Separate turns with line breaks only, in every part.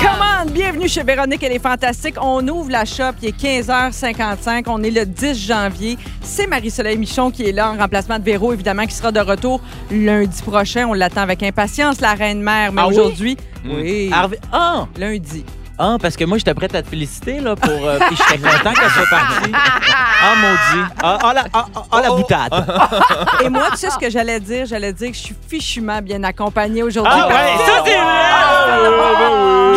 Commande, bienvenue chez Véronique, elle est fantastique. On ouvre la shop, il est 15h55, on est le 10 janvier. C'est Marie-Soleil Michon qui est là en remplacement de Véro, évidemment, qui sera de retour lundi prochain. On l'attend avec impatience, la reine-mère, mais
Ah oui?
aujourd'hui,
Mm.
oui,
Harvey- Ah!
lundi.
Ah, parce que moi, j'étais prête à te féliciter, là, pour. euh, puis j'étais content qu'elle soit partie. Ah, maudit. Ah, ah, la, ah, ah, ah, la
Oh.
boutade.
Et moi, tu sais ce que j'allais dire? J'allais dire que je suis fichument bien accompagnée aujourd'hui.
Ah, ouais,
parce
ça, Ah ben
que-
c'est vrai!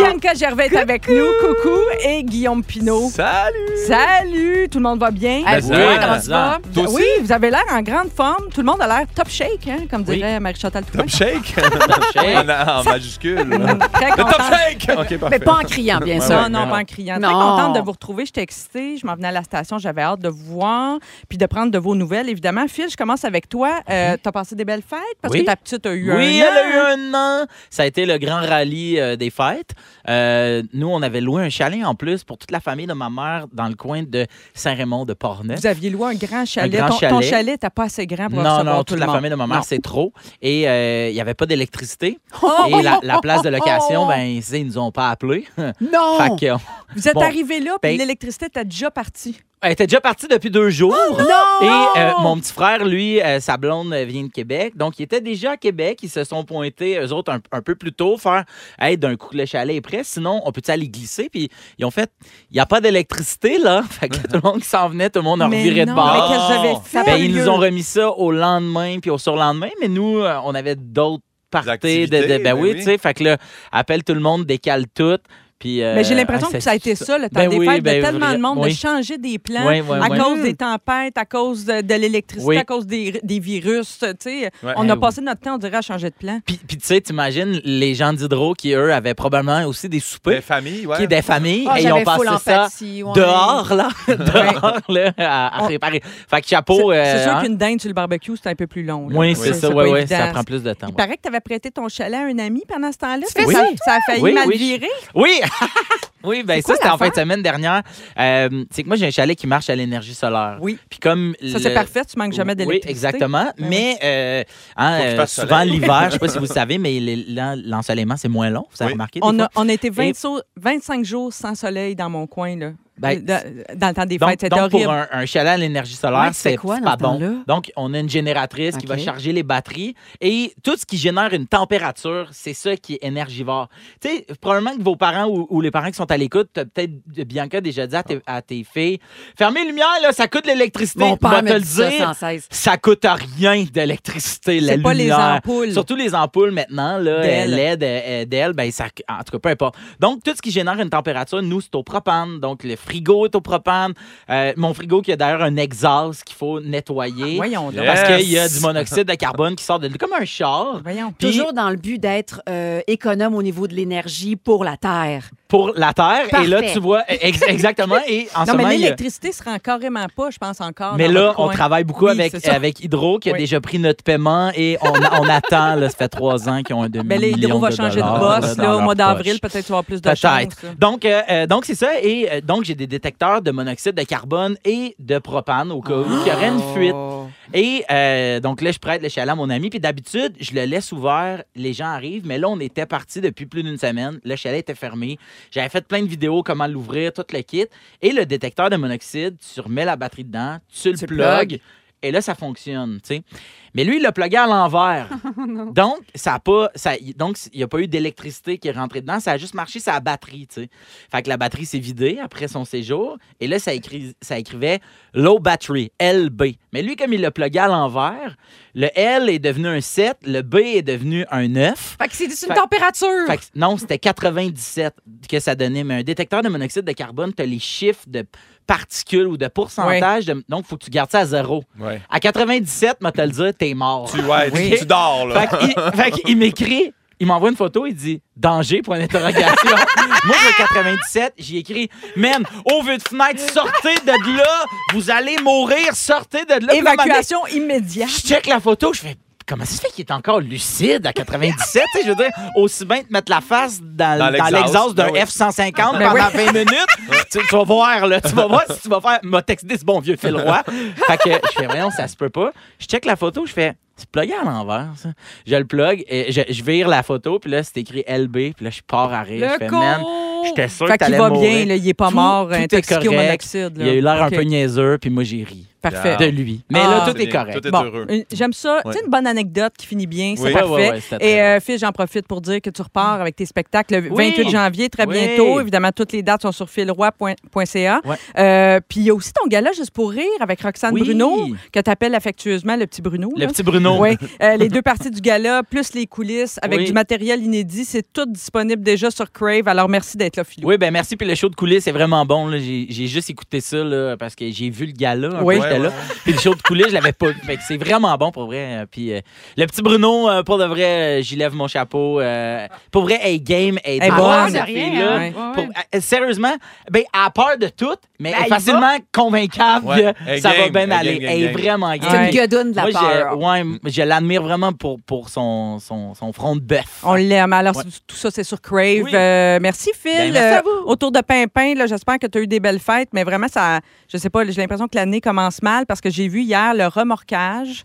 Bianca Gervais est avec nous, coucou, et Guillaume Pinault.
Salut!
Salut, tout le monde va bien?
Ben,
Hey,
ça
oui,
va,
comment tu
ça.
vas?
Toi aussi?
Oui, vous avez l'air en grande forme. Tout le monde a l'air top shake, hein, comme
Oui.
dirait Marie-Chantal Toupin.
Top Shake?
ah,
Shake.
en, en majuscule.
Mm, Très
Le Top
contente.
Shake! OK, parfait. Ben,
Mais pas en criant, bien
Ouais,
sûr.
Non,
ouais.
non,
non.
pas en criant. Très
Non.
contente de vous retrouver. J'étais excitée. Je m'en venais à la station. J'avais hâte de vous voir puis de prendre de vos nouvelles, évidemment. Phil, je commence avec toi. Euh, T'as passé des belles fêtes parce
Mhm. Oui.
que ta petite a eu un
Oui,
an.
elle a eu un an. Ça a été le grand rallye euh, des fêtes. Euh, nous, on avait loué un chalet en plus pour toute la famille de ma mère dans le coin de Saint-Raymond de Portneuf.
Vous aviez loué un grand chalet.
grand
ton, ton
chalet.
chalet n'était pas assez grand pour
Non,
recevoir
non,
tout
toute
le
la
monde.
famille de ma mère,
Non.
c'est trop. Et euh, il n'y avait pas d'électricité.
Oh,
Et la, la place de location, ben, ils ils nous ont pas appelés.
Non!
Fait que, euh,
Vous êtes
Bon.
arrivés là, puis
Ben-
l'électricité était déjà partie.
Elle était déjà partie depuis deux jours.
Oh,
Et euh, mon petit frère, lui, euh, sa blonde euh, vient de Québec. Donc, il était déjà à Québec. Ils se sont pointés, eux autres, un, un peu plus tôt, faire Hey, d'un coup, le chalet est prêt. Sinon, on peut-tu aller glisser? Puis, ils ont fait Il n'y a pas d'électricité, là. Fait que tout le monde qui s'en venait, tout le monde en
mais
revirait de
non,
bord.
mais qu'est-ce que j'avais
Ben,
fait?
Ben, ils nous ont remis ça au lendemain puis au surlendemain, mais nous, euh, on avait d'autres parties. De, de-
activités,
ben
ben
oui,
oui.
tu sais, fait que là, appelle tout le monde, décale tout. Puis, euh,
Mais j'ai l'impression
ah,
que ça a été ça, le temps
Ben
des
oui,
fêtes,
ben
de tellement de monde
oui.
de changer des plans
Oui, oui,
à
oui.
cause des tempêtes, à cause de, de l'électricité,
Oui.
à cause des, des virus. tu sais.
Ouais.
On
Ben
a
oui.
passé notre temps, on dirait, à changer de plan.
Puis, puis tu sais, t'imagines les gens d'Hydro qui, eux, avaient probablement aussi des
Des
soupers,
familles, ouais.
qui est des familles,
Ah,
et ils ont
j'avais
passé
full
ça
empathie. ouais.
dehors, là, dehors, là, à, à
On-
réparer. Fait que
C'est
chapeau. euh,
c'est sûr
hein.
qu'une dinde sur le barbecue, c'est un peu plus long. là.
Oui, c'est ça,
pas
ouais, ouais,
évident.
ça prend plus de temps.
Il
ouais.
paraît que tu avais prêté ton chalet à un ami pendant ce temps-là.
Tu fais
mais
ça?
ça a failli
Oui,
mal
oui, je-
virer.
Oui! oui, ben ça,
quoi
c'était en fin
l'affaire?
de semaine dernière. Euh, c'est que moi, j'ai un chalet qui marche à l'énergie solaire.
Oui.
Puis comme.
Ça,
le-
c'est parfait, tu manques jamais
Oui,
d'électricité.
exactement.
Ben
mais euh, hein,
Faut qu'il
euh,
fasse
souvent,
soleil.
l'hiver, je ne sais pas si vous le savez, mais les- l'en- l'ensoleillement, c'est moins long. Vous avez
Oui.
remarqué? des
On
fois?
a, on a été 20 sau- 25 jours sans soleil dans mon coin, là.
Ben,
dans, dans le temps des
Donc,
fêtes. C'était
donc,
horrible.
pour un, un chalet à l'énergie solaire,
Ouais, tu fais
c'est
quoi
c'est
dans
pas
ce temps-là?
bon. Donc, on a une génératrice qui va
Ok.
charger les batteries et tout ce qui génère une température, c'est ça qui est énergivore. Tu sais, probablement que vos parents ou, ou les parents qui sont à l'écoute, t'as peut-être euh, Bianca déjà dit à tes, à tes filles Fermez les lumières, là, ça coûte de l'électricité.
Mon
Va
père
te
me
le
dit ça
dire,
sans cesse.
ça coûte rien d'électricité, la
C'est pas les
lumière.
ampoules.
Surtout les ampoules maintenant, là,
D'elle.
euh, LED, euh, euh, d'elle, ben ça, en tout cas, peu importe. Donc, tout ce qui génère une température, nous, c'est au propane. Donc, le frigo est au propane. Euh, mon frigo qui a d'ailleurs un exhaust qu'il faut nettoyer.
Voyons donc.
Yeah.
Parce
Yes.
qu'il y a du monoxyde de carbone qui sort de comme un char
Voyons.
Puis-
Toujours dans le but d'être euh, économe au niveau de l'énergie pour la Terre.
pour la Terre. Et là,
Parfait.
tu vois, e, ex- exactement. Et en ce
Non,
moment,
mais
il y a-
l'électricité se rend carrément pas, je pense, encore.
Mais
Ah, dans
là,
votre
on
coin.
travaille beaucoup
Oui,
avec,
c'est ça.
avec Hydro qui a
Oui.
déjà pris notre paiement et on, on attend. Là, ça fait trois ans qu'ils ont un demi
Ben, là, Hydro va changer de boss là, au mois d'avril. Peut-être tu vas avoir plus de chance.
Peut-être. Donc, euh, euh, donc c'est ça. Et euh, donc, j'ai des détecteurs de monoxyde de carbone et de propane au cas où il y aurait une fuite.
Oh.
Et euh, donc là, je prête le chalet à mon ami. Puis d'habitude, je le laisse ouvert. Les gens arrivent. Mais là, on était parti depuis plus d'une semaine. Le chalet était fermé. J'avais fait plein de vidéos, comment l'ouvrir, tout le kit. Et le détecteur de monoxyde, tu remets la batterie dedans, tu le
Tu le
plugues. Et là, ça fonctionne, tu sais. Mais lui, il l'a plugué à l'envers. donc, ça a pas, ça, donc, il n'y a pas eu d'électricité qui est rentrée dedans. Ça a juste marché sa batterie, tu sais. Fait que la batterie s'est vidée après son séjour. Et là, ça, écrit, ça écrivait Low Battery, LB. Mais lui, comme il l'a plugué à l'envers, le L est devenu un 7, le B est devenu un 9.
Fait que c'est une
Fait-
température.
Fait que non, c'était 97 que ça donnait. Mais un détecteur de monoxyde de carbone, tu as les chiffres de particules ou de pourcentage. de- donc, faut que tu gardes ça à zéro.
Ouais.
À 97, moi, te le dire, t'es mort.
Tu, ouais, tu-
Oui.
tu dors, là.
Fait qu'il- fait qu'il m'écrit Il m'envoie une photo, il dit danger pour une interrogation. Moi, j'ai 97, j'y écris Man, au vue de fenêtre, sortez de là, vous allez mourir, sortez de là. Puis là, à un moment donné,
Évacuation immédiate.
je check la photo, je fais comment ça se fait qu'il est encore lucide à 97? Tu sais, je veux dire, aussi bien te mettre la face
Dans
dans, dans
l'exhaust.
l'exhaust d'un
Ben oui.
F-150
Ben
pendant 20 minutes. tu, tu vas voir, là. Tu vas voir si tu vas faire. M'a texté ce bon vieux Phil Roy. Fait que je fais, voyons, ça se peut pas. Je check la photo, je fais. C'est plugué à l'envers, ça. Je le plug, et je, je vire la photo, puis là, c'est écrit LB, puis là, je pars à rire. je fais, man, j'étais sûr
Fait
que
qu'il
t'allais
va
mourir.
bien, là, il est pas
Tout-
mort euh,
tout est
intoxiqué au
correct.
monoxyde. là.
Il a eu l'air
OK,
un peu niaiseux, puis moi, j'ai ri
Parfait.
de lui. Mais
Ah.
là,
C'est
tout est
bien.
correct.
Tout est
Bon,
heureux.
une- j'aime ça.
Ouais.
C'est une bonne anecdote qui finit bien, c'est
Oui.
parfait.
Ouais, ouais, ouais, c'était
Et
très
euh, Phil, j'en profite pour dire que tu repars avec tes spectacles le
Oui.
28 janvier, très
Oui.
bientôt. Évidemment, toutes les dates sont sur philroy.ca.
Ouais.
Euh, Puis il y a aussi ton gala Juste pour rire avec Roxane
Oui.
Bruno, que tu appelles affectueusement le petit Bruno.
Le
là.
petit Bruno.
Oui, Euh, les deux parties du gala, plus les coulisses, avec
Oui.
du matériel inédit, c'est tout disponible déjà sur Crave. Alors, merci d'être là, Philou.
Oui, ben merci. Puis le show de coulisses, c'est vraiment bon. là. J'ai j'ai juste écouté ça là, parce que j'ai vu le gala. Un
Oui.
peu, j'étais
Ouais,
là.
ouais,
Puis le show de coulisses, je l'avais pas vu. Fait que c'est vraiment bon pour vrai. Euh, Puis euh, le petit Bruno, euh, pour de vrai, euh, j'y lève mon chapeau. Euh, pour vrai, elle est game, elle est
Elle est
bonne,
bonne.
cette
Ah, de rien,
fille-là.
hein. Ouais,
Pour-
ouais.
euh, sérieusement, ben, elle a peur de tout, mais elle
Ben,
elle
est
y va.
facilement convaincable
Ouais,
que
elle est
ça
game,
va bien
elle est
aller.
game, game,
Elle est
game.
vraiment game.
C'est
Ouais.
une guedoune de la
Moi,
peur.
je, ouais, m- je l'admire vraiment pour, pour son, son, son front de bœuf.
On l'aime. Alors,
Ouais.
c'est- tout ça, c'est sur Crave.
Oui.
Euh, merci, Phil.
Ben, merci à vous.
Autour de Pimpin, là, j'espère que tu as eu des belles fêtes, mais vraiment, ça, je sais pas, j'ai l'impression que l'année commence mal parce que j'ai vu hier le remorquage.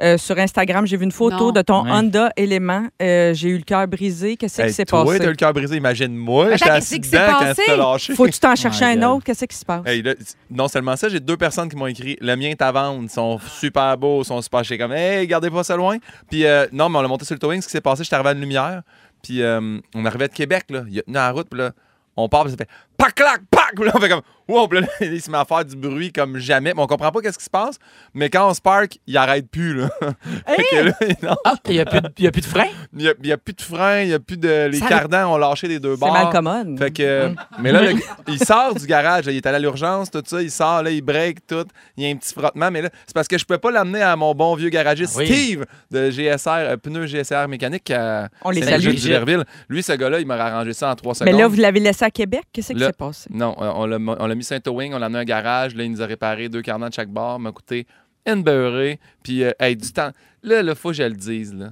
euh, sur Instagram, j'ai vu une photo
Non.
de ton
Ouais.
Honda Element. Euh, j'ai eu le cœur brisé. Qu'est-ce
Hey,
qui s'est
toi,
passé?
t'as le cœur brisé, imagine-moi. J'étais
qu'est-ce
assis
qui s'est
dedans quand
passé?
t'as lâché.
Faut-tu t'en chercher
my
un
God.
autre? Qu'est-ce qui se passe?
Hey, là, c- non seulement ça, j'ai deux personnes qui m'ont écrit Le mien est à vendre, ils sont super beaux, ils sont super chers. comme Hey, gardez pas ça loin. Puis euh, non, mais on l'a monté sur le towing. Ce qui s'est passé, j'étais arrivé à une lumière. Puis euh, on arrivait de Québec, là. il a tenu la route, puis là, on part, puis ça fait Pac, clac, pac. Puis là, on fait comme Wow, puis là, il se met à faire du bruit comme jamais. Mais on comprend pas qu'est-ce qui se passe. Mais quand on se parque, il arrête plus, là. Fait que
Hein?
là, non,
Ah, il n'y a, plus de- il y a plus de frein?
il y a, il y a plus de frein, il y a plus de. Les
Ça-
cardans ont lâché des deux
C'est
bords.
mal commode.
bah, Fait que, mais là, le- il sort du garage, là, il est allé à l'urgence, tout ça, il sort, là, il break, tout, il y a un petit frottement, mais là, c'est parce que je pouvais pas l'amener à mon bon vieux garagiste
Ah oui.
Steve de GSR, euh, pneu GSR mécanique à
On les
salue.
saint de Duverville. Lui, ce gars-là, il m'aurait arrangé ça en trois
Mais
secondes.
là, vous l'avez laissé à Québec. Qu'est-ce qui
Là-
s'est passé?
Non, euh, on l'a on l'a mis saint wing on l'a amené à un garage, là, il nous a réparé deux carnets de chaque bord, m'a coûté une beurrée, puis, euh, hey, du temps. Là, là, faut que je le dise, là.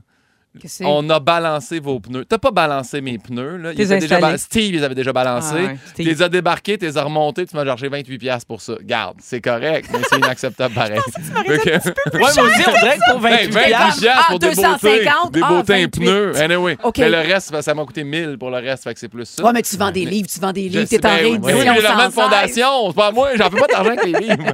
Qu'est-ce que c'est?
On a balancé vos pneus. T'as pas balancé mes pneus, là. Ils
T'es
étaient déjà
installé.
ba- Steve, ils avaient déjà balancé.
Ah ouais,
Tu
Steve.
les as débarqués, tu les as remontés, tu m'as chargé 28$ piastres pour ça. Garde, c'est correct, mais c'est inacceptable pareil.
Ouais, moi aussi, on dirait que pour
Ben,
28
piastres
piastres,
pour
Ah,
des beautés,
250,
des
ah,
beautés un
28.
pneus. Anyway.
OK.
Mais le reste, ça m'a coûté 1000 pour le reste, fait que c'est plus ça.
Ouais, mais tu vends des
Mais-
livres, tu vends des
Je
livres,
sais
t'es en
bien, oui.
réédition.
Oui, mais la
sans
même
cesse.
fondation, c'est pas moi, j'en fais pas d'argent avec les livres.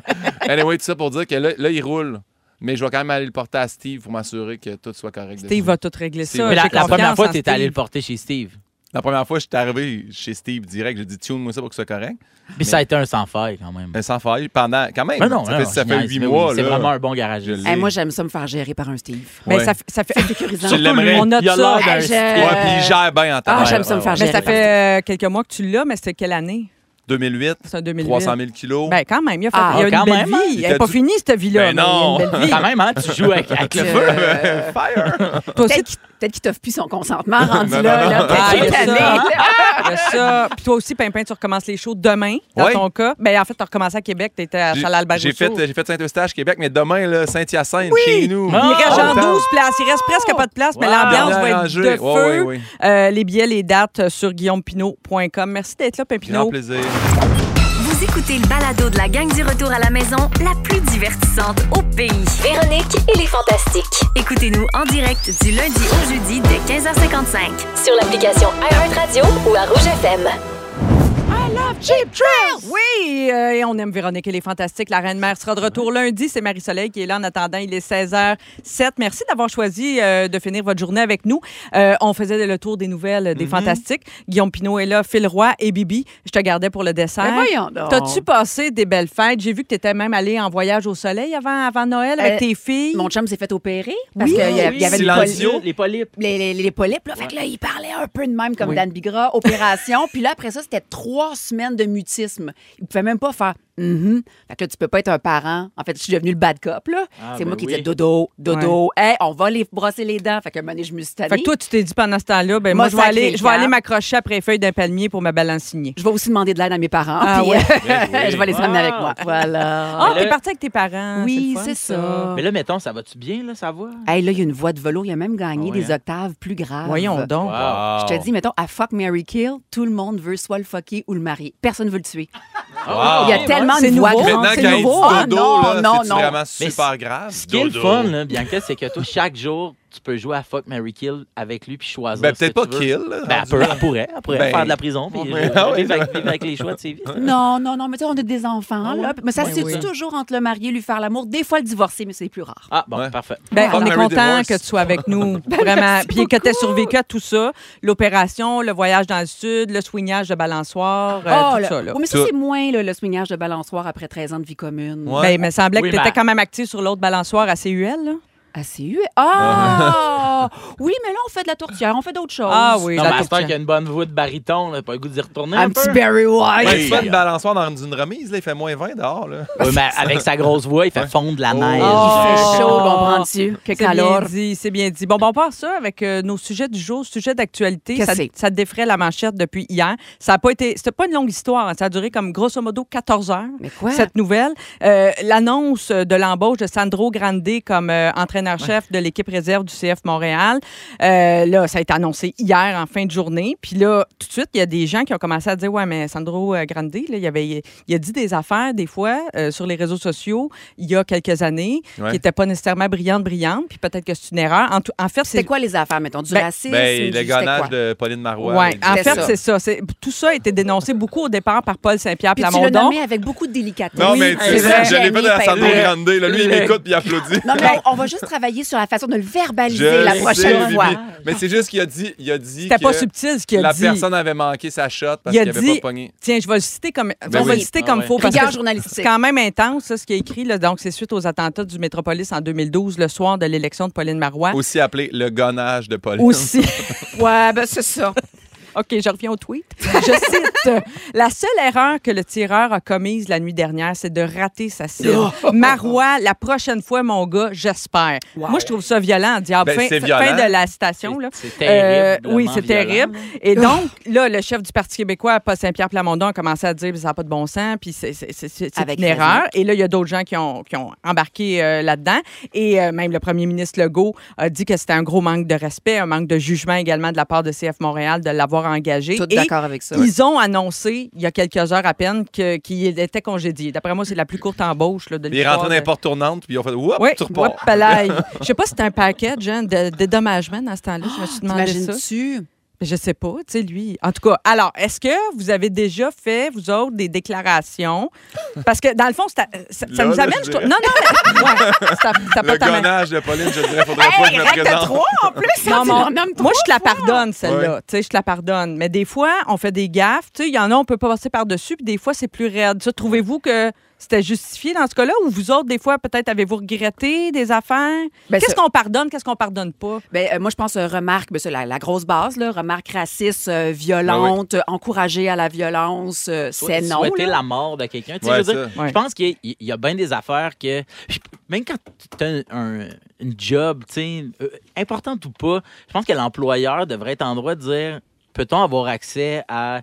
Anyway, tout ça pour dire que là, là, il roule. Mais je vais quand même aller le porter à Steve pour m'assurer que tout soit correct. de
Steve
lui.
va tout régler
C'est
ça.
Mais la,
J'ai
la première
confiance
fois,
en
tu es allé
Steve.
le porter chez Steve.
La première fois, je suis arrivé chez Steve direct, j'ai dit tune-moi ça pour que ce soit correct.
Puis ça a été un sans faille quand même.
Mais sans faille, pendant quand même.
Mais Ah non,
ça
non,
fait, ça
je
fait
niaise,
huit
mais oui,
mois.
C'est
là.
vraiment un bon garage.
Je l'ai.
Hey, Eh, moi, j'aime ça me faire gérer par un Steve.
Mais
Ouais.
ça, fait- ça fait
Sécurisant.
Tu l'aimerais.
On a de
Il
ça.
a l'air d'un
Hey, je-
style.
Ouais, puis il gère bien en temps.
Euh, Ah, j'aime ça me faire
Mais
gérer.
ça
par Steve.
fait euh, quelques mois que tu l'as, mais c'était quelle année?
2008,
C'est un 2008.
300 000 kilos.
Ben, quand même, il a, fait,
Ah,
il a une
quand
belle
même, hein?
vie.
Il
Elle n'est
t'a
pas
dû-
finie, cette vie-là.
Ben
mais il a une
non.
belle vie.
Quand même, hein, tu joues avec, avec le feu.
Euh,
Fire!
Toi aussi,
Peut-être qu'il- peut-être qu'il t'offre plus son consentement rendu
Non, non,
là.
non.
là. Peut-être
Ah,
qu'il est
il y a
tanné.
ça, hein? il y a ça. Puis toi aussi, Pimpin, tu recommences les shows demain, dans
Ouais.
ton cas. Ben, en fait, tu as recommencé à Québec, tu étais à
J'ai-
Salle Albert
J'ai fait, euh, j'ai fait Saint-Eustache, Québec, mais demain, là, Saint-Hyacinthe, chez nous.
Ah!
Il reste genre
Content.
12 places. Il reste presque pas de place, mais
Wow.
l'ambiance va être
Arrangé.
de
Ouais, ouais,
feu.
ouais.
Euh, les billets, les dates euh, sur guillaumepinot.com. Merci d'être là,
Grand
Pimpinot.
plaisir.
Vous écoutez le balado de la gang du retour à la maison, la plus divertissante au pays.
Véronique et les Fantastiques.
Écoutez-nous en direct du lundi au jeudi dès 15h55.
Sur l'application iHeartRadio ou à Rouge FM.
Oui, euh, et on aime Véronique, elle est fantastique. La Reine-Mère sera de retour lundi. C'est Marie-Soleil qui est là en attendant. Il est 16h07. Merci d'avoir choisi euh, de finir votre journée avec nous. Euh, on faisait le tour des nouvelles
Mm-hmm.
des fantastiques. Guillaume Pinot est là, Phil Roy et Bibi. Je te gardais pour le dessert.
Ben voyons donc.
T'as-tu passé des belles fêtes? J'ai vu que tu étais même allé en voyage au soleil avant, avant Noël avec
Euh,
tes filles.
Mon chum s'est fait opérer parce
Oui,
Euh,
qu'il y, a- il y avait des
Silencio.
polypes.
les polypes.
Les, les- les polypes, là. Fait que là, il parlait un peu de même, comme
Oui.
Dan Bigra, opération. Puis là, après ça, c'était trois semaines de mutisme. Il pouvait même pas faire Mhm. Fait que là, tu peux pas être un parent. En fait, je suis devenue le bad cop, là.
Ah,
c'est
ben
moi qui
oui.
disais dodo, dodo, hey, on va les brosser les dents. Fait que un moment donné, je me suis tannée.
Fait que toi, tu t'es dit pendant ce temps-là, ben moi,
Moi,
je vais
sacré
aller, je vais
camp.
aller m'accrocher après les feuilles d'un palmier pour ma balancinier.
Je vais aussi demander de l'aide à mes parents.
Ah
puis,
ouais.
je vais les
Wow.
amener avec moi. Voilà.
Ah,
Mais
t'es
là-
parti avec tes parents.
oui,
le fun,
c'est ça.
Mais là, mettons, ça va-tu bien, là, ça va?
Hey, là, il y a une voix de velours. Il a même gagné
Ah ouais,
des
hein?
octaves plus graves.
Voyons donc.
euh,
Je te dis, mettons, à Fuck Mary Kill, tout le monde veut soit le fucker ou le marier. Personne veut le tuer.
Wow.
Il
Ah,
y a tellement
C'est
de voix
nouveau.
grandes,
Maintenant,
c'est
quand il dit
nouveau. Ah,
dodo,
non,
là,
non,
c'est
non.
vraiment
Mais
super grave.
Ce qui est le fun, là, Bianca, c'est que toi, chaque jour, tu peux jouer à Fuck Mary Kill avec lui puis choisir.
Ben,
ce
peut-être
que
pas
tu veux.
kill. là,
Ben, elle,
rendu
peut,
là.
elle pourrait. Elle pourrait
Ben,
faire de la prison puis
ouais.
euh,
Ah ouais,
vivre, avec, vivre avec les choix de ses vies.
Non, non, non, mais tu sais, on a des enfants,
Ah ouais?
là. Mais ça
Ouais,
se situe
ouais.
toujours entre le marié et lui faire l'amour. Des fois, le divorcer, mais c'est plus rare.
Ah, bon,
Ouais.
parfait.
Ben,
Fuck,
on est
Mary,
content
divorce.
que tu sois avec nous. Vraiment. Puis que tu aies survécu à tout ça. L'opération, le voyage dans le sud, le soignage de balançoire, euh,
Oh,
tout
là.
ça. Là.
Oui, mais ça,
Tout.
c'est moins là, le swingage de balançoire après 13 ans de vie commune.
Ouais.
Ben, il me semblait
Oui,
que tu étais
ben-
quand même actif sur l'autre balançoire à CUL. Là.
Ah, c'est eu. Ah! oui, mais là, on fait de la tourtière, on fait d'autres choses.
Ah oui,
Non,
la
mais à cette heure
tourtière.
qu'il y a une bonne voix de baryton, là, pas le goût d'y retourner.
Un
un
petit
peu?
Barry White.
Ouais, c'est pas une balançoire dans une remise, là, il fait moins 20 dehors. Là.
Oui, mais avec sa grosse voix, il fait fondre la
Oh.
neige.
Oh.
Il fait chaud,
Oh.
comprends-tu? Que
C'est
calor.
bien dit, c'est bien dit. Bon, bon, on part ça avec euh, nos sujets du jour, sujets d'actualité.
Qu'est-ce
Ça,
que c'est?
ça défrait la manchette depuis hier. Ça a pas été, c'était pas une longue histoire. hein. Ça a duré comme grosso modo 14 heures.
Mais quoi?
Cette nouvelle, Euh, l'annonce de l'embauche de Sandro Grande comme euh, entraîneur-chef de l'équipe réserve du CF Montréal, Euh, là, ça a été annoncé hier en fin de journée. Puis là, tout de suite, il y a des gens qui ont commencé à dire, ouais, mais Sandro euh, Grande, là, il, avait, il a dit des affaires des fois euh, sur les réseaux sociaux il y a quelques années
Ouais.
qui n'étaient pas nécessairement brillantes, brillantes. Puis peut-être que c'est une erreur. En, tout- en fait, c'est
C'était quoi les affaires, mettons? Du
Ben-
racisme?
Ben,
du-
le
c'était
gonnage
quoi?
de Pauline Marois.
Ouais, en
C'était
fait,
ça.
c'est ça. C'est- Tout ça a été dénoncé beaucoup au départ par Paul Saint-Pierre
Puis tu l'as
Plamondon.
nommé avec beaucoup de délicatesse.
Non,
Oui,
mais
c'est
tu sais,
vrai.
je l'ai fait de la Sandro
Perry.
Grande. Là, lui, il m'écoute puis il applaudit.
Non, mais on, on va juste travailler sur la façon de le verbaliser
Je
la
sais,
prochaine
Bibi.
fois.
Mais c'est juste qu'il a dit, il a dit
C'était
que
pas subtil ce qu'il a
la
dit.
personne avait manqué sa shot parce
Il a
qu'il avait
dit-
pas pogné.
Tiens, je vais le citer comme,
Ben
on va
oui.
le citer
Ah
comme
ouais.
faux. parce
Rigueur
que
journalistique.
C'est quand même intense, ça, ce qui est écrit. Là. Donc, c'est suite aux attentats du Métropolis en 2012, le soir de l'élection de Pauline Marois.
Aussi appelé le gonnage de Pauline.
Hein? Aussi.
Ouais, ben c'est ça.
OK, je reviens au tweet. Je cite La seule erreur que le tireur a commise la nuit dernière, c'est de rater sa cible. Marois, la prochaine fois, mon gars, j'espère. Moi, je trouve ça violent, diable.
Ben,
fin,
c'est
fin
violent.
de la citation. là.
C'est terrible.
Euh, oui, c'est terrible. Et donc, là, le chef du Parti québécois, Paul Saint-Pierre Plamondon, a commencé à dire ça n'a pas de bon sens, puis c'est c'est- c'est- c'est
Avec
une
raison.
erreur. Et là, il y a d'autres gens qui ont, qui ont embarqué euh, là-dedans. Et euh, même le premier ministre Legault a dit que c'était un gros manque de respect, un manque de jugement également de la part de CF Montréal de l'avoir engagé.
Tout
Et
d'accord avec ça.
Ils ont annoncé, il y a quelques heures à peine, que- qu'il était congédié. D'après moi, c'est la plus courte embauche là, de
Il est
l'histoire.
rentré dans les portes tournantes puis ils ont fait Oups,
Oui,
tu repars.
Je sais pas si c'était un package hein, de dédommagement dans ce temps-là. Je me suis demandé ça.
T'imagines-tu?
Je sais pas, tu sais, lui. En tout cas, alors, est-ce que vous avez déjà fait, vous autres, des déclarations? Parce que, dans le fond, c'est à- ça, ça
Là,
nous
là,
amène.
je
je trouve-
dirais.
non, non, mais- ouais, ça, ça
Le
peut t'amener.
gonnage de Pauline, je dirais, faudrait pas que je me présente.
en plus,
Non, mais- moi, je te la pardonne, celle-là.
Ouais.
Tu sais, je te la pardonne. Mais des fois, on fait des gaffes. Tu sais, il y en a, on peut pas passer par-dessus, puis des fois, c'est plus raide. Ça, trouvez-vous que c'était justifié dans ce cas-là? Ou vous autres, des fois, peut-être avez-vous regretté des affaires?
Ben,
qu'est-ce
ça-
qu'on pardonne, qu'est-ce qu'on pardonne pas?
Ben, euh, moi, je pense, euh, remarque, ben, c'est la, la grosse base, là, remarque raciste, euh, violente, euh, encourager à la violence, euh, c'est non.
Souhaiter
là.
la mort de quelqu'un. Tu sais,
Ouais,
je, veux dire,
ça.
Ouais.
je pense qu'il y a- il y a bien des affaires que. je- Même quand tu as un, un- une job, tu sais, euh, importante ou pas, je pense que l'employeur devrait être en droit de dire peut-on avoir accès à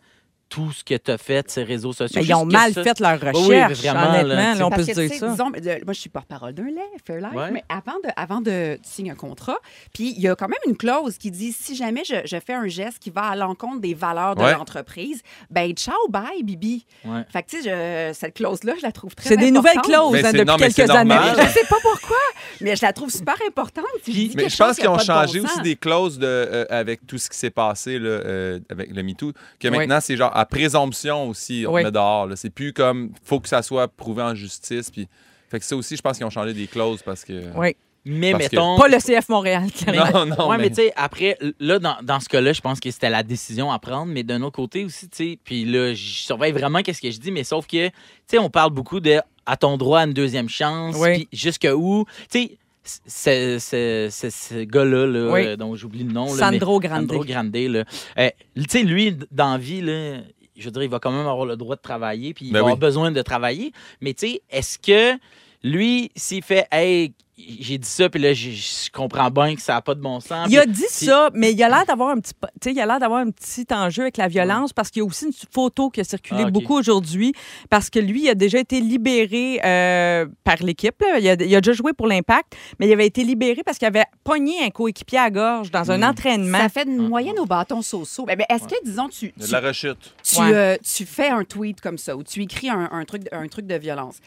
tout ce que tu as fait, de ces réseaux sociaux
Mais Ben, ils ont
Juste que
mal
ça-
fait leur
oui,
recherche,
vraiment, là,
honnêtement.
tu
là, on
Parce
peut
que,
se
tu
dire
sais,
ça.
disons, euh, moi, je suis porte-parole d'un lait, Fairlife,
Ouais.
mais avant de, avant de tu signes un contrat, puis il y a quand même une clause qui dit si jamais je, je fais un geste qui va à l'encontre des valeurs de
Ouais.
l'entreprise, ben ciao, bye, Bibi.
Ouais.
Fait que, tu sais, je- cette clause-là, je la trouve très
C'est des nouvelles
importante.
clauses
Mais
hein,
Ben, c'est-
depuis
non, mais c'est
quelques années.
normal.
Je sais pas pourquoi, mais je la trouve super importante. Si je dis
Mais
quelque
je pense
chose qui
qu'ils
a
ont
pas de bon
changé
sens.
aussi des clauses de, euh, avec tout ce qui s'est passé là, euh, avec le MeToo, que
Oui.
maintenant, c'est genre à présomption aussi, on
Oui.
te met dehors. là. C'est plus comme faut que ça soit prouvé en justice. Puis... Fait que ça aussi, je pense qu'ils ont changé des clauses parce que.
Oui.
Mais
Parce que-
mettons.
Pas le CF Montréal, clairement.
Non, non,
ouais, mais,
mais-
tu sais, après, là, dans, dans ce cas-là, je pense que c'était la décision à prendre, mais d'un autre côté aussi, tu sais, puis là, je surveille vraiment qu'est-ce que je dis, mais sauf que, tu sais, on parle beaucoup de à ton droit à une deuxième chance,
Oui.
puis jusqu'à où, tu sais, ce, ce- ce- ce gars-là, là,
Oui.
euh, dont j'oublie le nom, là, mais-
Sandro Grande.
Sandro Grande, là, euh, tu sais, lui, d- dans la vie, là, je veux dire, il va quand même avoir le droit de travailler, puis il
Ben
va
oui.
avoir besoin de travailler. Mais tu sais, est-ce que lui, s'il fait, hey, j'ai dit ça, puis là, je- je comprends bien que ça n'a pas de bon sens.
Il a
puis-
dit ça, mais il a l'air d'avoir un petit, pa- tu sais, il a l'air d'avoir un petit enjeu avec la violence parce qu'il y a aussi une photo qui a circulé
Ah, ok.
beaucoup aujourd'hui parce que lui il a déjà été libéré euh, par l'équipe. là. Il a, il a déjà joué pour l'Impact, mais il avait été libéré parce qu'il avait pogné un coéquipier à gorge dans un
Mm.
entraînement.
Ça fait une moyenne au bâton so-so. Mais, mais est-ce que, disons, tu,
Il y a de
tu-
la rechute.
tu,
Ouais.
euh, tu fais un tweet comme ça ou tu écris un, un truc, un truc de violence.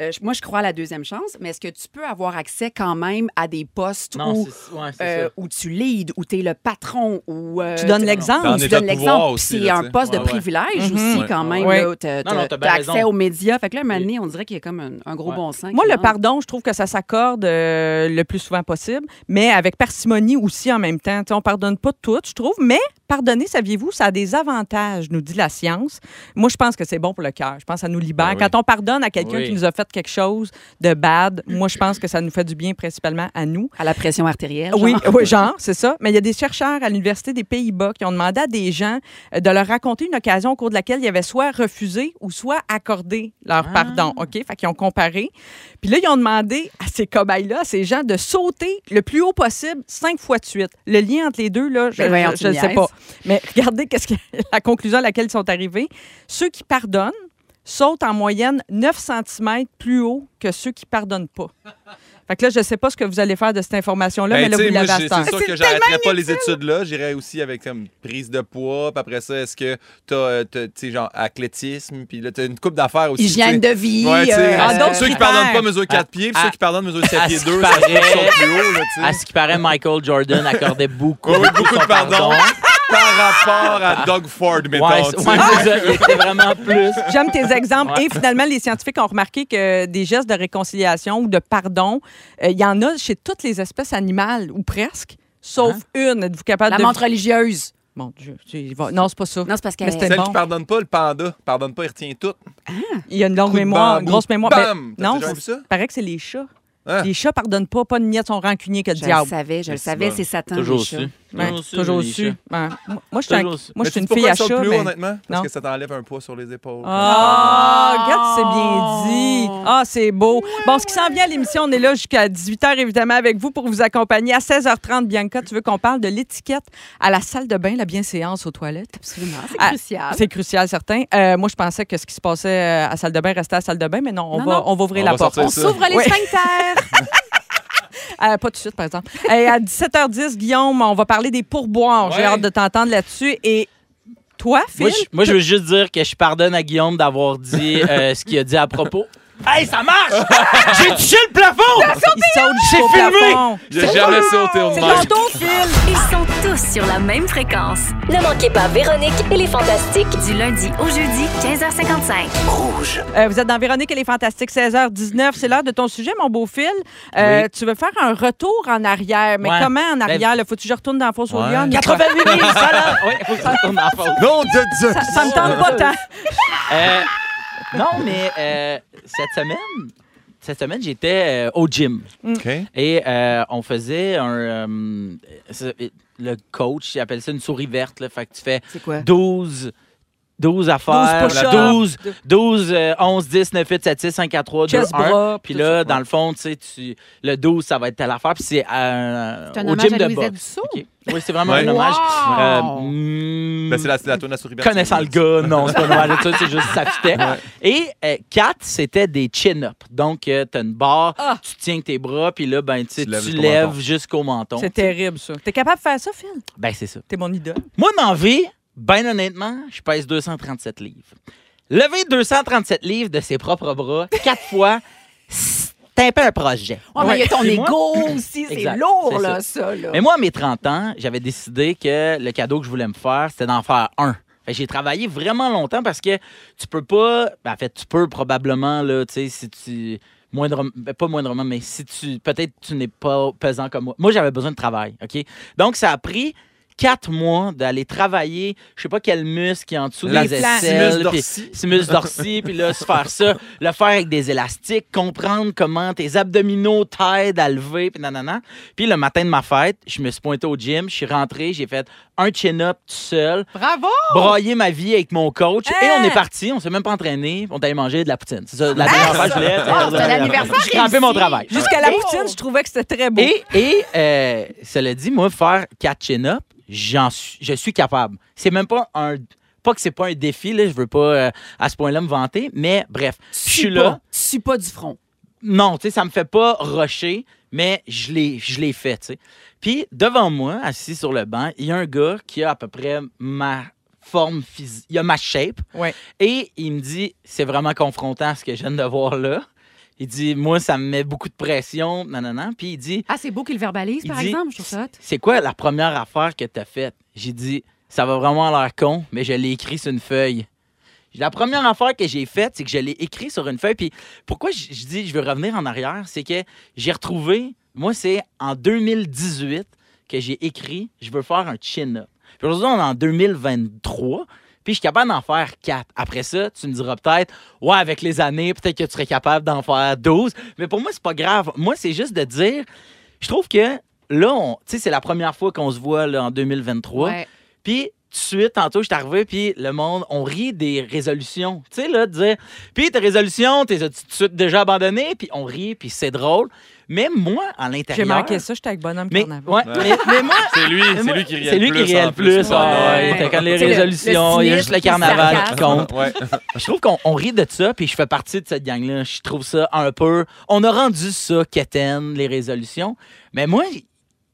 Euh, je- moi, je crois à la deuxième chance, mais est-ce que tu peux avoir accès quand même à des postes
Non,
où,
c'est ouais, c'est
euh,
ça.
où tu leads, où tu es le patron, où euh,
Tu donnes
T'en
l'exemple.
es-
tu
état
donnes
de pouvoir
l'exemple, puis
aussi,
c'est
là,
un
t'sais.
poste
Ouais,
de
ouais.
privilège
Mhm.
aussi
Ouais.
quand même.
Ouais.
là,
Non,
t'as-
non,
t'as-
t'as
t'as
bien
accès
raison.
aux médias. Fait que là, un moment
Oui.
donné, on dirait qu'il y a comme un, un gros
Ouais.
bon sens.
Moi,
qui
le
rentre.
pardon, je trouve que ça s'accorde euh, le plus souvent possible, mais avec parcimonie aussi en même temps. Tu sais, on pardonne pas tout, je trouve, mais pardonner, saviez-vous, ça a des avantages, nous dit la science. Moi, je pense que c'est bon pour le cœur. Je pense que ça nous libère.
Ben oui.
Quand on pardonne à quelqu'un
Oui.
qui nous a fait quelque chose de bad, moi, je pense que ça nous fait du bien principalement à nous.
À la pression artérielle.
Oui,
genre.
oui, genre, c'est ça. Mais il y a des chercheurs à l'Université des Pays-Bas qui ont demandé à des gens euh, de leur raconter une occasion au cours de laquelle ils avaient soit refusé ou soit accordé leur
Ah.
pardon. OK? Fait qu'ils ont comparé. Puis là, ils ont demandé à ces cobayes-là, à ces gens, de sauter le plus haut possible cinq fois de suite. Le lien entre les deux, là, je
Ben voyons, tu
ne
me
sais
niaises.
pas. Mais regardez qu'est-ce que, la conclusion à laquelle ils sont arrivés. Ceux qui pardonnent sautent en moyenne 9 cm plus haut que ceux qui pardonnent pas. Fait que là, je ne sais pas ce que vous allez faire de cette information-là,
Ben,
mais là,
tu sais,
vous
moi,
l'avez à
j'ai-
cette heure.
C'est sûr que j'arrêterais pas les études-là. J'irais aussi avec comme prise de poids. Puis après ça, est-ce que t'as, euh, t'as, tu sais, genre, athlétisme. Puis là, t'as une coupe d'affaires aussi.
Hygiène
tu
de
sais.
vie.
Ouais, tu sais,
euh,
Ah, d'autres
ceux qui
critères.
pardonnent pas mesure 4 pieds, puis
à-
ceux qui pardonnent mesure 7
à
pieds
ce
2,
qui
c'est ceux qui sont
paraît-
plus haut, là, tu sais.
À ce qui paraît, Michael Jordan accordait beaucoup,
Oui, oui, beaucoup
son
de pardon par rapport à Doug Ford, mettons.
Ouais,
tu
c'est
sais.
ouais, c'est ça. Il était vraiment plus.
J'aime tes exemples.
Ouais.
Et finalement, les scientifiques ont remarqué que des gestes de réconciliation ou de pardon, euh, il y en a chez toutes les espèces animales, ou presque, sauf
Hein?
une. Êtes-vous capable
La
de...
montre religieuse.
Mon Dieu, il va- non, c'est pas ça.
Non, c'est parce
Mais
qu'elle
c'est-
Celle
bon.
qui pardonne pas, le panda, pardonne pas, il retient tout.
Il y a une
Coup
longue
de
mémoire, une
bambou.
grosse mémoire.
Bam!
Ben, non,
T'as déjà vu
c'est-
ça?
paraît que c'est les chats.
Hein?
Les chats pardonnent pas, pas de miettes, sont rancuniers que le
Je le
diable.
savais, je le
C'est
savais,
bon.
c'est Satan.
Toujours
les chats.
su.
Ouais, toujours su. Ouais. Moi, moi, je suis un-
Toujours su.
moi, je
hein. Mais
suis une
tu sais
fille
pourquoi
à
ils sont
chat.
plus haut,
mais-
honnêtement? Parce
Non.
que ça t'enlève un poids sur les épaules.
Ah, regarde, c'est bien dit. Ah, c'est beau. Bon, ce qui s'en vient à l'émission, on est là jusqu'à 18h, évidemment, avec vous pour vous accompagner. À 16h30, Bianca, tu veux qu'on parle de l'étiquette à la salle de bain, la bienséance aux toilettes?
Absolument, c'est
Ah,
crucial.
C'est crucial, certain. Euh, moi, je pensais que ce qui se passait euh, à la salle de bain restait à la salle de bain, mais non, on,
Non,
va,
non.
on va ouvrir
On
la
va
porte.
sortir
On
ça.
s'ouvre les
Ouais.
sphincters.
Euh, pas tout de suite, par exemple. Et à 17h10, Guillaume, on va parler des pourboires. J'ai
Ouais.
hâte de t'entendre là-dessus. Et toi, Phil?
Moi, je, moi, je veux juste dire que je pardonne à Guillaume d'avoir dit euh, ce qu'il a dit à propos. Hey, ça marche! J'ai touché le plafond!
il saute jusqu'au
filmé!
plafond.
J'ai jamais sauté au
C'est
même.
ton tour, Phil!
Ils sont tous sur la même fréquence.
Ne manquez pas Véronique et les Fantastiques.
Du lundi au jeudi, 15h55.
Euh, vous êtes dans Véronique et les Fantastiques, 16h19. C'est l'heure de ton sujet, mon beau Phil. Euh, Tu veux faire un retour en arrière, mais
Ouais. Ben,
comment en arrière? là? Faut-tu que je retourne dans la fosse aux
Ouais.
lionnes?
88 000, ça là! Oui, faut que ça tourne en fond.
Non, de Dieu!
Ça, ça me tente pas tant.
Euh, non, mais euh, cette semaine, cette semaine, j'étais euh, au gym.
OK.
Et euh, on faisait un. euh, c'est- le coach, il appelle ça une souris verte. Là, fait que tu fais
C'est quoi?
12. 12 affaires,
12 push-ups.
12, 12, euh, 11, 10, 9, 8, 7, 6, 5, 4, 3, 2,
Chest
1.
bras.
Puis
tout
là,
ça.
dans le fond, tu sais, tu- le 12, ça va être telle affaire. Puis c'est euh,
C'est un
au
hommage
gym
à
de
Louisette
boxe.
Dussault.
OK. Oui, c'est vraiment
Ouais.
un hommage.
Wow.
mm,
Ben, c'est la, c'est la toune à souris verte.
Connaissant le gars, non, c'est pas normal. Ça, c'est juste ça fitait. Et 4, c'était des chin-up. Donc, euh, t'as une barre,
Ah.
tu tiens avec tes bras, puis là, ben, tu sais,
Tu lèves
tu
jusqu'au menton.
lèves jusqu'au menton.
C'est terrible, ça. T'es capable de faire ça, Phil?
Ben, c'est ça.
T'es mon idole.
Moi, dans V, ben honnêtement, je pèse 237 livres. Lever 237 livres de ses propres bras, quatre fois, c'est un peu un projet.
Oh, mais il y a ton
Puis moi-
ego aussi, c'est
Exact,
lourd,
c'est
là, ça. là.
Mais moi, à mes 30 ans, j'avais décidé que le cadeau que je voulais me faire, c'était d'en faire un. Fait que J'ai travaillé vraiment longtemps parce que tu peux pas. ben, en fait, tu peux probablement, là, tu sais, si tu. Moindrement, ben, pas moindrement, mais si tu. Peut-être tu n'es pas pesant comme moi. Moi, j'avais besoin de travail, OK? Donc, ça a pris quatre mois d'aller travailler, je sais pas quel muscle qui est en dessous
La
des
flan-
aisselles.
Sinus
puis-
dorsi.
Simus dorsi, puis là, se faire ça, le faire avec des élastiques, comprendre comment tes abdominaux t'aident à lever, puis nanana. Puis le matin de ma fête, je me suis pointé au gym, je suis rentré, j'ai fait un chin-up tout seul,
Bravo!
broyé ma vie avec mon coach, et
Hein?
on est parti, on s'est même pas entraîné, on est allé manger de la poutine. C'est ça, la dernière fois que je voulais.
Ah, c'est un anniversaire
J'ai crampé mon
réussi.
travail.
Jusqu'à la
Et-
routine, je trouvais que c'était très beau.
et, et euh, cela dit, moi, faire quatre chin-up, j'en suis- je suis capable. C'est même pas un. Pas que c'est pas un défi, là, je veux pas euh, à ce point-là me vanter, mais bref, je suis là.
Tu suis pas du front.
Non, tu sais, ça me fait pas rusher, mais je l'ai je l'ai fait, tu sais. Puis devant moi, assis sur le banc, il y a un gars qui a à peu près ma forme physique, il a ma shape.
Ouais.
Et il me dit, c'est vraiment confrontant ce que je viens de voir là. Il dit, moi, ça me met beaucoup de pression, nanana. Puis il dit,
Ah, c'est beau qu'il verbalise,
Il
par
dit-
exemple. Je trouve ça hot.
c'est quoi la première affaire que t'as faite? J'ai dit, ça va vraiment l'air con, mais je l'ai écrit sur une feuille. La première affaire que j'ai faite, c'est que je l'ai écrit sur une feuille. Puis pourquoi je, je dis je veux revenir en arrière, c'est que j'ai retrouvé, moi, c'est en 2018 que j'ai écrit, je veux faire un chin-up. Puis aujourd'hui, on est en 2023. Puis je suis capable d'en faire quatre. Après ça, tu me diras peut-être, ouais, avec les années, peut-être que tu serais capable d'en faire 12. Mais pour moi, c'est pas grave. Moi, c'est juste de dire, je trouve que là, on- tu sais, c'est la première fois qu'on se voit là, en 2023.
Ouais.
Puis tout de suite, tantôt, je suis arrivé, puis le monde, on rit des résolutions. Tu sais, là, de dire, puis tes résolutions, t'es tout de suite déjà abandonné, puis on rit, puis c'est drôle. Mais moi, à
J'ai
l'intérieur.
manqué ça, j'étais avec Bonhomme
Mais,
Carnaval.
ouais, mais, mais moi,
C'est lui,
mais
c'est
moi,
lui qui rit
c'est lui
le plus.
qui rit le
en plus.
plus. ah ouais.
Ouais.
Fait quand les
C'est le-
résolutions,
le
il y a
cynisme
juste le
qui se
carnaval
regarde.
qui compte.
Ouais.
Je trouve qu'on on rit de ça, puis je fais partie de cette gang-là. Je trouve ça un peu. On a rendu ça quétaine, les résolutions. Mais moi,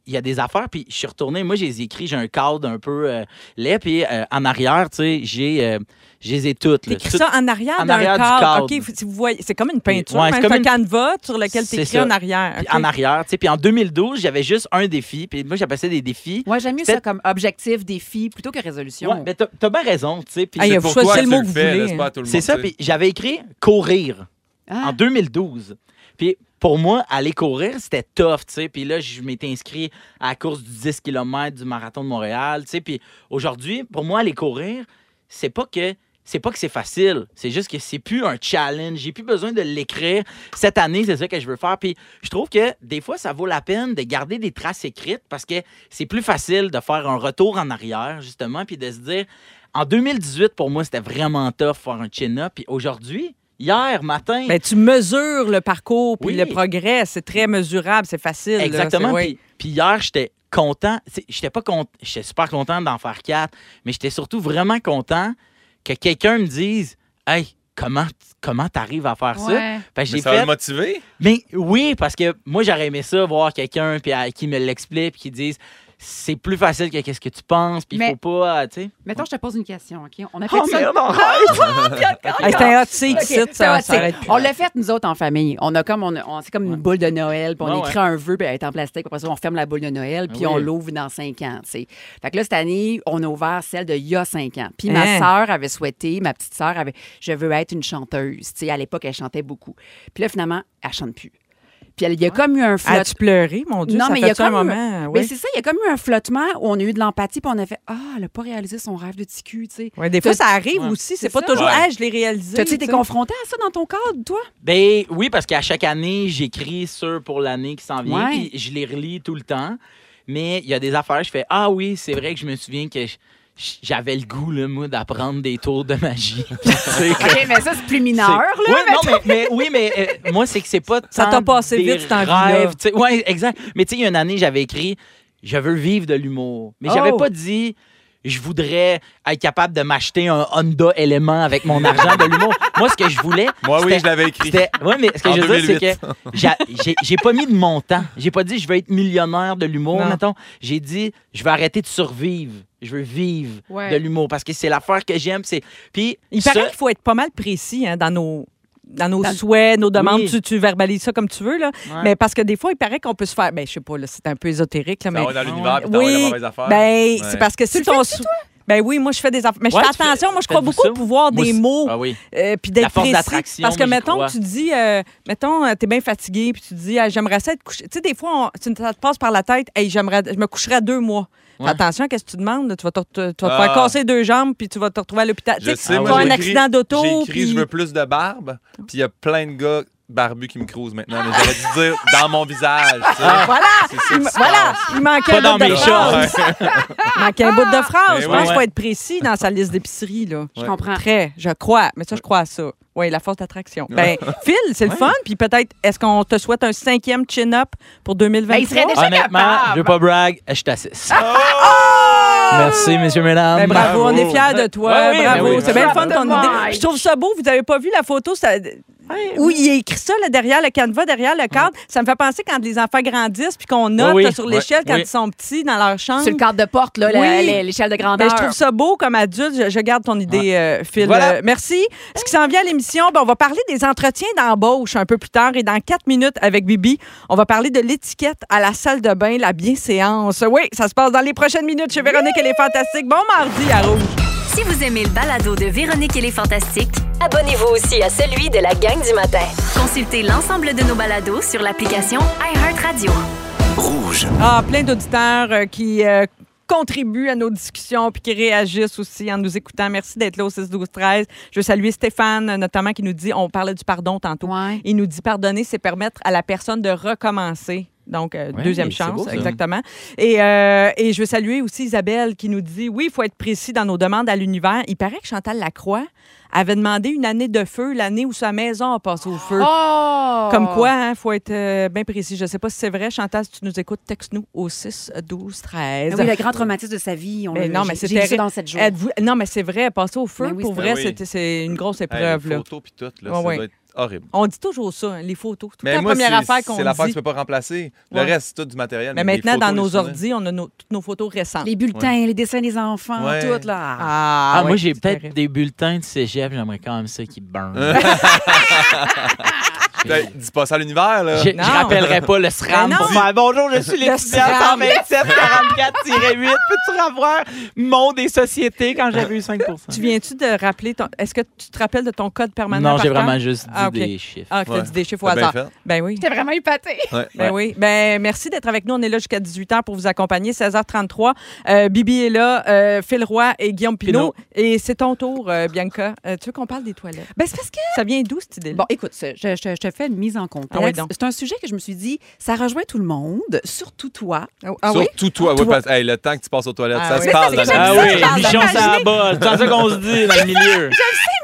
il y a des affaires, puis je suis retourné. Moi, j'ai écrit, j'ai un cadre un peu euh, laid, puis euh, en arrière, tu sais, j'ai. euh, je les ai toutes. là.
T'écris
Toutes-
ça en arrière
en
d'un
arrière du
cadre.
cadre.
OK, si vous voyez, c'est comme une peinture,
Ouais,
hein,
c'est
c'est
comme
un
une-
canevas sur lequel
C'est
t'écris
ça.
en arrière.
puis
OK.
en arrière, tu sais. Puis en 2012, j'avais juste un défi, puis moi, j'appelais ça des défis.
Ouais, j'aime mieux
Peut-être-
ça comme objectif, défi, plutôt que résolution.
Ouais, mais t'as t'as bien raison, tu sais. puis
Ah, il y a-
C'est
vous
pour
choisissez
toi
le
que
mot
tu
que
le
vous
fais,
voulez.
là, c'est pas à tout le monde.
C'est ça,
tu sais.
puis j'avais écrit courir
Ah.
en 2012. Puis pour moi, aller courir, c'était tough, tu sais. Puis là, je m'étais inscrit à la course du 10 km du marathon de Montréal, tu sais. Puis aujourd'hui, pour moi, aller courir, c'est pas que c'est pas que c'est facile, c'est juste que c'est plus un challenge, j'ai plus besoin de l'écrire. Cette année, c'est ça que je veux faire. Puis je trouve que des fois ça vaut la peine de garder des traces écrites parce que c'est plus facile de faire un retour en arrière justement puis de se dire en 2018 pour moi, c'était vraiment tough faire un chin-up puis aujourd'hui, hier matin,
Ben, tu mesures le parcours puis
Oui.
le progrès. C'est très mesurable, c'est facile. là,
Exactement.
c'est- ouais.
Puis, puis hier, j'étais content. C'est- J'étais pas content. J'étais super content d'en faire quatre, mais j'étais surtout vraiment content que quelqu'un me dise Hey, comment comment t'arrives à faire ça?
Ouais.
Fait que
Mais
j'ai
ça va
fait.
le motiver.
Mais oui, parce que moi, j'aurais aimé ça, voir quelqu'un puis, à- qui me l'explique, puis qui dise c'est plus facile que qu'est-ce que tu penses, puis il
Mais-
faut pas. euh, Tu sais.
Mettons, je te pose une question, OK? On a fait
Oh
ça.
merde, on rêve!
Hey, Ah, c'est un hot seat,
Ok,
ici,
ça va,
ça s'arrête
On l'a fait, nous autres, en famille. On a comme, on, a- on- c'est comme une boule de Noël, puis on
Ouais,
écrit un vœu, puis elle est en plastique. puis Après ça, on ferme la boule de Noël, puis
Ah oui.
on l'ouvre dans cinq ans, tu sais. Fait que là, cette année, on a ouvert celle de il y a cinq ans. Puis
Hein?
ma sœur avait souhaité, ma petite sœur avait, je veux être une chanteuse. Tu sais, à l'époque, elle chantait beaucoup. Puis là, finalement, elle chante plus. Puis elle- il y a comme eu un
plus.
flottement.
As-tu pleuré, mon Dieu?
Non,
ça
mais il y
fait
a
ça un
comme-
moment.
Mais
Oui.
c'est ça, il y a comme eu un flottement où on a eu de l'empathie, puis on a fait Ah, elle n'a pas réalisé son rêve de ticu, tu sais.
Ouais, des fois,
T'as-
ça arrive
Ouais.
aussi. C'est
C'est
pas
ça.
toujours,
Ouais.
ah, je l'ai réalisé.
T'as-tu été
t'sais.
confronté à ça dans ton cadre, toi?
Ben oui, parce qu'à chaque année, j'écris sur pour l'année qui s'en vient,
Ouais.
puis je les relis tout le temps. Mais il y a des affaires, je fais Ah oui, c'est vrai que je me souviens que je- je- j'avais le goût, là, moi, d'apprendre des tours de magie. C'est que-
OK, mais ça, c'est plus mineur,
c'est-
là.
Ouais, non, mais, mais- oui, mais euh, moi, c'est que c'est pas.
Ça
tant
t'a passé
des
vite, cette envie-là.
rêves, tu sais. Ouais, exact. Mais tu sais, il y a une année, j'avais écrit Je veux vivre de l'humour. Mais j'avais
Oh.
pas dit. Je voudrais être capable de m'acheter un Honda Element avec mon argent de l'humour. Moi, ce que je voulais,
Moi, oui,
c'était-
je l'avais écrit.
c'était- Ouais, mais ce que
En
je veux
2008.
dire, c'est que j'a- j'ai- j'ai pas mis de montant. J'ai pas dit je veux être millionnaire de l'humour,
Non.
mettons. J'ai dit je vais arrêter de survivre. Je veux vivre
Ouais.
de l'humour parce que c'est l'affaire que j'aime. C'est puis
Il
ça-
paraît qu'il faut être pas mal précis hein, dans nos dans nos
Dans-
souhaits, nos demandes,
Oui.
tu, tu verbalises ça comme tu veux, là.
Ouais.
Mais parce que des fois, il paraît qu'on peut se faire. Ben, je sais pas, là, c'est un peu ésotérique,
Ça
là, mais.
va dans l'univers, puis t'as
Oui,
la mauvaise affaire.
Ben, c'est
Ouais.
parce que si ton sou- Ben oui, moi, je fais des affaires. Mais je
Ouais,
fais
tu fais-
attention. Moi, je crois
faites-vous
beaucoup
ça?
au pouvoir
Moi
des
aussi.
mots.
Ah oui.
euh, puis
La
d'être
force
précis.
d'attraction,
Parce que,
moi, j'y
mettons,
crois.
tu dis, euh, mettons, euh, t'es bien fatigué, puis tu dis, Ah, j'aimerais ça être couché. Tu sais, des fois, on- tu- ça te passe par la tête, hey, j'aimerais, je me coucherai à deux mois. Fais
Ouais.
Attention, qu'est-ce que tu demandes? là? Tu vas te, te- tu vas
Ah.
te faire casser deux jambes, puis tu vas te retrouver à l'hôpital.
Je
Tu sais,
sais,
tu vas
moi,
avoir un
j'ai écrit-
accident d'auto.
J'ai écrit
puis-
Je veux plus de barbe, puis il y a plein de gars barbus qui me crousent maintenant, mais j'aurais dû dire dans mon visage. tu sais.
Ah, Voilà!
C'est ça qui
Il, m-
se
voilà!
passe.
Il manquait
Pas
un
dans
bout de
mes
phrase.
Ouais.
Il manquait un bout de phrase.
Mais
Je
ouais,
pense qu'il faut
ouais.
être précis dans sa liste d'épicerie, là.
Je
Ouais.
comprends.
Très, je crois. Mais ça, je crois à ça. Oui, la force d'attraction. Ben, Phil, c'est le fun. Puis peut-être, est-ce qu'on te souhaite un cinquième chin-up pour 2023?
Ben, il serait déjà-
Honnêtement,
capable.
je veux pas brag, je suis à six. Merci, messieurs, mesdames.
Ah! Ben, bravo,
Bravo.
on est fiers de toi.
Ouais, oui, ben
bravo.
oui.
c'est bien le fun
Bravo.
ton idée. Je trouve ça beau. Vous avez pas vu la photo ça- où il a écrit ça là, derrière le canevas, derrière le cadre. Ça me fait penser quand les enfants grandissent puis qu'on note
oui.
là, sur l'échelle
Ouais,
quand
oui.
ils sont petits dans leur chambre.
Sur le cadre de porte, là, la-
Oui.
la- l'échelle de grandeur.
Ben, je trouve ça beau comme adulte. Je, je garde ton idée, euh, Phil.
Voilà.
Euh, merci. Ce qui s'en vient à l'émission, ben, on va parler des entretiens d'embauche un peu plus tard et dans quatre minutes avec Bibi, on va parler de l'étiquette à la salle de bain, la bienséance. Oui, ça se passe dans les prochaines minutes chez Véronique, elle est fantastique. Bon mardi à Rouge.
Si vous aimez le balado de Véronique et les Fantastiques,
Abonnez-vous aussi à celui de la gang du matin.
consultez l'ensemble de nos balados sur l'application iHeartRadio.
Ah, plein d'auditeurs euh, qui euh, contribuent à nos discussions puis qui réagissent aussi en nous écoutant. Merci d'être là au 6 12 13. Je veux saluer Stéphane euh, notamment qui nous dit on parlait du pardon tantôt.
Ouais.
Il nous dit pardonner c'est permettre à la personne de recommencer. Donc, euh,
Ouais,
deuxième
c'est
chance,
beau, ça.
exactement. Et, euh, et je veux saluer aussi Isabelle qui nous dit, oui, il faut être précis dans nos demandes à l'univers. Il paraît que Chantal Lacroix avait demandé une année de feu, l'année où sa maison a passé au feu.
Oh!
Comme quoi, il faut être euh, bien précis. Je ne sais pas si c'est vrai. Chantal, si tu nous écoutes, texte-nous au 6 12
Ah
13.
Oui, le grand traumatisme de sa vie. On
Mais
l'a-
non, mais
j'ai-
c'est
j'ai lu ça
terrible.
dans cette jours.
Êtes-vous- Non, mais c'est vrai, passer au feu,
Ben oui,
pour
c'est-
vrai,
Ben oui.
c'est- c'est une grosse
Hey,
épreuve.
les
là.
photos puis tout, là,
Ouais,
ça
ouais.
doit être horrible.
On dit toujours ça, hein, les photos. Toute
Mais
la
Ben moi,
première
c'est-
affaire qu'on
C'est l'affaire que tu
dit.
peux pas remplacer.
Ouais.
Le reste, c'est tout du matériel.
Mais
les
maintenant,
photos,
dans
les
nos
souvenirs.
ordis, on a nos- toutes nos photos récentes.
Les bulletins, les dessins des enfants,
Ouais.
tout, là.
Ah,
Ah,
ouais,
moi, j'ai
c'est
peut-être
terrible.
des bulletins de cégep, j'aimerais quand même ça qui burn. Ben,
Hey, Dis pas ça Ben, à l'univers, là.
Je, je
Non.
rappellerai pas le SRAM
Mais non.
pour faire bonjour, je suis l'étudiant
SRAM.
127 44 8 Peux-tu revoir mon des sociétés quand j'avais eu 5
Tu viens-tu de rappeler ton. Est-ce que tu te rappelles de ton code permanent?
Non,
par
j'ai
cœur?
vraiment juste dit
Ah, ok.
des chiffres.
Ah, que t'as
Ouais.
dit des chiffres au
T'as bien
hasard.
fait.
Ben oui.
J'étais vraiment épatée.
Ouais.
Ben oui. Ben, merci d'être avec nous. On est là jusqu'à 18h pour vous accompagner. 16h33. Euh, Bibi est là, euh, Phil Roy et Guillaume Pinot. Et c'est ton tour, euh, Bianca. Euh, tu veux qu'on parle des toilettes?
Ben, c'est parce que.
Ça vient d'où, cette idée-là?
Bon, écoute, je, je- je te fais une mise en contexte.
Ah ouais, donc.
c'est un sujet que je me suis dit, ça rejoint tout le monde, surtout toi.
ah oui?
Surtout toi. Ouais,
Toi.
parce- hey, le temps que tu passes aux toilettes,
Ah
ça
oui.
se parle.
Mais ça, c'est
là.
Ah
comme
oui,
ça,
Michon,
j'imagine.
ça bas. C'est ça qu'on se dit dans le milieu.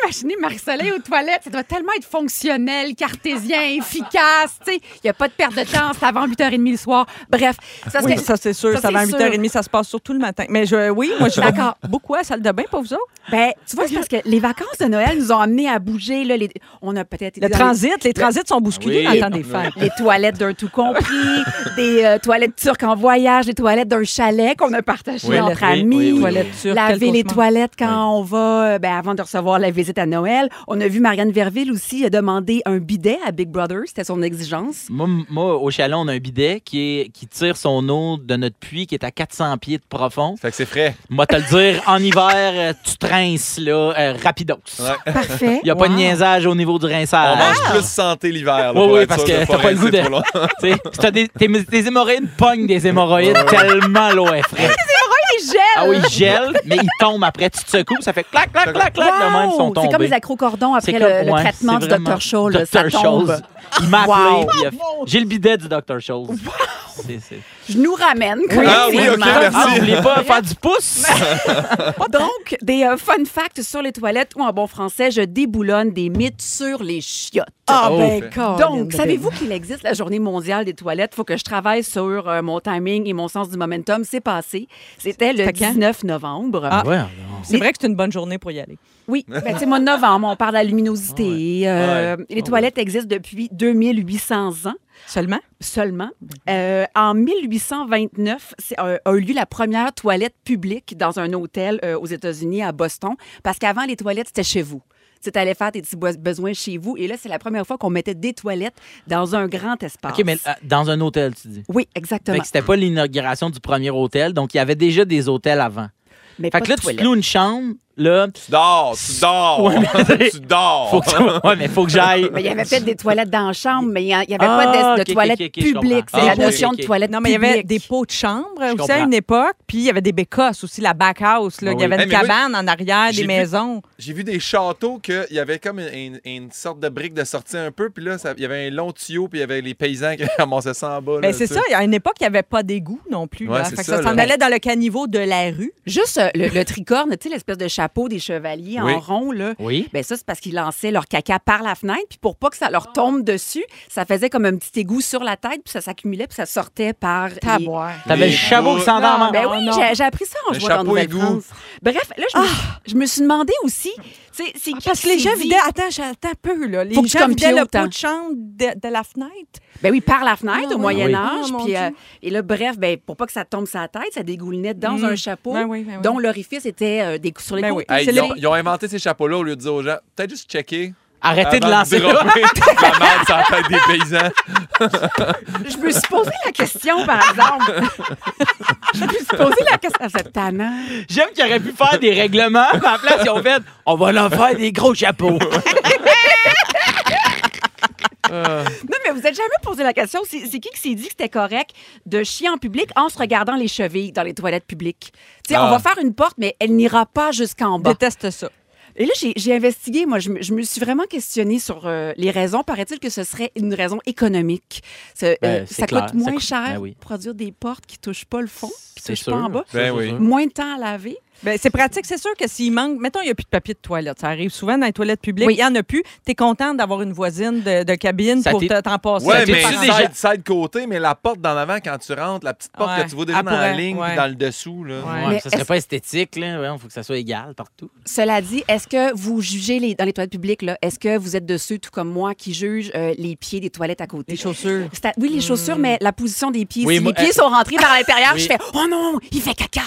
Imaginez Marie-Soleil aux toilettes, ça doit tellement être fonctionnel, cartésien, efficace. tu sais. Il n'y a pas de perte de temps, c'est avant 8h30 le soir. Bref, c'est parce
Oui,
que-
ça, c'est sûr.
ça,
Ça, va à
c'est
8h30. Ça se passe surtout le matin. Mais je, oui, moi, je vais
D'accord.
beaucoup à la salle de bain, pas vous autres?
ben, tu vois, c'est parce que les vacances de Noël nous ont amenés à bouger. Là, les- on a peut-être été
Le
dans les-
transit, les transits sont bousculés
Oui.
dans le temps des fêtes.
les toilettes d'un tout compris, des euh, toilettes turques en voyage, les toilettes d'un chalet qu'on a partagé
Oui,
entre
oui,
amis.
oui, oui,
Toilettes turques,
Laver
quel
les
cauchemar.
toilettes quand on va, euh, ben, avant de recevoir la visite à Noël. On a vu Marianne Verville aussi euh, demander un bidet à Big Brother. C'était son exigence.
Moi, m- moi, au chalet, on a un bidet qui, est, qui tire son eau de notre puits qui est à 400 pieds de profond.
Fait que c'est frais.
Moi, te le dire, en hiver, euh, tu trinces, là, euh, rapidos. Il
Ouais.
Parfait.
n'y a pas de
Wow.
niaisage au niveau du
On
rinçage.
mange plus santé l'hiver. là,
Ah. Oui,
pour
oui,
être
parce
sûr de
que t'as pas le goût
rester
de-
trop long.
Tu sais, si t'as des, tes, tes hémorroïdes pognent des hémorroïdes tellement l'eau est fraîche.
Des gels!
Ah oui, ils gèlent, mais ils tombent après. Tu te secoues, ça fait clac, clac, clac, clac. de même, ils sont
Wow! C'est comme
tombés.
les accrocordons après
C'est
le,
comme-
le
ouais,
traitement
c'est
du
vraiment-
Dr. Scholl. là, Ça
Dr.
tombe.
Scholl. Il m'a appelé.
Wow.
puis il a- J'ai le bidet du Dr. Scholl. C'est- c'est-
Je nous ramène.
Ah oui, ok,
collectivement.
merci.
Ah, vous voulez pas faire du pouce?
Donc, des euh, fun facts sur les toilettes ou en bon français, je déboulonne des mythes sur les chiottes.
Ah,
Oh.
ben, Colin,
Donc,
ben.
savez-vous qu'il existe la journée mondiale des toilettes? faut que je travaille sur euh, mon timing et mon sens du momentum. C'est passé. C'était le
C'était quand?
19 novembre.
Ah.
Ouais,
C'est vrai que c'est une bonne journée pour y aller.
Oui, ben, c'est mois de novembre. On parle de la luminosité. Euh,
Ouais.
Les toilettes existent depuis 2800 ans
Seulement?
seulement.
Ben
Euh, en 1829, c'est, euh, a eu lieu la première toilette publique dans un hôtel euh, aux États-Unis, à Boston, parce qu'avant, les toilettes, c'était chez vous. Tu allais faire tes petits bois- besoins chez vous. Et là, c'est la première fois qu'on mettait des toilettes dans un grand espace.
OK, mais euh, dans un hôtel, tu dis.
Oui,
Fait
exactement.
que c'était pas l'inauguration du premier hôtel, donc il y avait déjà des hôtels avant.
Mais
Fait
pas
que là,
de
tu te
toilette.
loues une chambre, là.
Tu dors, tu dors,
Ouais, mais-
tu dors.
Faut que tu- Ouais, mais faut que j'aille.
Mais il y avait peut-être des toilettes dans la chambre, mais il n'y avait
Ah,
pas de, de
ok, ok,
toilettes
ok, ok, je
publiques.
comprends.
C'est
Ah,
la
ok,
notion
ok, ok.
de toilette
Non, mais il y avait
publique.
des pots de chambre
Je
aussi à
comprends.
une époque, puis il y avait des bécosses aussi, la backhouse. Là.
Ah
Il
oui.
y avait une
Eh, mais moi,
cabane en arrière,
j'ai
des
vu-
maisons.
J'ai vu des châteaux qu'il y avait comme une, une sorte de brique de sortie un peu, puis là, ça- il y avait un long tuyau, puis il y avait les paysans qui ramassaient ça en bas. là,
Mais Ben, c'est
tu
ça,
sais.
à une époque, il n'y avait pas d'égout non plus.
Ouais,
là.
c'est
Fait que
ça,
ça s'en
là.
allait dans le caniveau de la rue.
Juste euh, le, le tricorne, tu sais, l'espèce de chapeau des chevaliers
Oui.
en rond, là.
Oui.
Ben ça, c'est parce qu'ils lançaient leur caca par la fenêtre, puis pour pas que ça leur tombe dessus, ça faisait comme un petit égout sur la tête, puis ça s'accumulait, puis ça sortait par... les-
T'avais le
Les
chapeau qui s'en va en
Non,
manque.
Ben
Ah,
oui,
non.
j'ai- j'ai appris ça en
Le
jouant en
chapeau égout.
Nouvelle-France. Bref, là, je me, je me suis demandé aussi, tu sais, c'est qui
Ah. Parce que
qui
les gens
dit-
vidaient. Attends, je- attends un peu, là. Les
Faut que tu
gens
comme
vidaient
pied
le
autant.
pot de chambre de, de la fenêtre.
Ben oui, par la fenêtre
Ah,
au
oui.
Moyen
Oui.
Âge.
Ah, mon
puis, euh,
Dieu.
et là, bref, ben, pour pas que ça tombe sur la tête, ça dégoulinait dans
Mm.
un chapeau
Ben oui, ben oui.
dont l'orifice était euh, des, sur les
Ben oui.
côtés.
Hey,
C'est
ils, ont,
les-
ils ont inventé ces chapeaux-là au lieu de dire aux gens, peut-être juste checker.
Arrêtez de
avant
lancer là.
dropper la merde sur la tête des paysans.
Je me suis posé la question, par exemple. Je me suis posé la question. Ah, C'est tannant.
J'aime qu'ils auraient pu faire des règlements, mais à la place, ils ont fait on va leur faire des gros chapeaux.
Non, mais vous n'êtes jamais posé la question. C'est c'est qui qui s'est dit que c'était correct de chier en public en se regardant les chevilles dans les toilettes publiques? Tu sais,
Ah.
on va faire une porte, mais elle n'ira pas jusqu'en bas.
Déteste ça.
Et là, j'ai- j'ai investigué, moi, je, me- je me suis vraiment questionnée sur euh, les raisons. Paraît-il que ce serait une raison économique. Ça, euh,
Ben, c'est
ça
clair,
coûte moins
ça coûte-
cher
ben oui.
de produire des portes qui touchent pas le fond, qui touchent pas en bas.
C'est
Ben oui.
sûr.
Moins de temps à laver.
Ben, c'est pratique, c'est sûr que s'il manque, mettons, il n'y a plus de papier de toilette. Ça arrive souvent dans les toilettes publiques.
Oui.
Il n'y en a plus. Tu es contente d'avoir une voisine de, de cabine
Ça
pour
t'est-
te- t'en passer.
Ouais,
Ça t'est
mais
passé
side,
déjà?
side côté, mais la porte d'en avant quand tu rentres, la petite porte
Ouais.
que tu vois
Ah,
déjà dans la
pour-
ligne, puis
ouais.
dans le dessous. Là.
Ouais.
Ouais,
Mais
ça serait
est-ce-
pas esthétique, là. Il faut que ça soit égal partout.
Cela dit, est-ce que vous jugez les, dans les toilettes publiques, là, est-ce que vous êtes de ceux, tout comme moi, qui jugent euh, les pieds des toilettes à côté?
Les chaussures.
C'est à- oui, les chaussures, mais la position des pieds.
Oui,
si
moi,
les pieds
eh,
euh,
sont rentrés par l'intérieur,
oui.
je fais Oh non, il fait caca!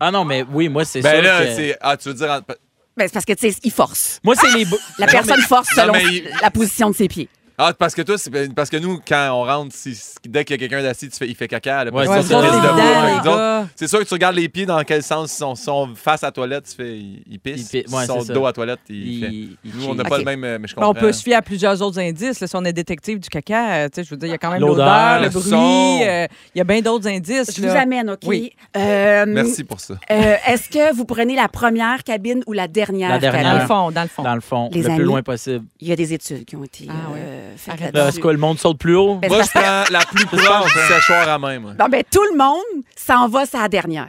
Ah non, mais oui, moi, c'est
Ben
sûr
là,
que-
c'est. Ah, tu veux dire. en-
Ben, c'est parce que, tu sais, il force.
Moi, c'est les. bou-
La
Ben non,
personne force
Non,
selon
mais il-
la position de ses pieds.
Ah, parce que toi, c'est parce que nous, quand on rentre, si- si- dès qu'il y a quelqu'un d'assis, tu fais, il fait caca. là,
Ouais,
parce
ça,
que
c'est
tu restes
évident,
debout,
les
hein, les autres.
gars.
C'est sûr que tu regardes les pieds dans quel sens ils sont. Si on face à la toilette, tu fais, ils ils pissent.
Ils pissent,
Si
ouais,
sont
c'est ça.
dos à la toilette,
mais-
ils fait.
il- il-
Nous, on n'a
il-
pas
Ok.
le même, euh, mais je
Mais
comprends.
on peut se fier à plusieurs autres indices. là. si on est détective du caca, euh, tu sais, je veux dire, il y a quand même
L'odeur,
l'odeur, le,
le
bruit.
son.
euh, Il y a bien d'autres indices.
Je
là.
vous amène, OK?
Oui.
Euh,
Merci pour ça.
euh, Est-ce que vous prenez la première cabine ou la dernière,
La dernière.
Dans le
Hein?
cabine?
fond, dans le fond.
Dans le fond,
Les
le plus
amis.
loin possible.
Il y a des études qui ont été
Ah oui.
euh, faites
Arrête.
Là,
là-dessus.
Est-ce que le monde saute plus haut?
Ben,
Moi,
parce
je prends la plus proche
hein.
du séchoir à même.
Non, ben, tout le monde s'en va sa dernière.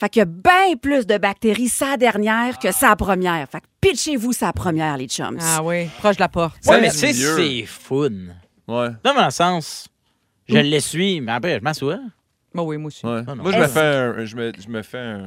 Fait qu'il y a bien plus de bactéries sa dernière que sa première. Fait que pitchez-vous sa première, les chums.
Ah oui, proche de la porte.
Ça,
Ouais, mais
c'est
tu sais,
mieux.
c'est fun.
Ouais.
Non, mais dans le sens, je l'essuie, mais après, je m'assois.
Moi, oui, moi aussi.
Ouais.
non.
Moi, je me
Est-ce-
fais un, je me, je me fais un,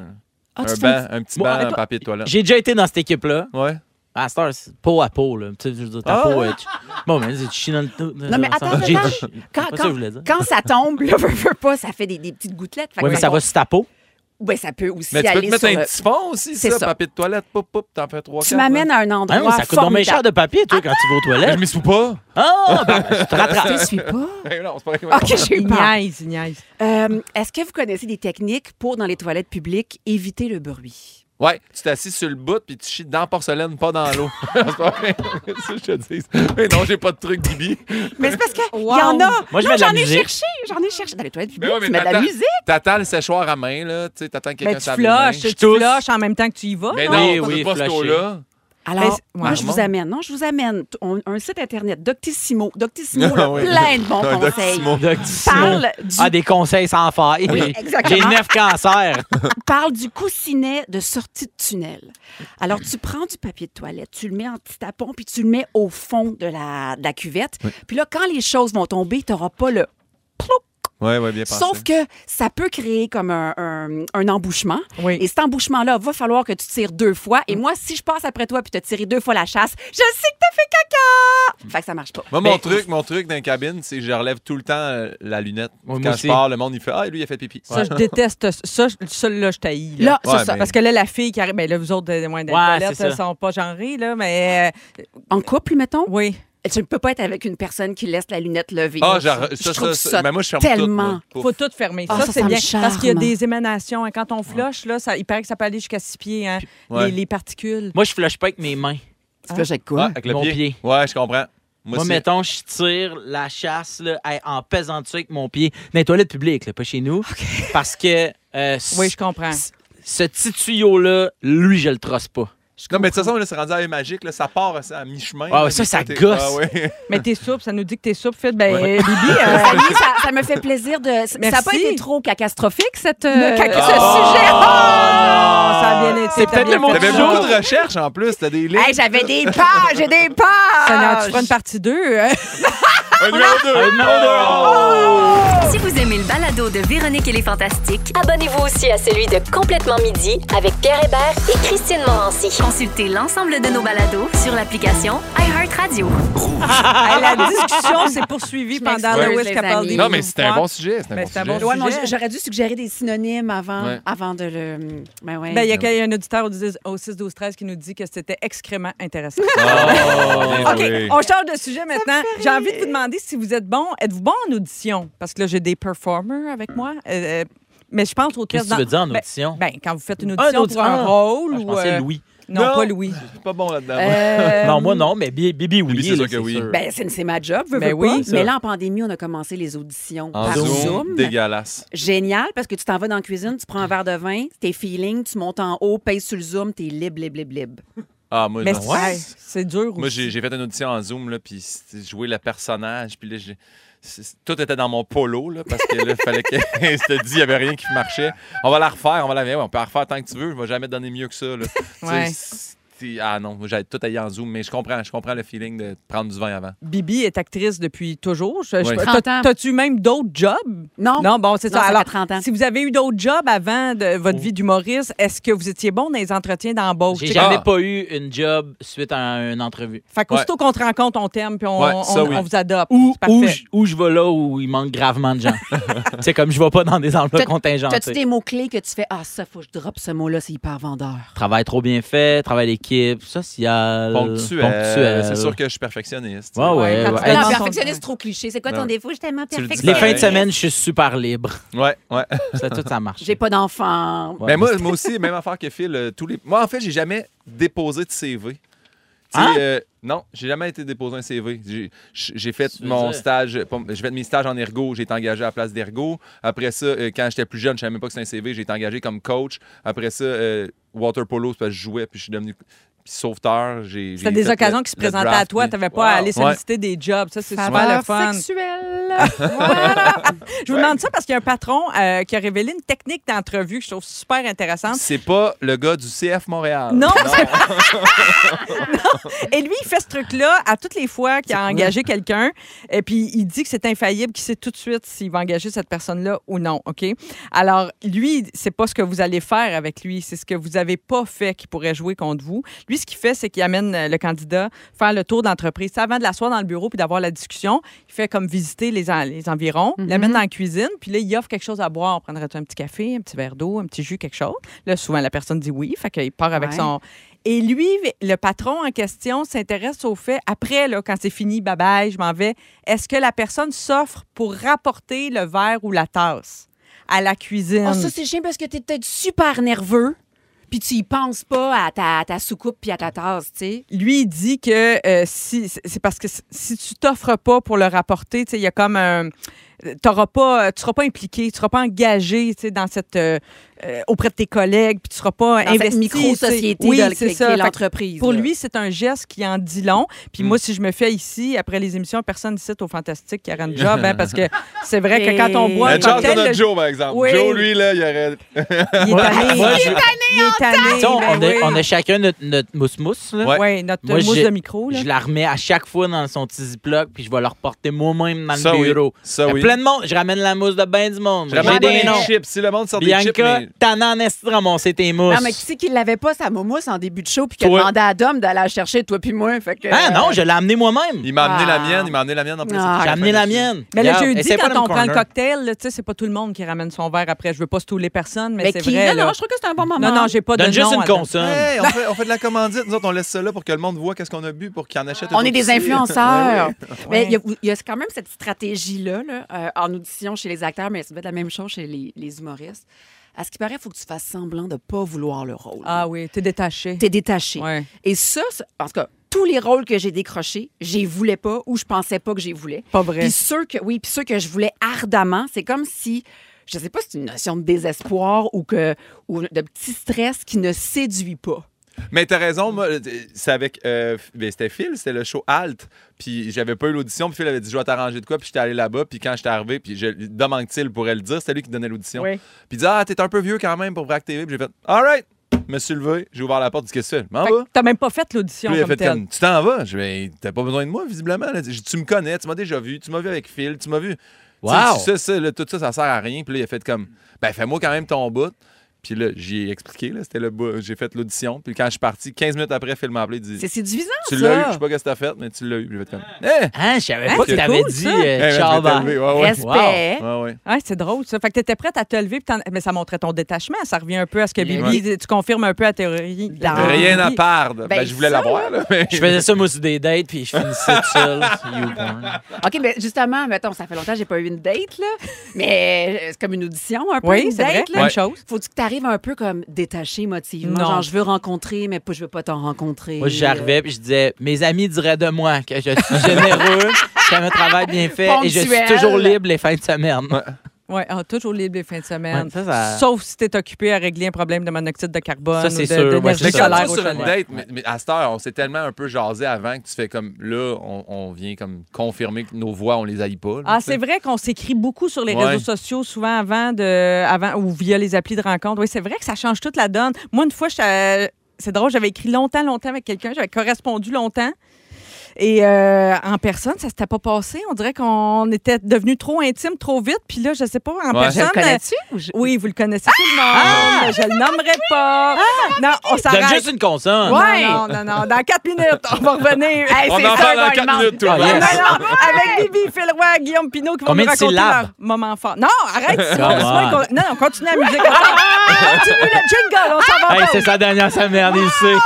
Ah,
un
tu fais un
banc, un petit
Moi,
banc
arrête
en
pas.
papier de toilette.
J'ai déjà été dans cette équipe-là.
Ouais.
À cette heure, c'est peau à peau, là. Tu sais, je veux dire, ta
Ah,
peau,
ouais.
euh, tu- Bon, mais tu chies dans le tout.
Non, mais attends,
J'ai-
attends.
j'ai- pas
Quand,
ça que
quand,
je voulais dire.
quand ça tombe, là, veux, veux pas, ça fait des, des petites gouttelettes. Fait
Ouais, mais
que-
ça va sur ta peau. Ah
Ben, ça peut aussi
Mais tu peux te
aller
mettre
sur...
un
le-
petit fond aussi,
C'est
ça,
ça.
papier de toilette, poup, poup, t'en fais trois,
Tu
quatre,
m'amènes à un endroit
Ah non, ça coûte donc bien cher
formidable.
de papier, toi, quand tu vas aux
ouais. Je
toilettes.
m'y suis pas.
Ah, ben, tu te rattrapes.
Je te suis pas.
Eh non, c'est pas
OK, j'ai eu
Il
peur.
niaise, il niaise.
Euh, Est-ce que vous connaissez des techniques pour, dans les toilettes publiques, éviter le bruit?
Ouais, tu t'assis sur le bout puis tu chies dans la porcelaine, pas dans l'eau. c'est pas vrai. C'est ça que je te dis. Mais non, j'ai pas de truc, Bibi.
Mais c'est parce qu'il y
Wow.
en a.
Moi, je
Non,
mets de la
j'en ai
musique.
cherché. J'en ai cherché. Dans les toilettes publiques,
ouais, mais
tu mets de la
t'attends-
musique.
T'attends le séchoir à main, là. Tu sais, t'attends que quelqu'un
Ben, tu
lave les mains. Ben
flushes, tu flushes en même temps que tu y vas.
Mais
non?
non,
Oui,
pas,
oui,
pas ce
flusher.
taux-là.
Mais
Alors,
c'est-
moi,
ouais.
je vous amène. Non, je vous amène t- on- un site Internet, Doctissimo. Doctissimo, là,
Ah oui.
plein de bons
Un
conseils.
Doctissimo.
Parle du,
Ah, des conseils sans faille.
Oui,
J'ai
exactement.
neuf cancers.
parle du coussinet de sortie de tunnel. Alors, tu prends du papier de toilette, tu le mets en petit tapon, puis tu le mets au fond de la, de la cuvette. Puis là, quand les choses vont tomber, tu n'auras pas le plouc.
Ouais, ouais, bien pensé.
Sauf que ça peut créer comme un, un- un embouchement.
Oui.
Et cet embouchement-là, va falloir que tu tires deux fois. Et moi, si je passe après toi puis te tirer deux fois la chasse, je sais que t'as fait caca! Fait que ça marche pas.
Moi, mon
Mais-
truc, mon truc dans les cabines, c'est que je relève tout le temps euh, la lunette.
Ouais, moi
Quand
aussi.
je pars, le monde, il fait Ah, lui, il a fait pipi.
Ça, je déteste ça. Ça, je- ça, là, je taillis.
Là,
Ouais,
c'est ça.
mais-
Parce que là, la fille qui arrive, ben là, vous autres, des moins
Ouais,
toilettes,
c'est ça.
sont pas genrées, là, mais euh,
En couple, mettons?
oui.
je ne peux pas être avec une personne qui laisse la lunette levée.
Ah, genre,
je
ça,
trouve
ça,
ça,
ça, ben moi, je ferme tout,
tellement.
moi, pour-
faut tout fermer.
Ah,
ça,
ça,
c'est
ça me
bien.
charme.
Parce qu'il y a des émanations. hein. Quand on flush, là, ça, il paraît que ça peut aller jusqu'à six pieds, hein,
Ouais.
les, les particules.
Moi, je flush pas avec mes mains.
Tu fais avec
Ah,
quoi?
avec le
Hein? Mon
pied.
pied.
Ouais, je comprends. Moi,
Moi,
c'est-
mettons, je tire la chasse là, hey, en pesant dessus avec mon pied dans les toilettes publiques, là, pas chez nous. Parce que euh,
Oui, je comprends.
c- ce petit tuyau-là, lui, je le trosse pas.
Non, mais de toute façon, là, c'est rendu à la magique, là, ça part ça, à mi-chemin.
Ah,
là,
ça,
des
ça
fois, t'es-
gosse.
Ah, ouais.
Mais t'es souple, ça nous dit que t'es souple. Fait, ben,
Ouais.
euh, Bibi, euh,
Salut, ça, ça me fait plaisir de. Ça n'a pas
Merci.
été trop catastrophique, cette,
Le caca-
ce
Ah!
sujet.
Ah, ça a bien été.
C'est
t'as
peut-être
bien
le mot
fait.
T'avais
du jour.
beaucoup de recherches en plus, t'as des livres.
Hey, j'avais des pages et des pages.
Seigneur, tu feras une partie hein? 2.
Un numéro deux.
Un numéro deux.
Si vous aimez le balado de Véronique et les Fantastiques,
Abonnez-vous aussi à celui de Complètement Midi avec Pierre Hébert et Christine Morancy.
consultez l'ensemble de nos balados sur l'application iHeartRadio.
la discussion s'est poursuivie
Ah! Je
pendant
m'excuse,
le Wiz
les
Capaldi.
amis.
Non, mais c'était un bon sujet.
Mais
C'était
c'était
un
un
bon
bon
sujet.
Ouais, mais
sujet.
j'aurais dû suggérer des synonymes avant,
Ouais.
avant de le. Ben ouais.
Ben, il y a quel- un auditeur au 10 au 6 12 13 qui nous dit que c'était excrément intéressant.
Ah,
OK, Oh!
oui.
on change de sujet maintenant. J'ai envie de vous demander si vous êtes bon. Êtes-vous bon en audition? Parce que là, j'ai des performers avec moi. Euh, euh, mais je pense au
Qu'est-ce
test
que tu veux dire en
Ben,
audition?
Ben, quand vous faites une audition
audi-
pour un
ah.
rôle
Ah, je
ou...
pensais
euh,
Louis.
Non,
Non.
pas Louis.
Je suis pas bon là-dedans. moi.
Euh,
non, moi, non, mais Bi- Bibi, oui.
Bibi, c'est
là,
sûr que oui.
Ben, c'est c'est ma job, veux,
Ben
veux
oui.
pas. Mais là, en pandémie, on a commencé les auditions
En
par Zoom.
Zoom, dégueulasse.
Génial, parce que tu t'en vas dans la cuisine, tu prends un verre de vin, tes feelings, tu montes en haut, pèses sur le Zoom, t'es libre, libre, libre, libre.
Ah, moi,
Mais
non.
c'est- hey, c'est dur
Moi,
aussi.
j'ai j'ai fait une audition en Zoom, là, puis c'était- jouer le personnage, puis là, j'ai- c'est- Tout était dans mon polo, là, parce que là, fallait que c'était dit, il n'y avait rien qui marchait. On va la refaire, on va la ouais, on peut la refaire tant que tu veux, je vais jamais te donner mieux que ça. là. Tu sais,
Ouais.
c'est- Ah non, moi, j'avais tout aillé en Zoom, mais je comprends, je comprends le feeling de prendre du vin avant.
Bibi est actrice depuis toujours. Je- je-
Oui.
t'as-
30 ans.
T'as-tu même d'autres jobs?
Non?
Non, bon, c'est ça.
Non, ça fait
Alors,
30 ans.
si vous avez eu d'autres jobs avant de
Oh.
votre vie d'humoriste, est-ce que vous étiez bon dans les entretiens d'embauche?
J'ai
Fait
jamais
Ah.
pas eu une job suite à une entrevue.
qu'aussitôt qu'on te rencontre, on t'aime puis on,
Ouais, ça,
on-
oui.
on vous adopte.
Ou,
C'est parfait.
ou, je, ou je vais là où il manque gravement de gens. c'est comme je vais pas dans des emplois
T'as-
contingents. tu
T'as-tu
sais.
des mots-clés que tu fais Ah, ça, faut que je droppe ce mot-là, c'est hyper vendeur.
Travail trop bien fait, travail d'équipe, social.
Ponctuel.
Euh, ponctuel.
C'est sûr que je suis perfectionniste.
Ouais, ouais,
quand
ouais.
tu vas
Hey,
dans
non,
son-
perfectionniste, trop cliché. C'est quoi ton
Non.
défaut? Je suis tellement
Tu le dis
perfectionniste.
Les
Ben,
fins de semaine, je suis super libre.
Ouais, ouais.
Ça, tout, ça marche.
J'ai pas d'enfant.
Ouais.
Mais Ben, moi, moi aussi, même affaire que Phil, euh, tous les. Moi, en fait, j'ai jamais déposé de CV. Tu sais,
Hein?
euh, non, j'ai jamais été déposé un CV. J'ai- J'ai fait
Tu veux
mon
dire?
stage, pas- j'ai fait mes stages en ergo, j'ai été engagé à la place d'ergo. Après ça, euh, quand j'étais plus jeune, je savais même pas que c'était un CV, j'ai été engagé comme coach. Après ça, euh, water polo, c'est parce que je jouais, puis je suis devenu sauveteur. J'ai-
C'était
j'ai
des
fait
occasions
le-
qui se
le
présentaient à
draft,
toi.
puis-
T'avais pas à aller
Ouais.
solliciter des jobs. Ça, c'est super
Faveur
le fun.
sexuelle.
Je vous demande ça parce qu'il y a un patron euh, qui a révélé une technique d'entrevue que je trouve super intéressante.
C'est pas le gars du CF Montréal.
Non, Et lui, il fait ce truc-là à toutes les fois qu'il a engagé quelqu'un. Et puis, il dit que c'est infaillible, qu'il sait tout de suite s'il va engager cette personne-là ou non. OK? Alors, lui, c'est pas ce que vous allez faire avec lui. C'est ce que vous avez pas fait qui pourrait jouer contre vous. Lui, ce qu'il fait, c'est qu'il amène euh, le candidat faire le tour d'entreprise. Tu sais, Avant de l'asseoir dans le bureau puis d'avoir la discussion, il fait comme visiter les, en- les environs, l'amène
Mhm.
dans la cuisine, puis là, il offre quelque chose à boire. Prendrais-tu un petit café, un petit verre d'eau, un petit jus, quelque chose? Là, souvent, la personne dit oui. Fait qu'il part avec
Ouais.
son, et lui, le patron en question s'intéresse au fait, après, là, quand c'est fini, bye bye, je m'en vais, est-ce que la personne s'offre pour rapporter le verre ou la tasse à la cuisine?
Oh, ça, c'est chiant parce que t'es peut-être super nerveux, puis tu y penses pas à ta, à ta soucoupe puis à ta tasse, tu sais.
lui, il dit que euh, si, c'est parce que si tu t'offres pas pour le rapporter, tu sais, il y a comme un. T'auras pas, tu seras pas impliqué, tu seras pas engagé tu sais, dans cette, euh, euh, auprès de tes collègues, puis tu seras pas
Dans
investi.
cette micro-société
tu sais.
de-
oui, c'est
qu'est-
ça.
qu'est
Fait que
l'entreprise.
Pour
là.
lui, c'est un geste qui en dit long. Puis
Mm.
moi, si je me fais ici, après les émissions, personne ne cite au Fantastique qui a job, hein, parce que c'est vrai que quand on boit un
Mais chance qu'on
cocktail,
a
le-
Joe, par exemple.
Oui.
Joe, lui, là, il aurait.
il est tanné.
Moi, je-
Il est tanné.
Tu sais, on,
ben
on a,
oui.
on a chacun notre, notre mousse-mousse. là.
Ouais.
Ouais, notre
Moi,
mousse
j'ai-
de micro. Là.
Je la remets à chaque fois dans son petit ziploc, puis je vais la reporter moi-même dans le bureau.
Ça,
Il y a
oui.
plein de monde. Je ramène la mousse de bain du monde.
Je ramène
J'ai des
pas
noms.
les chips. Si le monde sort des chips,
Bianca,
mais oui.
tannant en esti de ramasser tes mousses.
Non, mais qui c'est qui l'avait pas, sa moumouse, en début de show, puis qui a
Toi.
demandé à Dom d'aller la chercher, toi puis moi. Fait que,
Ah non,
euh,
je l'ai amené moi-même.
Il m'a amené
Ah.
la mienne, il m'a amené la mienne en plus.
Ah.
J'ai amené la mienne.
Mais le
Regarde,
jeudi,
essaie pas de
quand
me
on prend le
corner.
cocktail, là, tu sais, c'est pas tout le monde qui ramène son verre après. Je veux pas stouler personne, mais,
Mais
c'est
qui-
vrai.
non,
là.
non, je trouve que c'est un bon moment.
Non, non, j'ai pas de
Donne juste
nom
une
à donner.
consonne.
Hey, on, fait, on fait de la commandite. Nous autres, on laisse ça là pour que le monde voit qu'est-ce qu'on a bu pour qu'il en achète. eux
On est
autres
des
aussi.
influenceurs. Mais
Ouais.
il y a- il y, a quand même cette stratégie-là là, euh, en audition chez les acteurs, mais ça doit être la même chose chez les, les humoristes. À ce qui paraît, il faut que tu fasses semblant de ne pas vouloir le rôle.
Ah oui, t'es détaché.
T'es détaché.
Ouais.
Et ça, c'est- en tout cas, tous les rôles que j'ai décrochés, j'y voulais pas ou je pensais pas que j'y voulais.
Pas vrai.
Puis ceux que, oui, puis ceux que je voulais ardemment, c'est comme si, je sais pas si c'est une notion de désespoir ou, que, ou de petit stress qui ne séduit pas.
Mais t'as raison, moi, euh, c'est avec. euh, ben, c'était Phil, c'était le show Alt. Puis j'avais pas eu l'audition. Puis Phil avait dit Je vais t'arranger de quoi. Puis j'étais allé là-bas. Puis quand j'étais arrivé, puis je demande il pourrait le dire. C'était lui qui donnait l'audition.
Oui.
Puis il dit Ah, t'es un peu vieux quand même pour Vrac TV. Puis j'ai fait All right. Je me suis levé. J'ai ouvert la porte. Dis Qu'est-ce que c'est Je M'en
Fait
va.
que T'as même pas fait l'audition
Puis il a
comme
fait
telle.
comme, tu t'en vas. Je vais, t'as pas besoin de moi, visiblement. là. J'ai dit, Tu me connais, tu m'as déjà vu, tu m'as vu avec Phil, tu m'as vu.
Wow.
Tu sais, ça, ça, là, tout ça, ça sert à rien. Puis là, il a fait comme, ben fais-moi quand même ton bout. Puis là, j'ai expliqué, là, c'était le bout- j'ai fait l'audition. Puis quand je suis parti, 15 minutes après, Phil m'a appelé, il
C'est
dit,
séduisant,
tu
ça.
l'as eu, je sais pas ce que t'as fait, mais tu l'as eu. Puis J'ai fait comme, eh!
Hein, je savais
Hein,
pas que
c'est
t'avais
cool,
dit
ça.
Eh,
euh,
ben, je
ciao,
m'étais
bye.
levé. Ouais, ouais.
Respect.
Ouais, ouais.
Ouais, c'est drôle, ça. Fait que t'étais prête à te lever, puis t'en- mais ça montrait ton détachement. Ça revient un peu à ce que
Ouais.
Bibi, dit. tu confirmes un peu à théorie.
Ah,
Rien à
oui.
perdre. Ben,
Ben,
je voulais
ça,
l'avoir, là. mais-
Je faisais ça, moi, sur des dates, puis je finissais tout seul. Youporn.
OK, mais justement, mettons, ça fait longtemps que j'ai pas eu une date, là. Mais euh, c'est comme une audition, un peu,
Oui,
une
c'est vrai,
date,
même
là.
chose.
Faut-tu que tu arrives un peu comme détaché émotivement?
Non.
Genre, je veux rencontrer, mais pas- je veux pas t'en rencontrer.
Moi, j'arrivais, puis je disais, mes amis diraient de moi que je suis généreux, que j'ai un travail bien fait, et je suis
Ponctuel.
toujours libre les fins de semaine.
Oui,
ah,
toujours libre les fins de semaine.
Ouais, ça, ça-
Sauf si t'es occupé à régler un problème de monoxyde de carbone.
Ça,
ou
c'est
de-
sûr. Ouais,
d'énergie
Mais quand
c'est ça.
tu
solaire
vas
au
sur une date,
chalet.
mais, mais à cette heure, on s'est tellement un peu jasé avant que tu fais comme là, on, on vient comme confirmer que nos voix, on les haït pas. là,
Ah,
tu sais.
c'est vrai qu'on s'écrit beaucoup sur les
Ouais.
réseaux sociaux, souvent avant de, avant ou via les applis de rencontre. Oui, c'est vrai que ça change toute la donne. Moi, une fois, j'étais- c'est drôle, j'avais écrit longtemps, longtemps avec quelqu'un, j'avais correspondu longtemps. Et euh, en personne, ça s'était pas passé. On dirait qu'on était devenu trop intime, trop vite. Puis là, je sais pas, en
Ouais.
Je
personne.
le connais-tu? ou je-
Oui, vous le connaissez tout le monde. mais Je le nommerai pas. non, on
Donne
s'arrête.
juste une consonne.
Non,
Ouais.
Ah! Non, non, non, Dans quatre minutes, on va revenir.
Hey,
On
c'est
en
ça,
parle
là,
dans
il
4
manque.
minutes, toi.
Ah, yes.
Non, non, avec Bibi, Phil Roy, Guillaume Pinot qui vont
Combien
nous
de
raconter
syllabes?
leur moment fort. Non, arrête, si
Come
on se
on.
met- Non, on continue la musique. On continue le jingle, on s'en va
Hey,
pas.
c'est sa dernière semaine, il le sait.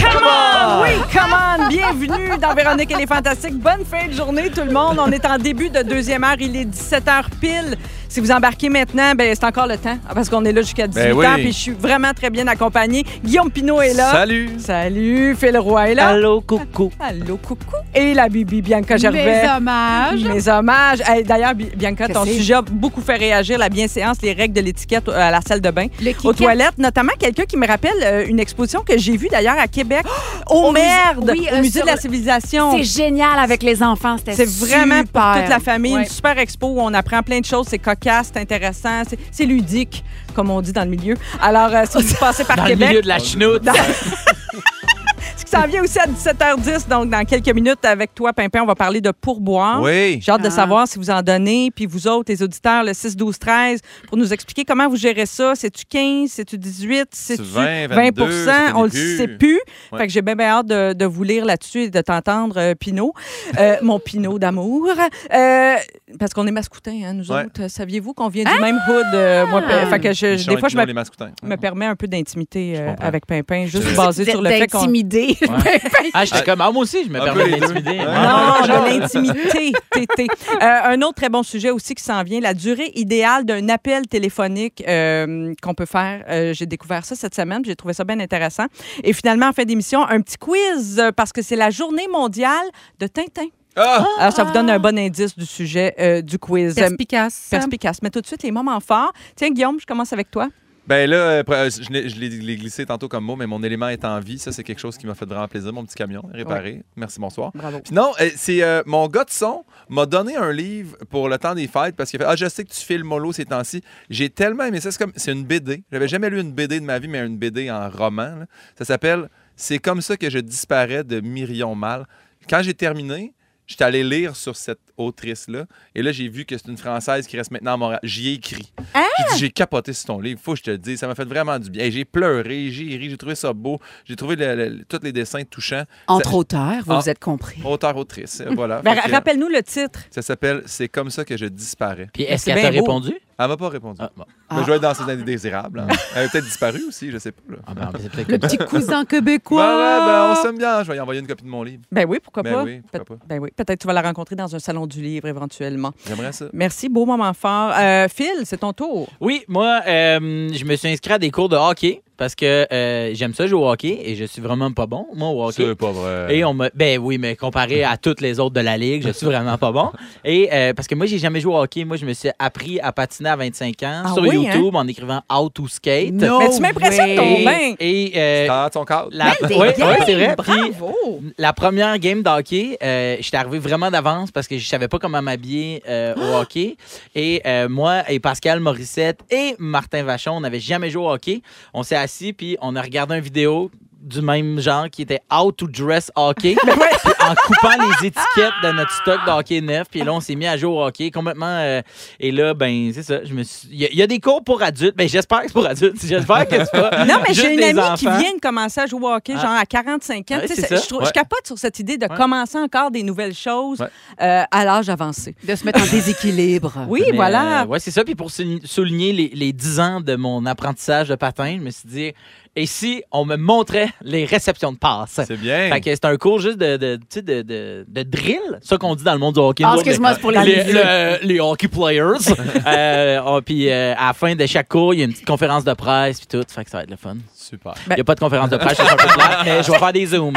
Come on! Oui, come on! Bienvenue dans Véronique et les Fantastiques. Bonne fin de journée, tout le monde. On est en début de deuxième heure. Il est 17h pile. Si vous embarquez maintenant, ben, c'est encore le temps parce qu'on est là jusqu'à
Ben
18h.
oui.
Puis je suis vraiment très bien accompagnée. Guillaume Pinot est là.
Salut!
Salut, Phil Roy est là.
Allô, coucou.
Allô, coucou. Et la Bibi Bianca Gervais.
Mes hommages.
Mes hommages. Hey, D'ailleurs, Bi- Bianca, ton
Que c'est?
sujet a beaucoup fait réagir la bienséance, les règles de l'étiquette euh, à la salle de bain,
Le kick
aux toilettes, notamment quelqu'un qui me rappelle euh, une exposition que j'ai vue d'ailleurs à Québec, au,
musée-
merde,
Oh! oui,
au
euh,
Musée de
sur
la
le-
Civilisation.
C'est génial avec les enfants. C'était
C'est vraiment pour
super.
toute la famille,
Ouais.
une super expo où on apprend plein de choses. C'est cocasse, c'est intéressant, c'est- c'est ludique, comme on dit dans le milieu. Alors, euh, si vous passez par
Dans le
Québec,
milieu de la chenoute.
ce qui s'en vient aussi à 17h10, donc dans quelques minutes avec toi, Pimpin, on va parler de pourboire.
Oui!
J'ai hâte de
Ah.
savoir si vous en donnez, puis vous autres, les auditeurs, le 6, 12, 13, pour nous expliquer comment vous gérez ça. C'est-tu 15, c'est-tu 18, c'est-tu
20,
20,
22, c'est
on le
plus.
sait plus.
Ouais.
Fait que j'ai bien hâte de, de vous lire là-dessus et de t'entendre, euh, Pinot. Euh, mon Pinot d'amour. Euh, parce qu'on est mascoutins, hein, nous
Ouais.
autres. Saviez-vous qu'on vient du même hood, euh, moi, pe- fait que je- des fois, je me,
les mascoutins.
me permets un peu d'intimité euh,
comprends.
avec Pimpin, juste
Vous
basé sur le fait qu'on...
intimidé.
Ah, j'étais comme, ah, moi aussi, je me
Un peu
permets
les deux.
d'intimider.
Ouais.
Non, de l'intimité. tété. Euh, un autre très bon sujet aussi qui s'en vient, la durée idéale d'un appel téléphonique euh, qu'on peut faire. Euh, j'ai découvert ça cette semaine, puis j'ai trouvé ça bien intéressant. Et finalement, en fin d'émission, un petit quiz euh, parce que c'est la journée mondiale de Tintin.
Ah!
Alors, ça vous donne un bon indice du sujet euh, du quiz. Euh,
Perspicace.
Perspicace. Mais tout de suite, les moments forts. Tiens, Guillaume, je commence avec toi.
Ben là, euh, pre- euh, je, l'ai- je l'ai l'ai glissé tantôt comme mot, mais mon élément est en vie. Ça, c'est quelque chose qui m'a fait vraiment plaisir. Mon petit camion est réparé. Merci, bonsoir.
Bravo.
Puis non, euh, c'est euh, mon gars de son m'a donné un livre pour le temps des fêtes parce qu'il a fait Ah, je sais que tu filmes mollo ces temps-ci. J'ai tellement aimé ça. C'est comme c'est une BD. J'avais jamais lu une BD de ma vie, mais une BD en roman. là. Ça s'appelle C'est comme ça que je disparais de Myrion Mal. Quand j'ai terminé, j'étais allé lire sur cette autrice-là. Et là, j'ai vu que c'est une Française qui reste maintenant à Montréal. J'y ai écrit. J'ai dit, j'ai capoté sur ton livre. Faut que je te le dise. Ça m'a fait vraiment du bien. Hey, j'ai pleuré, j'ai ri, j'ai trouvé ça beau. J'ai trouvé le- le- tous les dessins touchants.
Entre
Ça-
auteurs, vous
Ah.
vous êtes compris.
Auteur-autrice. euh, Voilà.
Ben,
Fait que,
ra-
euh,
Rappelle-nous le titre.
ça s'appelle C'est comme ça que je disparais.
Puis
Mais
est-ce
c'est
qu'elle t'a
bien beau.
répondu?
Elle m'a pas répondu.
Ah, bon.
Mais Je vais être dans ses indésirables. hein. Elle a peut-être disparu aussi, je sais pas. là.
Ah, ben, c'est peut-être
Le
comme ça.
petit cousin
Ben
québécois.
ouais, ben,
bah,
on s'aime bien. Je vais lui envoyer une copie de mon livre.
Ben oui, pourquoi
Ben
pas?
oui, pourquoi
Peut-
pas.
Ben oui, peut-être tu vas la rencontrer dans un salon du livre éventuellement.
J'aimerais ça.
Merci, beau moment fort. Euh, Phil, c'est ton tour.
Oui, moi, euh, je me suis inscrit à des cours de hockey parce que euh, j'aime ça jouer au hockey et je suis vraiment pas bon, moi, au hockey.
C'est pas vrai.
Et on me. Ben oui, mais comparé à toutes les autres de la ligue, je suis vraiment pas bon. Et euh, parce que moi, j'ai jamais joué au hockey. Moi, je me suis appris à patiner à 25 ans
Ah
sur
oui,
YouTube en écrivant How to Skate.
No
Mais tu m'impressionnes
way.
donc bien.
Et euh,
Dans ton cadre.
la,
Belle des
ouais,
games,
ouais, c'est vrai. Puis,
Bravo!
la première game d'hockey, euh, j'étais arrivé vraiment d'avance parce que je savais pas comment m'habiller euh,
Ah!
au hockey. Et euh, moi et Pascal Morissette et Martin Vachon, on n'avait jamais joué au hockey. On s'est assis puis on a regardé une vidéo du même genre qui était How to Dress Hockey Puis en coupant les étiquettes de notre stock de hockey neuf. Puis là, on s'est mis à jouer au hockey complètement. euh, et là, ben, c'est ça. Je me suis... il, y a, il y a des cours pour adultes. Ben, j'espère que c'est pour adultes. J'espère que c'est pas.
Non, mais
juste
j'ai une
Ah, des
amie qui
enfants.
vient de commencer à jouer au hockey,
Ah.
genre à 45 ans.
Ouais,
Tu sais,
c'est
c'est-
ça.
je, trouve-
Ouais.
je capote sur cette idée de
Ouais.
commencer encore des nouvelles choses
Ouais.
euh, à l'âge avancé.
De se mettre en déséquilibre.
Oui,
Mais,
voilà.
euh, ouais, c'est ça. Puis pour sou- souligner les, les 10 ans de mon apprentissage de patin, je me suis dit, et si on me montrait les réceptions de passes?
C'est bien.
Fait que c'est un cours juste de, de, tu sais, de, de- de drill, ça qu'on dit dans le monde du hockey.
Ah,
nous autres,
excuse-moi,
les-
c'est pour la
les,
musique.
le- les hockey players. Euh, oh, puis euh, à la fin de chaque cours, il y a une petite conférence de presse puis tout. Fait que ça va être le fun.
Super.
Il
Ben
n'y a pas de conférence de presse, je suis un peu plate, mais je vais faire des zooms.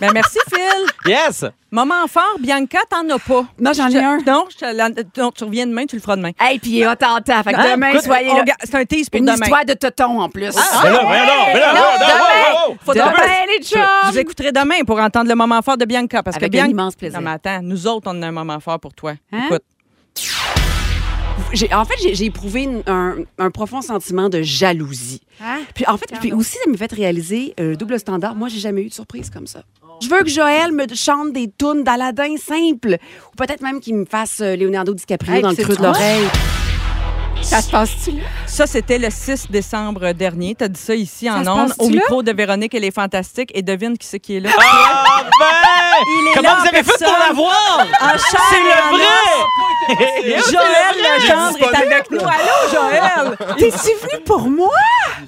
Ben, merci, Phil.
Yes!
Moment fort, Bianca, t'en as pas.
Non, j'en ai
Je-
un.
Non, je te la- non, tu reviens demain, tu le feras demain.
Hey, puis il est hot en temps. Fait que
Hein?
demain,
Écoute,
soyez
on
là.
ga- C'est un tease pour
Une
demain. Ah,
histoire de toton en plus.
Mais là, mais là, mais là,
Ah,
Non,
mais là,
demain.
wow, wow, wow.
Faudra-
Ah, Demain, les chums!
Vous écouterez demain pour entendre le moment fort de Bianca. Parce
Avec
que Bianca...
un immense plaisir.
Non, mais attends, nous autres, on a un moment fort pour toi.
Hein?
Écoute.
J'ai- en fait, j'ai j'ai éprouvé une- un, un profond sentiment de jalousie. Puis en fait, puis aussi, ça me fait réaliser un double standard. Moi, j'ai jamais eu de surprise comme ça. Je veux que Joël me chante des tunes d'Aladin simple, ou peut-être même qu'il me fasse euh, Leonardo DiCaprio
Hey,
dans le
c'est
creux de
toi?
l'oreille. Ça se passe-tu là?
Ça, c'était le 6 décembre dernier. T'as dit ça ici en
se
ondes,
passe-tu
au
là?
micro de Véronique, elle est fantastique. Et devine qui c'est qui est là.
Ah ben!
Il est
Comment
là en
vous avez fait pour
personne.
l'avoir?
En chair
C'est
et en
le vrai!
os.
C'est
Joël
le vrai!
Legendre est avec nous. Allô, Joël!
T'es-tu venu pour moi?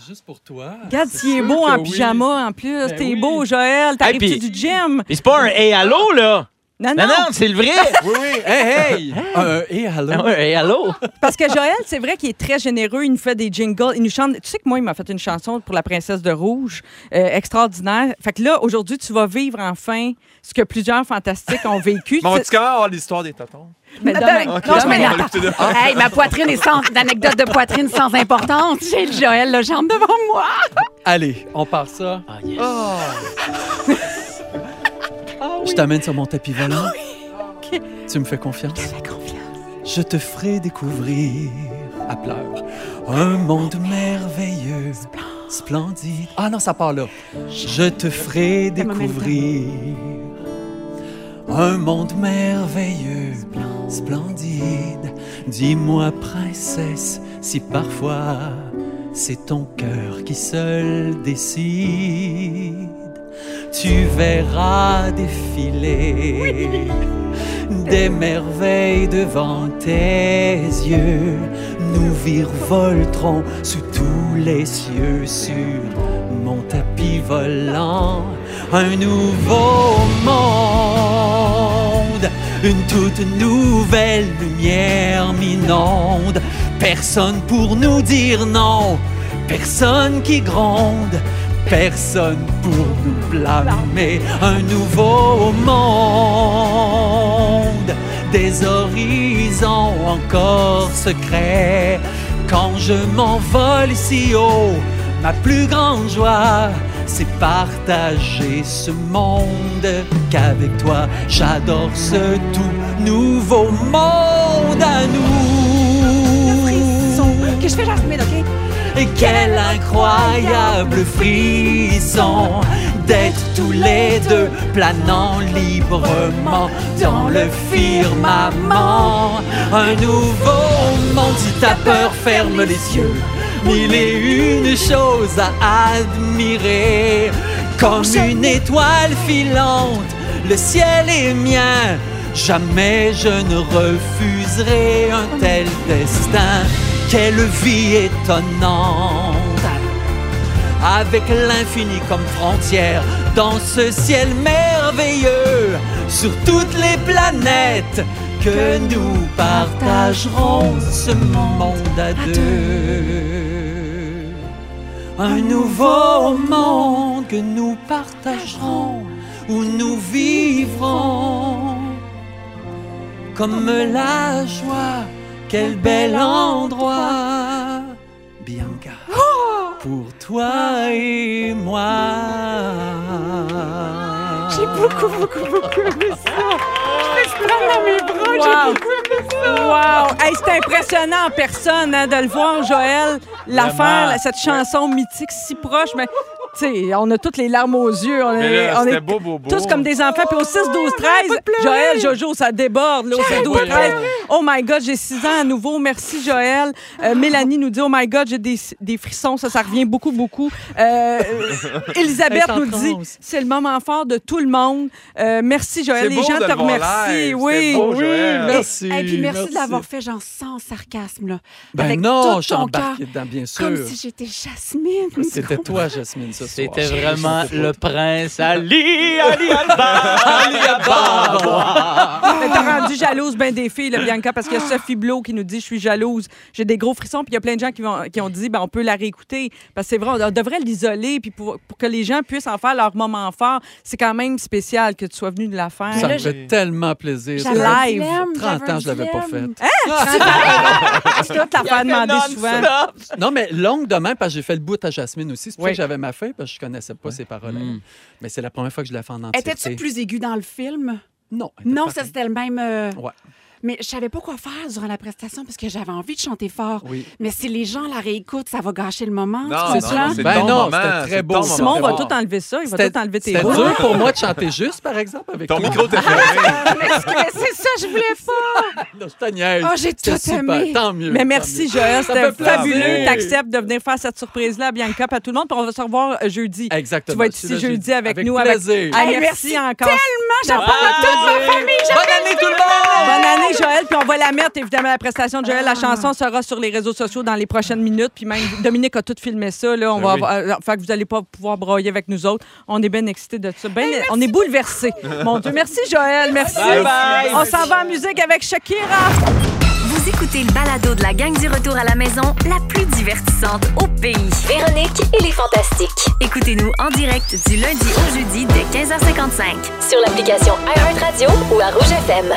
Juste pour toi.
Regarde, il est beau en pyjama en plus. T'es
oui.
beau, Joël. T'arrives-tu
puis-
du gym?
Mais c'est pas un hey allô, là!
Non, non,
Non, non, c'est le vrai!
Oui, oui. Hey, Oh, hey. Euh, et alors?
Ah ouais, hey allô?
Parce que Joël, c'est vrai qu'il est très généreux. Il nous fait des jingles. Il nous chante. Tu sais que moi, il m'a fait une chanson pour la princesse de rouge. euh, extraordinaire. Fait que là, aujourd'hui, tu vas vivre enfin ce que plusieurs fantastiques ont vécu.
Bon,
Tu-
tu commences à avoir l'histoire des tontons.
Mais demain-
Ok,
Non, je mets
on
la-
va l'écouter demain.
Hey, ma poitrine est sans. L'anecdote de poitrine sans importance. J'ai le Joël Legendre devant moi.
Allez, on part ça. Oh.
Ah, yes.
Je t'amène sur mon tapis volant. Tu me fais confiance? Je te ferai découvrir à pleurs un monde merveilleux, splendide. Ah non, ça part là. Je te ferai découvrir un monde merveilleux, splendide. Dis-moi, princesse, si parfois c'est ton cœur qui seul décide. Tu verras défiler des merveilles devant tes yeux. Nous virevolterons sous tous les cieux sur mon tapis volant. Un nouveau monde, une toute nouvelle lumière m'inonde. Personne pour nous dire non, personne qui gronde. Personne pour nous blâmer, un nouveau monde, des horizons encore secrets, Quand je m'envole si haut, ma plus grande joie, c'est partager ce monde qu'avec toi. J'adore ce tout nouveau monde à nous.
Que je fais la semaine, OK?
Et quel incroyable frisson d'être tous les deux planant librement dans le firmament. Un nouveau monde, si t'as peur, ferme les yeux. Mille et une choses à admirer. Comme une étoile filante, le ciel est mien. Jamais je ne refuserai un tel destin. Quelle vie étonnante! Avec l'infini comme frontière, dans ce ciel merveilleux, sur toutes les planètes, que nous partagerons ce monde à deux. Un nouveau monde que nous partagerons, où nous vivrons comme la joie. Quel bel endroit, Bianca, pour toi et moi.
J'ai beaucoup, beaucoup, beaucoup aimé ça. Je peux prendre dans mes bras,
Wow.
j'ai beaucoup aimé ça.
Wow! Hey, c'est impressionnant en personne hein, de le voir, Joël. L'affaire, là, cette chanson mythique si proche, mais tu sais, on a toutes les larmes aux yeux. On
Mais
est,
là,
on
c'était
est
beau, beau, beau.
tous comme des enfants. Puis au 6, 12, 13, Joël, Jojo, ça déborde. Là, au 6, 12, 13. Oh my God, j'ai 6 ans à nouveau. Merci, Joël. Euh, Mélanie nous dit Oh my God, j'ai des, des frissons. Ça, ça revient beaucoup, beaucoup. Euh, Elisabeth nous dit C'est le moment fort de tout le monde. Euh, merci, Joël.
C'est
Les
beau
gens
de
te
le voir
remercient.
live.
Oui.
C'était beau,
oui.
Joël.
Merci.
Et Eh, puis merci, de l'avoir fait, genre, sans sarcasme, là.
Ben
Avec
non,
tout
je
ton
t'embarque
cœur,
dedans, bien sûr.
Comme si j'étais Jasmine.
C'était toi, Jasmine, ce soir.
C'était vraiment le prince Ali, Ali Alba, Ali
Mais t'as rendu jalouse ben des filles, là, Bianca, parce qu'il y a Sophie Blo qui nous dit « Je suis jalouse, j'ai des gros frissons », puis il y a plein de gens qui, vont, qui ont dit ben, « On peut la réécouter », parce que c'est vrai, on, on devrait l'isoler, puis pour, pour que les gens puissent en faire leur moment fort, c'est quand même spécial que tu sois venu de la faire.
Ça me
là,
fait tellement plaisir.
J'avais
Ça-
un
live.
dilemme,
30
j'avais un
ans, je l'avais pas
dilemme.
faite.
Je dois te la faire demander souvent.
Non, mais longue demain, parce que j'ai fait le bout à Jasmine aussi. C'est pour
Oui.
ça que j'avais ma feuille, parce que je connaissais pas ses paroles. à elle.
Mm.
Mais c'est la première fois que je la fais en entier.
Étais-tu plus aiguë dans le film?
Non. elle était
Non,
pas-
ça c'était le même. euh,
Ouais.
Mais je savais pas quoi faire durant la prestation parce que j'avais envie de chanter fort.
Oui.
Mais si les gens la réécoutent, ça va gâcher le moment.
Non,
tu comprends?
non, c'est
Ben
ton
non,
moment.
c'était très
c'est
beau.
ton
Simon
moment.
Simon va
Bon.
tout enlever ça, il va
C'était-
tout enlever tes
C'était
voix.
dur pour moi de chanter juste, par exemple, avec
Ton
toi.
micro t'est fermé.
Mais c'est ça, je voulais pas.
Non, je te niaise.
Ah, j'ai
C'était
tout
super.
aimé.
Tant mieux.
Mais
tant
merci,
mieux.
Joël.
Ça
C'était
fait plaisir.
fabuleux. T'acceptes de venir faire cette surprise-là à Bianca, puis à tout le monde. Puis on va se revoir euh, jeudi.
Exactement.
Tu vas être
C'est
ici
le
jeudi avec, nous. Avec...
plaisir.
Hey,
Hey,
merci,
merci
encore.
J'en parle à toute ma famille.
Bonne année, tout le monde!
Bonne année, Joël. Puis on va la mettre, évidemment, la prestation de Joël.
Ah.
La chanson sera sur les réseaux sociaux dans les prochaines minutes. Puis même, Dominique a tout filmé ça. Là. On va
oui.
avoir- euh, fait que vous n'allez pas pouvoir broyer avec nous autres. On est bien excités de ça. Ben, on est bouleversés. Mon Dieu, merci, Joël. Merci.
Bye bye.
On s'en va en musique avec Shakira.
Vous écoutez le balado de la gang du retour à la maison, la plus divertissante au pays.
Véronique et les Fantastiques.
Écoutez-nous en direct du lundi au jeudi dès 15h55.
Sur l'application iHeartRadio ou à Rouge FM.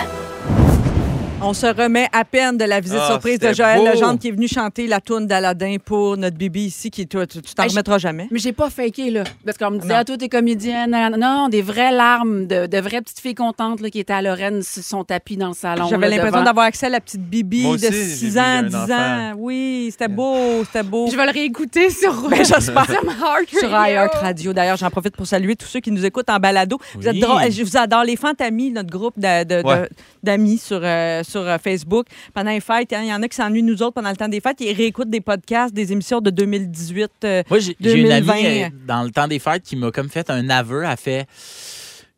On se remet à peine de la visite
Ah,
surprise de
c'était
Joël
beau.
Legendre qui est venu chanter la toune d'Aladin pour notre bibi ici. Qui, toi, tu tu t'en
Hey, je-
remettras jamais.
Mais j'ai pas faké, là. Parce qu'on me disait,
Non.
ah, toi, t'es comédienne. nan, nan, nan. Non, des vraies larmes de, de vraies petites filles contentes là, qui étaient à Lorraine sur son tapis dans le salon.
J'avais
là,
l'impression
devant.
d'avoir accès à la petite Bibi
Moi
de
aussi, j'ai
6
vu
ans,
un
10 ans.
enfant.
Oui, c'était beau, c'était beau.
Je vais le réécouter sur
Ben, j'espère.
Sur iHeart
Sur
Radio.
iHeart Radio. D'ailleurs, j'en profite pour saluer tous ceux qui nous écoutent en balado. Vous êtes
Oui.
drôles. Je vous adore. Les Fantamis, notre groupe de- de- de-
Ouais.
d'amis sur, euh, sur euh, Facebook. Pendant les fêtes, hein, il y en a qui s'ennuient, nous autres, pendant le temps des fêtes. Ils réécoutent des podcasts, des émissions de 2018. euh,
Moi, j'ai j'ai une amie
2020.
euh, dans le temps des fêtes qui m'a comme fait un aveu. Elle fait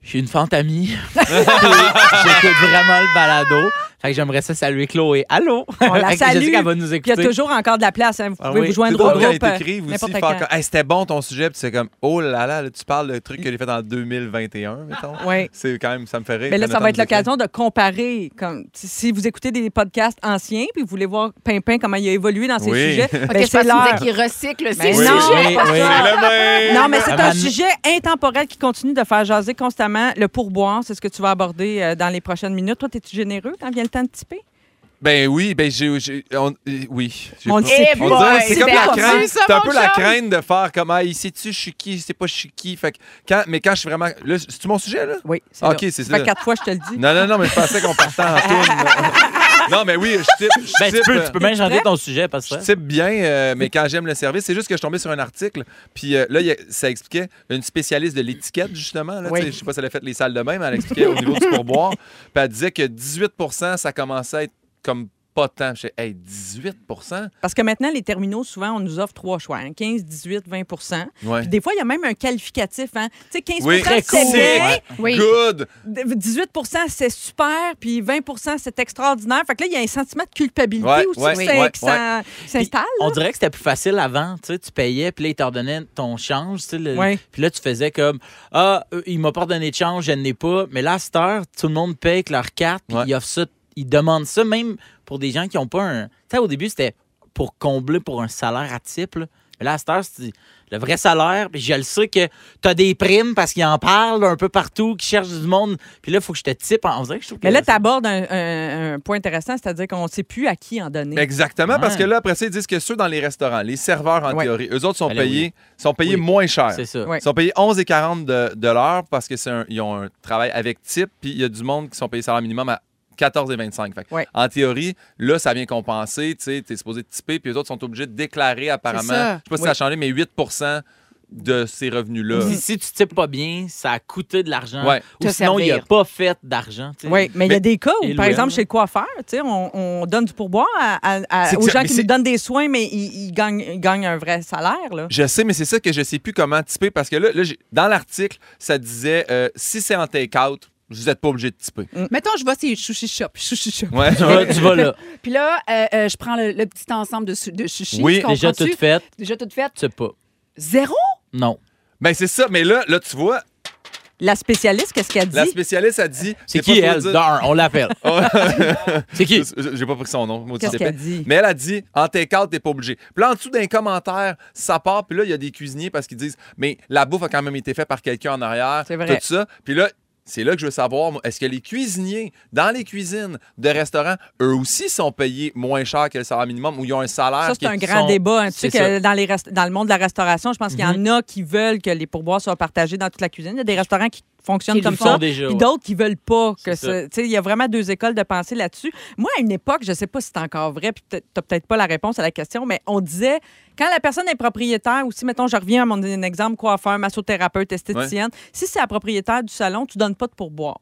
J'ai une fantamie. J'écoute vraiment le balado. Fait que j'aimerais ça saluer Chloé. Allô?
On la
Fait que Je
salue.
sais qu'elle va nous
Puis
écouter.
il y a toujours encore de la place. hein. Vous
Ah
pouvez
oui.
vous
C'est
joindre au
drôle quand ils
groupe. euh,
t'écrivent aussi.
n'importe
faire
quand.
comme, Hey, c'était bon ton sujet, puis c'est comme, oh là là, là, tu parles de trucs que j'ai fait en 2021, mettons.
Oui.
C'est quand même, ça me fait rire.
Mais Ben là,
quand
ça
le temps
va être
nous écrit.
l'occasion de comparer. Comme, si- si vous écoutez des podcasts anciens puis vous voulez voir Pimpin, comment il a évolué dans ses
Oui.
sujets,
OK,
ben,
je
c'est
pense
l'heure. Ben,
qu'il recycle
Mais
ses
non,
sujets.
Oui, oui.
C'est le même.
Non, mais c'est un
Amanda-
sujet intemporel qui continue de faire jaser constamment. Le pourboire, c'est ce que tu vas aborder euh, dans les prochaines minutes. Toi, es-tu généreux quand vient le temps de typer?
Ben oui, ben j'ai. j'ai- on- euh, oui. J'ai
On
pas-
le sait
Eh
plus.
On dirait que
boy,
c'est comme la
parti,
crainte.
ça,
C'est un
mon
peu la
chum.
crainte de faire comme, ah, ici tu je suis qui, c'est pas je suis qui. Fait que quand, mais quand je suis vraiment. Là, c'est-tu mon sujet, là?
Oui, c'est
Ok,
là.
c'est
Ça fait
ça.
quatre fois, je te le dis.
Non, non, non, mais je pensais qu'on partait en tourne. non, mais oui, je type. Je
Ben, tu
type,
peux,
euh,
tu peux même changer ton sujet parce
je
que.
type bien, euh, mais quand j'aime le service, c'est juste que je suis tombé sur un article. Puis euh, là, il y a- ça expliquait une spécialiste de l'étiquette, justement. Là,
Oui.
tu sais, Je sais pas si elle a fait les salles de même, mais elle expliquait au niveau du pourboire. Puis elle disait que 18 ça commençait à être comme pas tant. Je sais, hey, 18
Parce que maintenant, les terminaux, souvent, on nous offre trois choix. hein. 15, 18, 20 Puis
Ouais.
des fois, il y a même un qualificatif. Hein. Tu sais, 15
Oui. Très
c'est
cool.
bien,
Ouais.
Oui.
Good!
18 c'est super, puis 20 c'est extraordinaire. Fait que là, il y a un sentiment de culpabilité
Ouais,
aussi
ouais,
qui s'in-
ouais,
qui s'in- qui s'installe.
On dirait que c'était plus facile avant. Tu sais, tu payais, puis là, ils t'en donnaient ton change. tu sais, le-
Ouais.
Puis là, tu faisais comme Ah, euh, il m'a pas donné de change, je n'ai pas. Mais là, à cette heure, tout le monde paye avec leur carte, puis
Ouais.
ils offrent ça. Ils demandent ça même pour des gens qui n'ont pas un. Tu sais, au début, c'était pour combler pour un salaire à type. là. Mais là, à cette heure, c'est le vrai salaire. Puis je le sais que tu as des primes parce qu'ils en parlent un peu partout, qu'ils cherchent du monde. Puis là, il faut que je te type. On dirait que je trouve que-
euh,
Mais là, tu abordes un, un- un point intéressant, c'est-à-dire qu'on ne sait plus à qui en donner.
Exactement, parce
Ouais.
que là, après ça, ils disent que ceux dans les restaurants, les serveurs en
Ouais.
théorie, eux autres sont
Allez,
payés, sont payés
Oui.
moins cher.
C'est ça.
Ouais.
Ils sont payés 11,40 de, de l'heure parce qu'ils ont un travail avec type, puis il y a du monde qui sont payés salaire minimum à 14,25. Fait que,
Ouais.
En théorie, là, ça vient compenser. Tu es supposé typer, puis les autres sont obligés de déclarer apparemment, je
ça.
sais pas si ça a changé, mais 8 de ces revenus-là.
Si, si tu types pas bien, ça a coûté de l'argent.
euh, Ouais.
Ou
Te
sinon, il n'a
servir.
pas fait d'argent. tu sais.
Oui, mais il y a des cas où,
Et
par
Louis,
exemple,
hein?
chez le coiffeur, tu sais, on, on donne du pourboire à- à- à-
C'est que
aux
ça-
gens
mais
qui
c'est-
nous donnent des soins, mais ils, ils gagnent, ils gagnent un vrai salaire. Là.
Je sais, mais c'est ça que je sais plus comment typer parce que là, là, j'ai- dans l'article, ça disait euh, si c'est en take-out, vous n'êtes pas obligé de typer.
Mettons, je vais sur Sushi Shop. Sushi Shop.
Ouais.
Tu vas, Ah, tu vas là.
Puis là, euh, euh, je prends le, le petit ensemble de, su- de sushi.
Oui,
tu
Déjà
comprends-tu?
tout fait,
Déjà tout fait.
tu sais pas.
Zéro?
Non.
Ben c'est ça, mais là, là tu vois,
La spécialiste, qu'est-ce qu'elle dit?
la spécialiste a dit.
C'est
t'es pas
qui
supposé
elle?
dire-
D'un, on l'appelle. C'est qui?
Je- J'ai pas pris son nom, maudit
Qu'est-ce
épais.
qu'elle dit?
Mais elle a dit en take-out, t'es pas obligé. Puis là, en dessous d'un commentaire, ça part, puis là, il y a des cuisiniers parce qu'ils disent Mais la bouffe a quand même été faite par quelqu'un en arrière.
C'est vrai.
Tout ça. Puis là, c'est là que je veux savoir, moi, est-ce que les cuisiniers dans les cuisines de restaurants, eux aussi sont payés moins cher que le salaire minimum ou ils ont un salaire
Ça,
qui
c'est
est
un grand débat. hein. Tu sais
c'est
que dans, les rest- dans le monde de la restauration, je pense qu'il y
Mhm.
en a qui veulent que les pourboires soient partagés dans toute la cuisine. Il y a des restaurants qui fonctionnent
Ils
comme
le font
ça.
déjà.
Puis
ouais.
d'autres qui veulent pas que
C'est
ça.
ça.
Tu sais, il y a vraiment deux écoles de pensée là-dessus. Moi, à une époque, je sais pas si c'est encore vrai, puis peut-être- t'as peut-être pas la réponse à la question, mais on disait quand la personne est propriétaire, ou si mettons, je reviens à mon un exemple coiffeur, massothérapeute, esthéticienne, si c'est la propriétaire du salon, tu donnes pas de pourboire.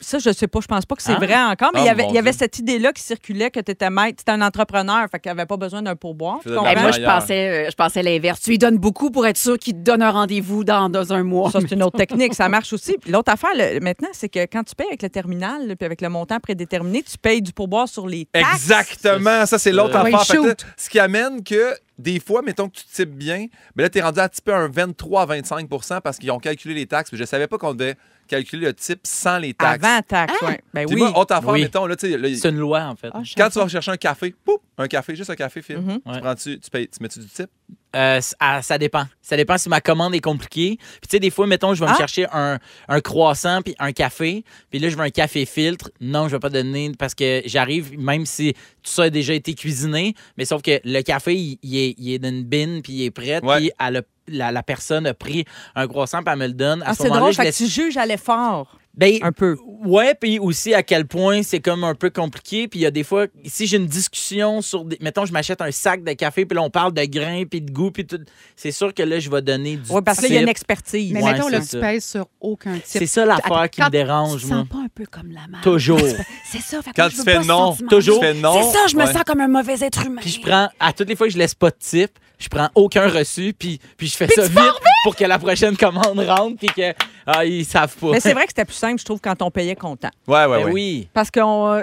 Ça, je sais pas, je pense pas que c'est
Ah.
vrai encore, mais
Ah,
il y avait-
mon
il y avait
Dieu.
cette idée-là qui circulait que tu étais maître, tu un entrepreneur, fait qu'il avait pas besoin d'un pourboire. Tu
Faisais de la
Ben,
Ouais.
moi, je
Ailleurs.
pensais, euh, je pensais l'inverse. Tu lui donnes beaucoup pour être sûr qu'il te donne un rendez-vous dans, dans un
Oh,
mois.
Ça, c'est une autre technique. Ça marche aussi. Puis l'autre affaire, le- maintenant, c'est que quand tu payes avec le terminal, là, puis avec le montant prédéterminé, tu payes du pourboire sur les taxes.
Exactement, ça c'est l'autre
Euh,
affaire.
ouais,
Fait que là,
shoot.
ce qui amène que des fois, mettons que tu types bien, mais là tu es rendu à typer un 23 à 25 parce qu'ils ont calculé les taxes, puis je savais pas qu'on devait calculer le type sans les taxes.
Avant taxe, oui. Ben
Puis
oui.
oh,
moi, autre affaire,
Eh Oui.
mettons, là, tu sais, là,
C'est une loi, en fait.
quand tu vas rechercher un café, pouf, un café, juste un café, Phil,
Mhm.
tu
Ouais.
prends-tu, tu payes, tu mets-tu du type?
Euh, c- ah, ça dépend. Ça dépend si ma commande est compliquée. Puis tu sais, des fois, mettons, je vais
Ah.
me chercher un, un croissant puis un café. Puis là, je veux un café filtre. Non, je vais pas donner parce que j'arrive, même si tout ça a déjà été cuisiné. Mais sauf que le café, il, il est, il est dans une bin puis il est prêt.
Ouais.
Puis elle a- la, la personne a pris un croissant puis elle me le donne. À
Ah,
ce
c'est
moment-là,
drôle,
je
fait
laisse...
que tu juges à l'effort,
Ben,
un peu.
Ouais, puis aussi à quel point c'est comme un peu compliqué. Puis il y a des fois, si j'ai une discussion sur des. Mettons, je m'achète un sac de café, puis là, on parle de grains, puis de goût, puis tout. C'est sûr que là, je vais donner du.
Oui, parce que là, il y a une
type.
expertise.
Mais
Mais
Ouais,
mettons, là,
c'est
tu
ça.
pèses sur aucun type.
C'est ça l'affaire qui me
Quand
Tu te
dérange, moi.
sens pas un peu comme la mère.
Toujours.
C'est ça. fait que
Quand
moi, je
tu
veux
fais
pas ce
non,
sentiment.
toujours.
Tu fais non.
C'est ça, je me
Ouais.
sens comme un mauvais être humain.
Puis je prends, à toutes les fois que je laisse pas de type, je prends aucun reçu, puis, puis je fais ça vite, pour que la prochaine commande rentre, puis que. Ah, ils savent pas.
Mais c'est vrai que c'était plus simple, je trouve, quand on payait comptant.
Ouais, ouais,
Ben
ouais.
oui.
Parce qu'on.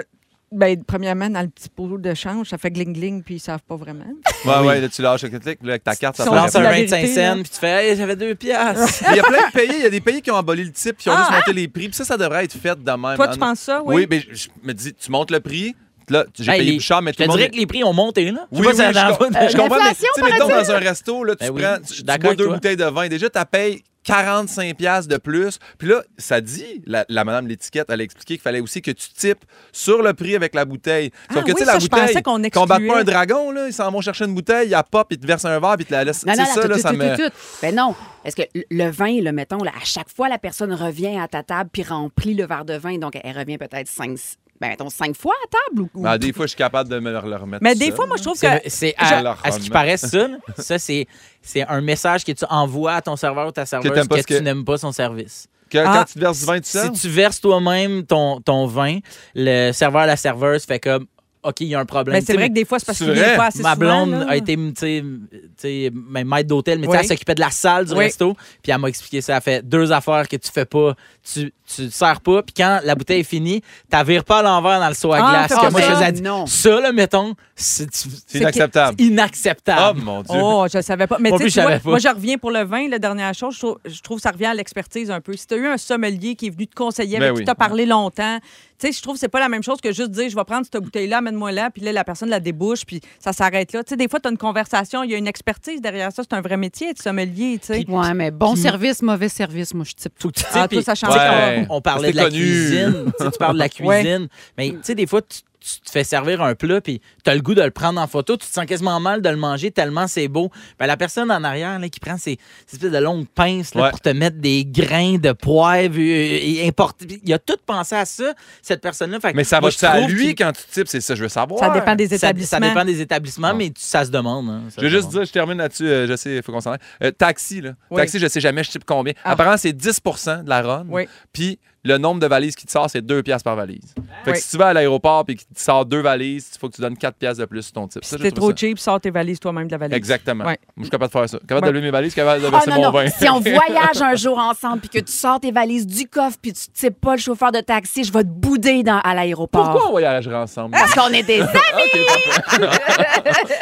Ben, premièrement, dans le petit pot de change, ça fait gling-gling, puis ils savent pas vraiment.
Ouais,
Oui.
ouais, là, tu lâches le clic, là, avec ta carte, ça
Ils
Tu
sont
paraît
lances
C'est
un
la
pas.
vérité,
25
là.
cents, puis tu fais, hey, j'avais deux piastres.
Il y a plein de pays, il y a des pays qui ont aboli le
Ah!
type, qui ont juste monté les prix, puis ça, ça devrait être fait de même.
Toi, tu
hein.
penses ça, oui?
Oui, mais je je me dis, tu montes le prix, Là, tu- j'ai
Hey,
payé
les-
plus cher, mais
Ben, Je
tout le
te
monde.
dirais que les prix ont monté, là. Je sais
Oui,
pas
oui,
si ça
je,
dans-
com-
Euh,
je comprends, mais tu
L'inflation,
sais, mettons dans un resto, là, tu,
Ben oui,
prends,
je suis
tu, tu
d'accord
bois
avec
deux
toi.
bouteilles de vin, déjà, tu payes 45$ piastres de plus. Puis là, ça dit, la, la madame de l'étiquette, elle a expliqué qu'il fallait aussi que tu types sur le prix avec la bouteille. Sauf
Ah
que, tu
oui,
sais, la
ça, je
bouteille,
pensais qu'on
qu'on batte
excluait.
pas un dragon, là, ils s'en vont chercher une bouteille, ils la pop, ils te versent un verre, puis ils te la laissent.
Non,
C'est
non, non,
ça,
tout,
là,
tout,
ça
tout,
me.
tout, tout. Ben non, parce que le- le vin, le mettons, là, à chaque fois, la personne revient à ta table puis remplit le verre de vin. Donc, elle revient peut-être cinq, ben, mettons, cinq fois à table. Ou, ou-
Ben, des fois, je suis capable de me le le remettre.
Mais
tout
des
seul.
fois, moi, je trouve que.
C'est- C'est
Je-
à,
leur
à ce qui
rendement.
paraît ça, là, ça c'est c'est un message que tu envoies à ton serveur ou ta serveuse
t'aimes
que,
pas ce que-
tu n'aimes pas son service.
Que-
Ah,
quand tu te verses du vin tout
Si
seul.
tu verses toi-même ton, ton vin, le serveur la serveuse fait comme OK, il y a un problème.
Mais c'est
Tu sais,
vrai que des fois, c'est parce
C'est
qu'il est
vrai.
pas assez
ma
souvent,
blonde
là.
a été tu sais, tu sais, ma- maître d'hôtel, mais tu sais,
Oui.
elle s'occupait de la salle du
Oui.
resto. Puis elle m'a expliqué ça. Elle fait deux affaires que tu fais pas. Tu ne sers pas. Puis quand la bouteille est finie, tu vires pas à l'envers dans le seau à
Ah,
glace.
on fait
que moi,
pas
je
ça.
faisais à dire,
Non.
ça, là, mettons, c'est
C'est
c'est
inacceptable. Oh
inacceptable.
mon Dieu.
Oh, je savais pas. Mais
Moi
tu
plus,
sais,
je
tu vois,
savais pas.
moi, je reviens pour le vin. La dernière chose, je trouve, je trouve que ça revient à l'expertise un peu. Si tu as eu un sommelier qui est venu te conseiller,
Ben
avec qui
oui.
tu parlé longtemps, tu sais, je trouve que c'est pas la même chose que juste dire je vais prendre cette bouteille-là, amène-moi là, puis là, la personne la débouche, puis ça s'arrête là. Tu sais, des fois, tu as une conversation, il y a une expertise derrière ça. C'est un vrai métier de sommelier, tu sais.
Puis-
Ouais, mais bon service, mauvais service, moi, je type
Faut que tu- tu sais,
Ah, toi,
puis-
ça change.
Ouais.
on parlait de
C'était
la
connu.
cuisine. tu sais, tu parles de la
Ouais.
cuisine. Mais tu sais, des fois, tu, tu te fais servir un plat, puis tu as le goût de le prendre en photo. Tu te sens quasiment mal de le manger tellement c'est beau. Ben, la personne en arrière là, qui prend ces, ces espèces de longues pinces là,
Ouais.
pour te mettre des grains de poivre euh, et importer. puis Il a tout pensé à ça, cette personne-là. Fait que
Mais ça
moi,
va
je
à
trouve
lui
qu'il-
quand tu types, c'est ça, je veux savoir.
Ça dépend des
ça, ça
établissements.
dépend des établissements, mais tu- ça se demande. hein, ça
Je vais
se
juste dire,
demande.
je termine là-dessus, euh, je sais, il faut qu'on s'en aille. Euh, taxi, là.
Oui.
Taxi, je sais jamais, je type combien.
Ah.
Apparemment, c'est 10 de la run.
Oui.
Puis le nombre de valises qui te sort, c'est 2 piastres par valise. Fait que
Ah. Oui.
si tu vas à l'aéroport et qu'il te sort deux valises, il faut que tu donnes 4 piastres de plus sur ton type.
Puis
Ça,
Si
je
t'es
trouve
trop
ça-
cheap, sors tes valises toi-même de la valise.
Exactement.
Ouais.
Moi, je suis capable de faire ça. Capable
Ouais.
de lever mes valises, capable de
Ah
verser
non,
mon
non.
vin.
Si on voyage un jour ensemble puis que tu sors tes valises du coffre puis tu types pas le chauffeur de taxi, je vais te bouder dans, à l'aéroport.
Pourquoi on voyagera ensemble?
Ah,
Parce qu'on est des
Ok, parfait.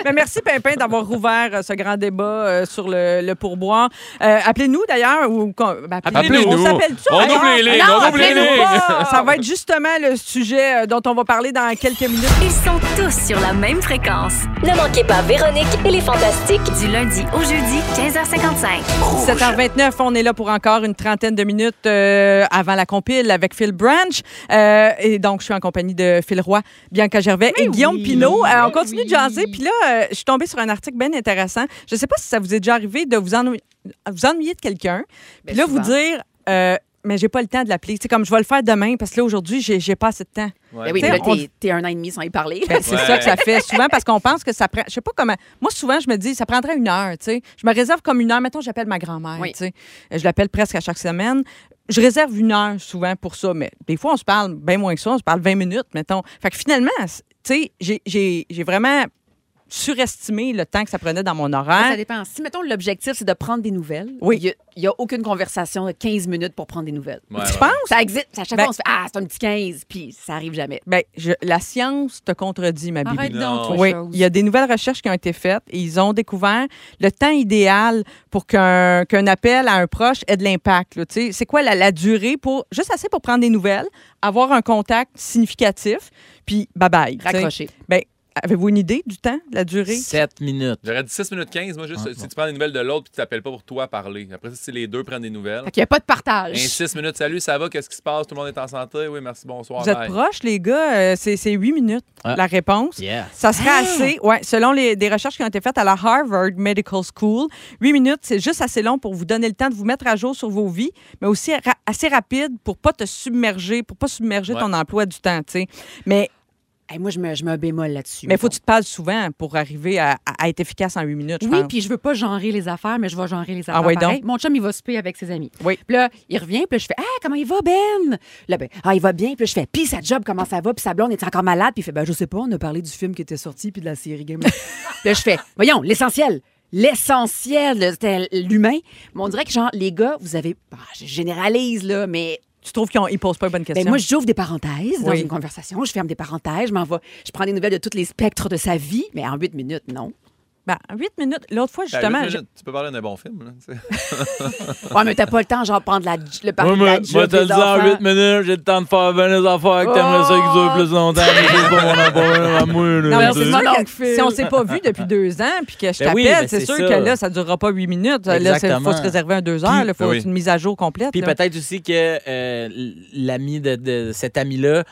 Mais merci, Pimpin, d'avoir rouvert euh, ce grand débat euh, sur le, le pourboire. Euh, appelez-nous, d'ailleurs. Ou, qu'on- ben,
Appelez-nous.
On s'appelle-tu?
On
encore?
ouvre les lignes,
Non,
on ouvre les
appelez-nous
lignes.
pas. Ça va être justement le sujet euh, dont on va parler dans quelques minutes.
Ils sont tous sur la même fréquence.
Ne manquez pas Véronique et les Fantastiques.
Du lundi au jeudi, 15h55.
7h29, on est là pour encore une trentaine de minutes euh, avant la compile avec Phil Branch. Euh, et donc, je suis en compagnie de Phil Roy, Bianca Gervais
Ben
et Guillaume Pinault. Euh, on continue de jaser. Puis là, euh, je suis tombée sur un article bien intéressant. Je ne sais pas si ça vous est déjà arrivé de vous, ennu- vous ennuyer de quelqu'un. Puis
Ben,
là, vous
souvent.
dire... euh, mais j'ai pas le temps de l'appeler. C'est comme je vais le faire demain parce que là aujourd'hui j'ai j'ai pas assez de temps.
Ben oui,
T'sais,
là,
on-
t'es- t'es un an et demi sans y parler.
Ben, c'est
Ouais.
ça que ça fait souvent parce qu'on pense que ça prend. Je sais pas comment. Moi, souvent, je me dis, ça prendrait une heure. Tu sais, je me réserve comme une heure. Mettons, j'appelle ma grand-mère.
Oui.
Tu sais, je l'appelle presque à chaque semaine. Je réserve une heure souvent pour ça, mais des fois, on se parle bien moins que ça. On se parle 20 minutes, mettons. Fait que finalement, c- tu sais, j'ai- j'ai j'ai vraiment surestimé le temps que ça prenait dans mon
Ah, Ça
hein?
horaire.
dépend. Si, mettons, l'objectif, c'est de prendre des nouvelles,
Oui.
il n'y a, aucune conversation de 15 minutes pour prendre des nouvelles.
Ouais,
tu
ouais.
penses?
Ça existe. À chaque
Ben-
fois, on se fait Ah, c'est un petit 15, puis ça arrive jamais.
Ben, je- la science te contredit,
Ah,
ma bibi.
Arrête
Oh.
donc, toi,
Oui,
chose.
il y a des nouvelles recherches qui ont été faites et ils ont découvert le temps idéal pour qu'un qu'un appel à un proche ait de l'impact. là. Tu sais, C'est quoi la, la durée pour juste assez pour prendre des nouvelles, avoir un contact significatif, puis bye bye. tu sais.
Raccroché.
Ben, avez-vous une idée du temps, de la durée?
Sept minutes.
J'aurais dit 6 minutes 15, moi, juste
Ah,
si
bon.
tu prends des nouvelles de l'autre puis tu t'appelles pas pour toi parler. Après, ça, si les deux prennent des nouvelles.
Fait qu'il n'y a pas de partage.
6 minutes, salut, ça va, qu'est-ce qui se passe? Tout le monde est en santé? Oui, merci, bonsoir.
Vous êtes
bye.
proches, les gars? Euh, c'est c'est huit minutes,
Ah.
la réponse.
Yeah.
Ça serait assez, ouais, selon les, des recherches qui ont été faites à la Harvard Medical School. Huit minutes, c'est juste assez long pour vous donner le temps de vous mettre à jour sur vos vies, mais aussi ra- assez rapide pour pas te submerger, pour pas submerger
Ouais.
ton emploi du temps, tu sais. Mais
Hey, moi, je me, je me bémol là-dessus.
mais faut que tu te parles souvent pour arriver à, à- à être efficace en huit minutes, je
Oui,
pense.
puis je veux pas genrer les affaires, mais je vais genrer les
Ah
affaires.
ouais,
pareil.
donc.
Mon chum, il va souper avec ses amis.
Oui.
Puis là,
Il revient, puis là, je fais Ah, comment il va, Ben? Là, ben, ah, il va bien, puis là, je fais Puis sa job, comment ça va? Puis sa blonde est encore malade, puis il fait Ben, je sais pas, on a parlé du film qui était sorti, puis de la série Game. of- puis là, je fais Voyons, l'essentiel. L'essentiel, là, c'était l'humain. Mais on dirait que, genre, les gars, vous avez. Ah, je généralise, là, mais
Tu trouves qu'ils ne posent pas une bonne question?
Ben, moi, j'ouvre des parenthèses dans
Oui.
une conversation, je ferme des parenthèses, je m'en vais, je prends des nouvelles de tous les spectres de sa vie, mais en huit minutes, non.
Ben, 8 minutes. L'autre fois,
Ben,
justement,
huit
je-
minutes, Tu peux parler d'un bon film. Là, tu sais.
Ouais, mais t'as pas le temps, genre, prendre la, le parti de la job des enfants. Oh!
minutes, j'ai le temps de faire bien les affaires que t'aimerais ça qui durent plus longtemps. Mais juste pour mon abonnement à moi.
Non, mais
Merci,
c'est
mon
sûr que
oncle Phil.
si on s'est pas vu depuis deux ans puis que je
Ben
t'appelle,
oui, ben
c'est
c'est
sûr
ça.
que là, ça durera pas huit minutes. Là, il faut
Exactement.
se réserver un deux heures. Il faut
Ben oui.
une mise à jour complète.
Puis
là.
peut-être aussi que euh, l'ami de, de cet ami-là,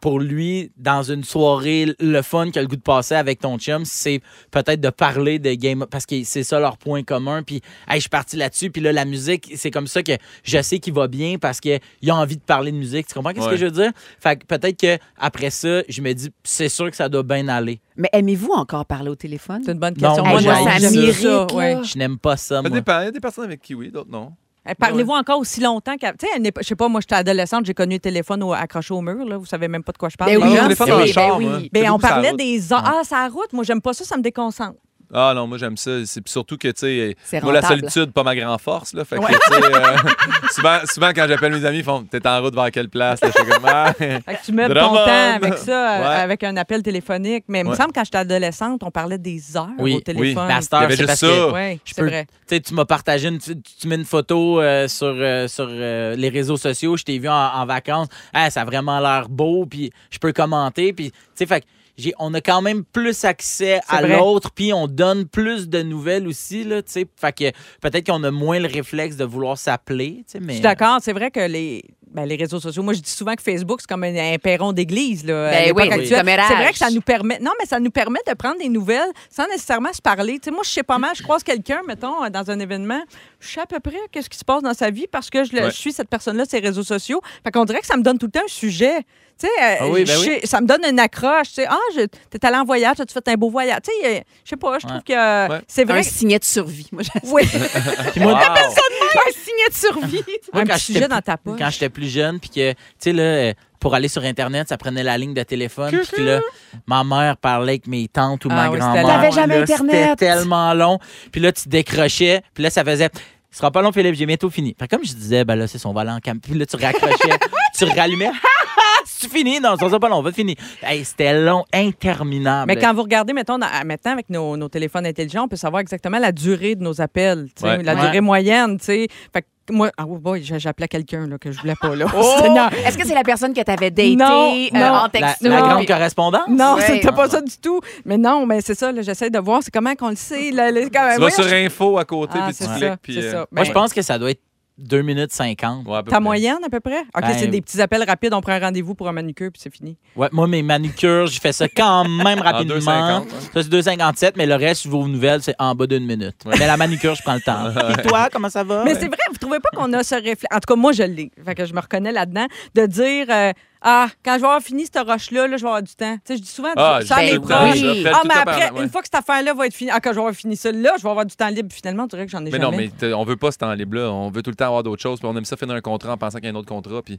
pour lui, dans une soirée, le fun qu'il a le goût de passer avec ton chum, c'est peut-être de parler de game parce que c'est ça leur point commun. Puis, hey, je suis parti là-dessus. Puis là, la musique, c'est comme ça que je sais qu'il va bien parce qu'il a envie de parler de musique. Tu comprends quest ce
Ouais.
que je veux dire? Fait que peut-être que après ça, je me dis, c'est sûr que ça doit bien aller.
Mais aimez-vous encore parler au téléphone?
C'est une bonne
Non,
question. Moi,
moi, j'haïs
j'aime
ça.
Ça,
ouais.
Je n'aime pas ça,
Ça
moi.
dépend. Il y a des personnes avec qui oui, d'autres non.
Eh, Parlez-vous encore aussi longtemps qu'à. Tu sais, à une épo- je sais pas, moi, j'étais adolescente, j'ai connu le téléphone au- accroché au mur, là. Vous savez même pas de quoi je parle. Ah.
Ben
Moi,
oui,
je
hein,
l'ai fait
c'est-
dans le
ben
char,
oui.
moi.
Ben,
C'est
on
beaucoup sur la
parlait
route.
des. heures. Ah, ça route. Moi, j'aime pas ça, ça me déconcentre.
Ah non, moi j'aime ça. C'est puis surtout que, tu sais,
C'est
moi la
rentable.
solitude, pas ma grande force. Là, fait que, tu sais, euh, souvent, souvent, quand j'appelle mes amis, ils font T'es en route vers quelle place là? Je fais comme, Ah.
Fait que tu mets ton temps
Drummond.
avec ça, euh,
Ouais.
avec un appel téléphonique. Mais il me
Ouais.
semble que quand j'étais adolescente, on parlait des heures
Oui,
au
oui.
téléphone.
Ben, à cette heure,
Il y avait
c'est
juste
parce
ça.
que-
Oui,
Je
c'est
peux-
vrai.
Tu sais, tu m'as partagé une, tu, tu mets une photo euh, sur, euh, sur euh, les réseaux sociaux, je t'ai vu en, en vacances. Ah, ça a vraiment l'air beau, puis je peux commenter, puis tu sais, fait que j'ai- on a quand même plus accès
C'est
à
vrai.
l'autre, puis on donne plus de nouvelles aussi, là, tu sais. Fait que peut-être qu'on a moins le réflexe de vouloir s'appeler, tu sais,
Je
mais.
suis d'accord, c'est vrai que les, ben, les réseaux sociaux, moi je dis souvent que Facebook, c'est comme un, un perron d'église. là, à
Ben
l'époque
oui,
actuelle.
oui.
C'est vrai
Commérage.
que ça nous permet, non, mais ça nous permet de prendre des nouvelles sans nécessairement se parler. Tu sais, moi, je sais pas mal, je croise quelqu'un, mettons, euh, dans un événement, je sais à peu près qu'est-ce qui se passe dans sa vie parce que je, le-
Ouais.
je suis cette personne-là, ses réseaux sociaux. Fait qu'on dirait que ça me donne tout le temps un sujet. Tu sais, euh,
Ah oui, ben
je
oui.
sais- ça me donne une accroche. Tu sais, ah, je- t'es allé en voyage, as-tu fait un beau voyage? Tu sais, euh, je sais pas, je trouve que euh,
Ouais.
c'est vrai.
Un signet de survie. Moi, j'ai
Oui,
Puis moi,
un signet de survie.
Moi,
un
quand
petit
j'étais
sujet
plus-
dans ta poche.
Quand j'étais plus jeune, puis que, tu sais, là, euh, pour aller sur Internet, ça prenait la ligne de téléphone, puis que là, ma mère parlait avec mes tantes ou
Ah
ma
oui, c'était
grand-mère.
long.
T'avais jamais
Là, C'était
Internet.
tellement long. Puis là, tu décrochais, puis là, ça faisait. Ce sera pas long, Philippe, j'ai bientôt fini. Fait que comme je disais, ben là, c'est son volant en camp. Puis là, tu raccrochais, tu rallumais. Ha, ha, C'est fini? Non, ça sera pas long, on va finir. Hey, c'était long, interminable.
Mais quand vous regardez, mettons, dans- à- maintenant, avec nos, nos téléphones intelligents, on peut savoir exactement la durée de nos appels, tu sais,
Ouais.
la
Ouais.
durée moyenne, tu sais. Fait que moi, ah oui, boy, j'a- j'appelais quelqu'un là, que je voulais pas, là.
Oh!
Oh!
Seigneur.
Est-ce que c'est la personne que t'avais datée
Non,
euh,
non.
en
la,
texto?
la
Non.
grande correspondance?
Non,
Ouais.
c'était pas ça du tout. Mais non, mais c'est ça, là, j'essaie de voir, c'est comment qu'on le sait. là, là, quand même,
Tu vas
voyons,
sur
je-
info à côté,
Ah,
puis tu
c'est
cliques.
ça,
puis,
c'est
euh,
ça.
Moi,
Ben,
je pense que ça doit être 2 minutes 50.
ouais, à peu
Ta
près.
moyenne, à peu près? OK,
Ben-
c'est des petits appels rapides. On prend un rendez-vous pour un manucure, puis c'est fini.
Ouais, moi, mes manucures, je fais ça quand même rapidement.
2,50,
Ça, c'est 2,57, mais le reste, je vous aux nouvelles, c'est en bas d'une minute. Mais la manucure, je prends le temps. Et toi, comment ça va?
Mais c'est vrai, vous trouvez pas qu'on a ce réflexe. En tout cas, moi, je l'ai. Fait que je me reconnais là-dedans. De dire, euh, ah, quand je vais avoir fini cette roche-là, là, je vais avoir du temps. Tu sais, je dis souvent,
Ah,
ça
j'ai
ben
les
tout le temps,
proches.
je fais
Ah,
tout
mais
le temps
après,
par- ouais.
une fois que cette affaire-là va être finie, ah, quand je vais avoir fini celle-là, je vais avoir du temps libre. Finalement, on dirait que j'en ai
Mais
jamais.
non, mais t'as- on veut pas ce temps libre-là. On veut tout le temps avoir d'autres choses. Puis on aime ça finir un contrat en pensant qu'il y a un autre contrat. Puis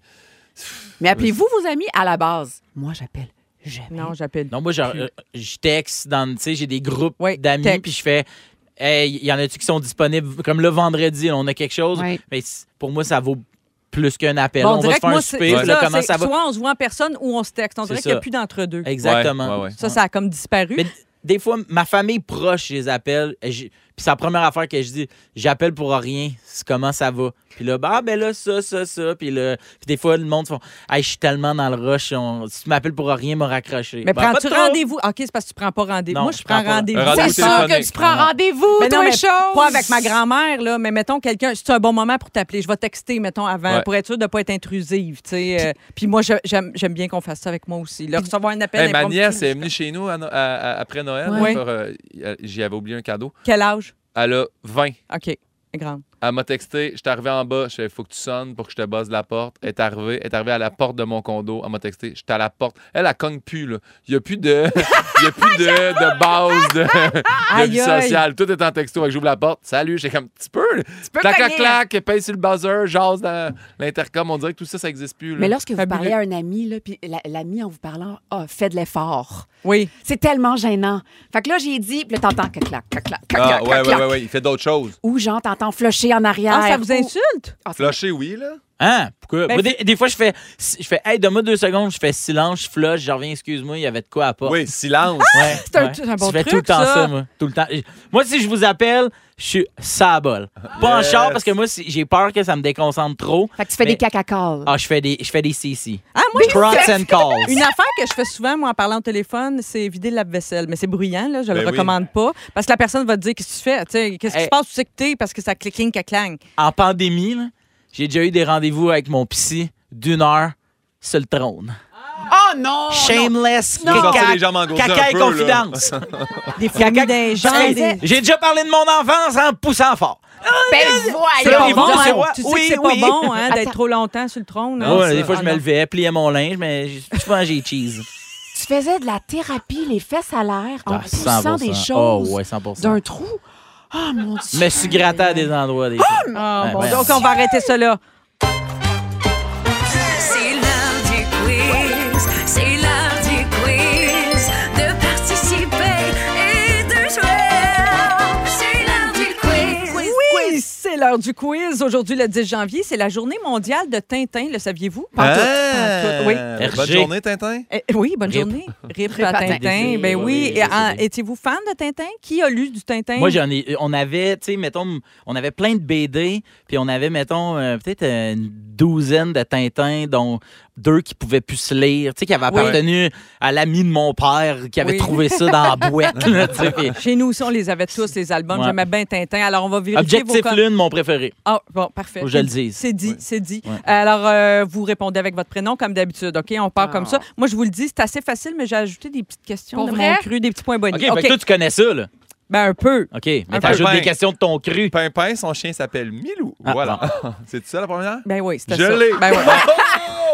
Mais appelez-vous vos amis à la base. Moi, j'appelle jamais.
Non, j'appelle.
Non, moi, je, euh, je texte dans, tu sais, j'ai des groupes
Ouais,
d'amis,
texte.
puis je fais, hey, il y en a-tu qui sont disponibles? Comme le vendredi, là, on a quelque chose.
Ouais.
Mais c- pour moi, ça vaut plus qu'un appel.
Bon,
on va
dirait
se
que
faire
moi,
un
c'est-
souper,
c'est
là,
ça,
comment
c'est
ça va?
Soit on se voit en personne ou on se texte. On
C'est
dirait qu'il n'y a
ça.
plus d'entre-deux.
Exactement.
Ouais, ouais, ouais.
Ça, ça a comme disparu.
Mais des fois, ma famille proche, je les appelle. et j'ai- Puis c'est la première affaire que je dis, j'appelle pour rien. C'est comment ça va? Puis là, ben, ah, ben là, ça, ça, ça. Puis, là, puis des fois, le monde font, hey, je suis tellement dans le rush. on- si tu m'appelles pour rien, me raccrocher.
Mais
Ben, pas
prends-tu
trop.
rendez-vous? OK, c'est parce que tu prends pas rendez-vous.
Non,
Moi, je prends
pas.
rendez-vous.
Un rendez-vous
C'est sûr que
téléphonique.
tu prends rendez-vous,
Mais non,
toi,
mais
chose.
Pas avec ma grand-mère, là, mais mettons quelqu'un, c'est un bon moment pour t'appeler. Je vais texter, mettons, avant,
Ouais.
pour être sûr de ne pas être intrusive. tu sais, euh, puis moi, je- j'aime j'aime bien qu'on fasse ça avec moi aussi. Là, recevoir un appel.
Hey, ma
impromptu,
nièce
je-
est venue chez nous à No- à- à- après Noël.
Ouais.
pour, euh, y- J'y avais oublié un cadeau.
Quel âge?
Elle a 20.
OK, elle est grande.
Elle m'a texté, je suis arrivé en bas, je fais faut que tu sonnes pour que je te bosse la porte. Elle est arrivée, elle est arrivée à la porte de mon condo, elle m'a texté, je suis à la porte. Elle, elle cogne plus, là. Il n'y a plus de, il y a plus de, de base de, de vie
Aïe, aïe.
sociale. Tout est en texto, fait que j'ouvre la porte. Salut, j'ai comme, tu peux, tu
peux
clac, clac,
cogner.
clac, paye sur le buzzer, jase dans l'intercom. On dirait que tout ça, ça n'existe plus. Là.
Mais lorsque vous
Fabuleux.
parlez à un ami, là, puis la- l'ami en vous parlant, ah, fait de l'effort.
Oui.
C'est tellement gênant. Fait que là, j'ai dit, puis là, t'entends que clac, clac, clac, clac,
ah,
clac,
ouais,
clac,
ouais,
clac.
ouais, ouais, il fait d'autres choses.
Ou genre, t'entends flusher en arrière.
Ah, ça vous
ou-
insulte?
Ah, c'est-
Flusher, oui, là.
Hein? Pourquoi?
Ben,
Moi, des, des fois, je fais, je fais, hey, donne-moi deux secondes, je fais silence, je flush, je reviens, excuse-moi, il y avait de quoi à part.
Oui, silence.
Ouais,
C'est un-
ouais.
c'est un bon
Je fais
truc,
tout le temps ça,
ça.
moi. Tout le temps. Moi, si je vous appelle, je suis sabol. Pas
Yes.
en char parce que moi, si- j'ai peur que ça me déconcentre trop.
Fait que tu fais
Mais-
des cacacales.
Ah, je fais des, je fais des CC.
Ah, moi, je
Prompts and calls.
Une affaire que je fais souvent, moi, en parlant au téléphone, c'est vider le lave-vaisselle. Mais c'est bruyant, là, je
Ben
le
oui.
recommande pas. Parce que la personne va te dire Qu'est-ce que tu fais Tu sais, Qu'est-ce qui
Hey.
se passe Où c'est que t'es Parce que ça cliquing, caclang.
En pandémie, là, j'ai déjà eu des rendez-vous avec mon psy d'une heure sur le trône.
Oh non!
Shameless,
Non.
caca-
Sortir les jambes en gauchant
caca
un
et
peu, là.
confidence.
Des familles d'un genre.
Hey,
des-
J'ai déjà parlé de mon enfance en poussant fort.
Ben
C'est
là,
pas
ils
voyons!
vont
bon,
dire,
hein.
c'est quoi?
Tu sais
Oui,
que c'est
oui.
pas bon hein, d'être trop longtemps sur le trône. hein,
Ouais,
ça.
des fois, je
Ah,
me
non.
levais, pliais mon linge, mais j- souvent, j'ai cheese.
Tu faisais de la thérapie, les fesses à l'air, en
Ah,
poussant des
100%.
choses
Oh, ouais, 100
d'un trou. Oh mon Dieu!
Je me suis gratté à des endroits. Des fois.
Ah, bon,
Ouais,
donc,
ouais.
on va arrêter ça là.
C'est l'heure du quiz, c'est l'heure du quiz, de participer et de jouer. C'est l'heure du quiz.
Oui, c'est l'heure du quiz. Aujourd'hui, le 10 janvier, c'est la journée mondiale de Tintin, le saviez-vous?
Hein?
Ah!
Pantoute, oui.
Bonne
RG.
journée, Tintin.
Eh, oui, bonne
Rip.
journée. Rip à Tintin.
Décédé,
Ben oui.
oui,
Et, en-
décédé.
Étiez-vous fan de Tintin? Qui a lu du Tintin?
Moi, j'en ai. euh, On avait, tu sais, mettons, on avait plein de BD, puis on avait, mettons, euh, peut-être euh, une douzaine de Tintins, dont deux qui pouvaient plus se lire, tu sais, qui avaient
Oui.
appartenu à l'ami de mon père qui avait
Oui.
trouvé ça dans la boîte. là, tu sais, puis-
Chez nous aussi, on les avait tous, les albums.
Ouais.
J'aimais bien Tintin. Alors, on va vérifier vos
Objectif
com-
Lune, mon préféré.
Ah, bon, parfait.
Faut que je le dise.
C'est dit,
Oui.
c'est dit.
Ouais.
Alors, euh, vous répondez avec votre prénom, comme d'habitude, OK? On part
Ah.
comme ça. Moi, je vous le dis, c'est assez facile, mais j'ai ajouté des petites questions
Pour
de
vrai?
mon cru, des petits points
OK,
bonus.
fait que toi, tu connais ça, là.
Ben, un peu.
OK, mais
Un
t'ajoutes
peu.
des questions de ton cru.
Pimpin, son chien s'appelle Milou.
Ah,
voilà. C'est ça la première?
Ben oui, c'était
Je
ça.
l'ai.
Ben oui.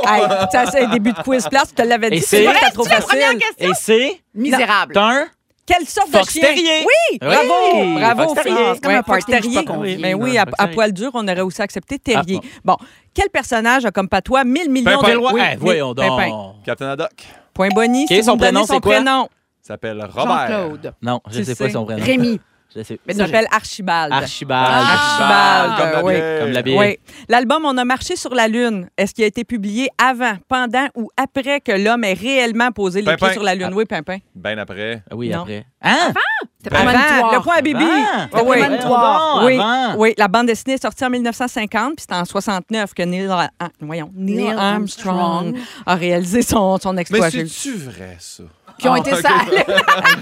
Hey, ça, c'est un début de quiz place. Tu te l'avais
Et
dit,
c'est-
c'est vrai que t'as trop facile.
Et c'est
Misérable.
un.
Quelle sorte
Fox
de chien?
terrier.
Oui,
Oui,
bravo, bravo.
Fox terrier.
Franck.
C'est comme un
Fox
party, je suis pas
terrier.
conviée.
Mais oui,
Ouais,
à,
Fox
à
terrier.
poil dur, on aurait aussi accepté
Ah,
terrier. bon. quel personnage a comme patois 1000 millions
Pimpin.
de...
Villeroy.
Oui,
Eh, voyons
Pimpin.
donc.
Captain Haddock
Point Bonnie,
Quel
si
est son
vous me donnez
prénom,
son
c'est quoi?
prénom.
s'appelle Robert.
Jean-Claude.
Non, je
Tu
sais pas
sais.
son prénom.
Rémi.
Je sais.
Il s'appelle Archibald.
Archibald.
Archibald,
comme la
oui.
bière.
Comme la bière.
Oui. L'album On a marché sur la lune, est-ce qu'il a été publié avant, pendant ou après que l'homme ait réellement posé les
Pimpin.
pieds sur la lune? Oui, Pimpin.
Ben après.
Ah Oui,
Non.
après. Hein?
T'es
Avant,
prémonitoire.
le point à Bibi.
Avant.
Ah oui.
Prémonitoire.
Oui,
Avant.
oui, la bande dessinée est sortie en 1950, puis c'est en 69 que Neil, ah, voyons, Neil
Neil
Armstrong,
Armstrong.
a réalisé son, son exploit.
Mais c'est-tu vrai, ça?
Qui ont été sales.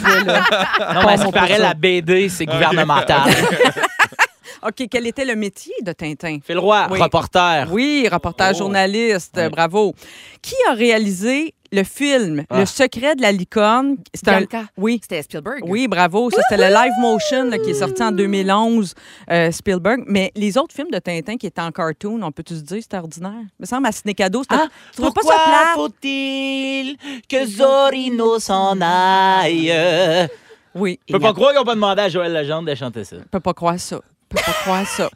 Non, mais ça paraît la BD, c'est gouvernemental.
OK, quel était le métier de Tintin?
Phil Roy,
Oui.
reporter.
Oui, reportage
Oh.
journaliste,
Ouais.
bravo. Qui a réalisé le film
Ah.
Le secret de la licorne? C'est un-
Bianca.
Oui.
C'était Spielberg.
Oui, bravo. Ça, c'était le live motion là, qui est sorti en 2011, euh, Spielberg. Mais les autres films de Tintin qui étaient en cartoon, on peut-tu se dire, c'était ordinaire? Il me semble à Ciné Cadeau, c'était.
Ah,
tu trouves pas ça plate?
faut-il que Zorino s'en aille? Je
Oui.
peux pas croire qu'ils n'ont pas demandé à Joël Legendre de chanter ça.
Je peux pas croire ça. Je peux pas croire ça.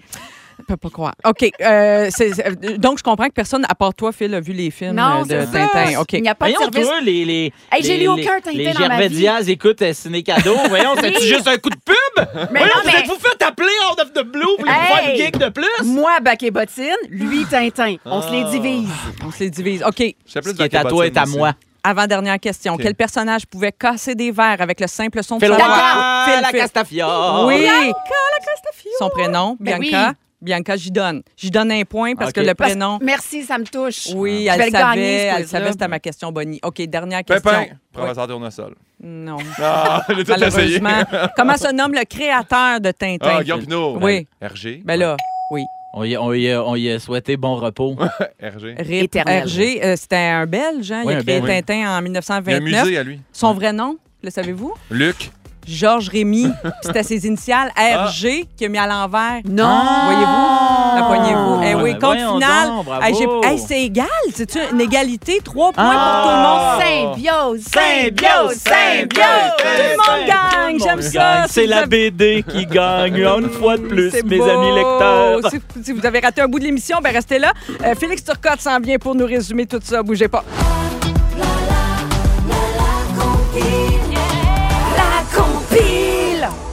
Je peux pas croire. OK. euh, c'est- c'est- euh, donc, je comprends que personne, à part toi, Phil, a vu les films
Non,
euh, de
c'est ça.
Tintin. OK.
Il n'y a pas de
Voyons,
service.
toi, les. les
Hey, j'ai
les-
lu
les-
aucun Tintin
Les
dans ma
Gervais
vie.
Diaz écoute euh, Ciné Cadeau. Voyons, c'est-tu juste un coup de pub?
Mais
Voyons,
non,
vous
mais-
êtes-vous fait appeler out of the blue pour
Hey!
faire une gig de plus?
Moi, Bac et Bottine, lui, Tintin. On se les divise.
On se les divise. OK.
Je sais
Ce
plus
qui est à toi est à moi.
Avant-dernière question. Quel personnage pouvait casser des verres avec le simple son de
Phil
sa
Roy,
voix? Phil,
la
Phil.
Castafiore.
Oui. Son prénom,
Ben
Bianca.
oui.
Bianca, j'y donne. J'y donne un point parce
OK.
que le
Parce-
prénom.
Merci, ça me touche.
Oui,
Je vais
elle
le gagner,
savait.
ce
Elle
quiz-là.
savait, c'était ma question, Bonnie. OK, dernière question.
Pimpin,
Oui.
professeur Tournesol.
Non.
Ah, j'ai tout essayé.
Malheureusement. Comment se nomme le créateur de Tintin?
Ah, Guillaume Pinot.
Oui.
RG.
Ben là, oui.
On y, on, y a, on y a souhaité bon repos.
RG.
Rip
Éternel.
RG, euh, c'était un Belge. hein,
Oui,
il a
un
créé
Belge.
Tintin en
Il y a un
1929.
musée à lui.
Son vrai nom, le savez-vous?
Luc.
Georges Rémy. Puis c'était ses initiales RG qui a mis à l'envers.
Non.
Ah!
Voyez-vous? La poignez-vous. Eh
Ah,
oui,
ben
compte
voyons
final.
donc, bravo.
Hey, j'ai- hey, c'est égal. C'est une égalité. Trois points
Ah.
pour tout le monde.
Symbiose,
Symbiose,
Yo! Tout le monde gagne.
Tout le
J'aime
monde
ça.
gagne. C'est
Si vous
la
avez-
BD qui gagne une fois de plus,
C'est
mes
beau.
amis lecteurs.
Si, si vous avez raté un bout de l'émission, ben restez là. Euh, Félix Turcotte s'en vient pour nous résumer tout ça. Bougez pas.
La compile.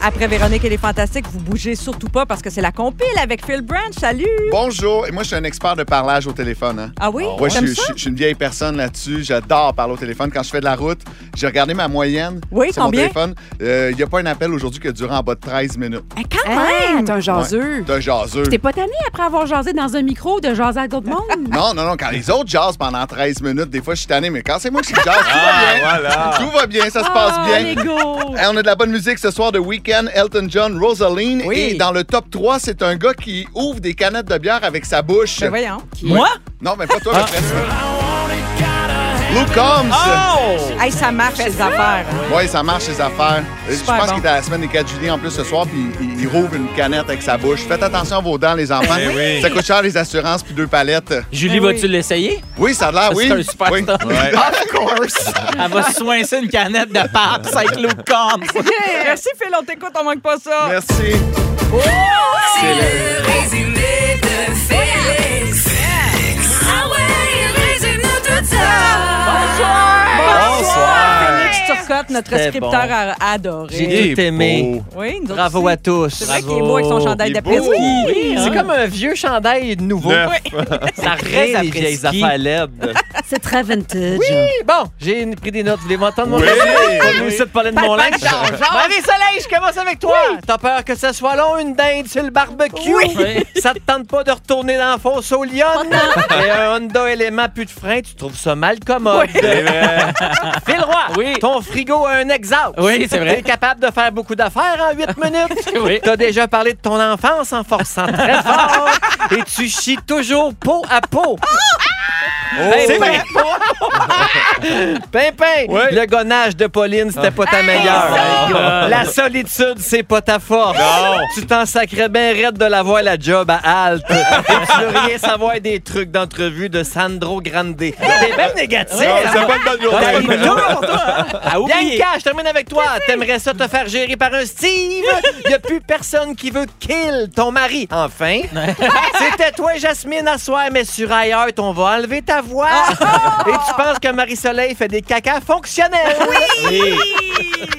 Après Véronique et les Fantastiques, vous bougez surtout pas parce que c'est la compile avec Phil Branch. Salut!
Bonjour, et moi je suis un expert de parlage au téléphone. hein.
Ah oui?
Ouais, je,
T'aimes
suis-
ça?
je- je suis une vieille personne là-dessus. J'adore parler au téléphone. Quand je fais de la route, j'ai regardé ma moyenne
Oui,
sur mon
combien?
téléphone. Euh, Il n'y a pas un appel aujourd'hui qui a duré en bas de 13 minutes.
Eh,
Ah, quand
Hey,
même! T'es un jaseux.
T'es jaseux.
Hein? T'es pas tanné après avoir jasé dans un micro de jaser à d'autres mondes?
Non, non, non. Quand les autres jasent pendant 13 minutes, des fois, je suis tanné, mais quand c'est moi qui jase, tout va bien.
voilà.
Tout va bien, ça se
Ah,
passe bien.
les go!
Hey, on a de la bonne musique ce soir de Weekend, Elton John, Rosaline.
Oui.
Et dans le top 3, c'est un gars qui ouvre des canettes de bière avec sa bouche.
Ben voyons.
Moi?
Non, mais pas toi, mais presque. Luke Combs.
Hey, ça marche, ces affaires.
Oui, ça marche, les affaires. Euh, Je
Super
pense
bon.
qu'il est à la semaine des 4 juillet en plus ce soir, puis il, il rouvre une canette avec sa bouche. Faites attention à vos dents, les enfants.
Eh oui.
Ça coûte cher, les assurances, puis deux palettes.
Julie, vas-tu l'essayer?
Oui, ça a l'air, Ah oui.
C'est un super
oui.
top.
Ouais.
Of course.
Elle va soincer une canette de pape, c'est avec Luke Combs.
Merci, Phil, on t'écoute, on manque pas ça.
Merci.
C'est le résumé de Félix. Ah ouais, il résume tout ça.
Bonsoir.
Félix Turcotte, notre
C'était
scripteur
bon.
a a
J'ai
adoré.
Et
Eh,
tout aimé.
beau.
Oui, nous autres
Bravo
aussi.
à tous.
C'est vrai qu'il est
Bravo.
beau avec son chandail
Il est
de presque.
beau.
Oui, C'est comme un vieux chandail nouveau.
Neuf.
Ça
Très
reste les
apprécié.
vieilles affaires laides.
C'est très vintage.
Oui, bon, j'ai une- pris des notes. Vous voulez m'entendre, mon
Oui.
résumé? Pas venu ici de parler de mon linge. Marie-Soleil, je commence avec toi. T'as peur que ce soit long, une dinde sur le barbecue? Ça te tente pas de retourner dans la fosse au lion?
Oh,
Et un Honda Element plus de frein, tu trouves ça mal commode.
C'est vrai.
Fais le roi.
Oui.
Ton frigo a un exhaust.
Oui, c'est vrai.
T'es capable de faire beaucoup d'affaires en 8 minutes.
Oui.
T'as déjà parlé de ton enfance en forçant très fort. Et tu chies toujours peau à peau.
Oh! C'est vrai.
Pimpin,
Ouais. Ah!
le gonnage de Pauline, c'était pas ta meilleure. La solitude, c'est pas ta force.
Non.
Tu t'en sacrais bien raide de la voir la job à halte. Et tu veux rien savoir des trucs d'entrevue de Sandro Grande. T'es bien négatif.
Non, C'est pas une bonne
T'as une
journée.
lourde, hein?
À oublier.
Bianca, je termine avec toi. T'aimerais ça te faire gérer par un Steve? Y a plus personne qui veut kill ton mari. Enfin. C'était toi, Jasmine, à soir, mais sur ailleurs, on va enlever ta voix. Et tu penses que Marie-Soleil fait des cacas fonctionnels. Oui!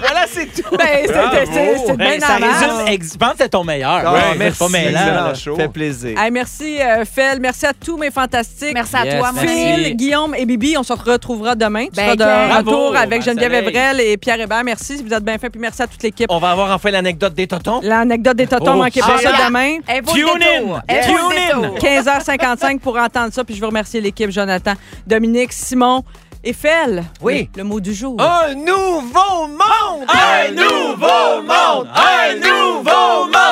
voilà, c'est tout.
Ben, c'est- c'est c'est bien
Ben, ça résume.
normal.
ex- Je pense que c'est ton meilleur.
Ah,
Ouais,
C'est Pas mêlant.
Excellent.
Ça
show.
fait plaisir.
Hey, merci, euh, Phil. Merci à tous mes fantastiques.
Merci à
Yes,
toi, mon
merci.
ami.
Phil, Guillaume et Bibi, on se retrouvera demain. Tu
Ben,
seras de
Claire.
retour
Bravo,
avec Geneviève
Marcelin.
Evrel et Pierre Hébert. Merci si vous êtes bien faits. Puis merci à toute l'équipe.
On va avoir enfin l'anecdote des totons.
L'anecdote des totons,
Oh,
manquez pas
shit.
ça demain.
Elle vaut
Tune
le détour.
in.
Elle vaut le
Tune in.
détour.
15h55 pour entendre ça. Puis je veux remercier l'équipe, Jonathan, Dominique, Simon et Phil.
Oui. Oh,
Le, le mot du jour.
Un nouveau monde!
Un nouveau monde! Un nouveau monde!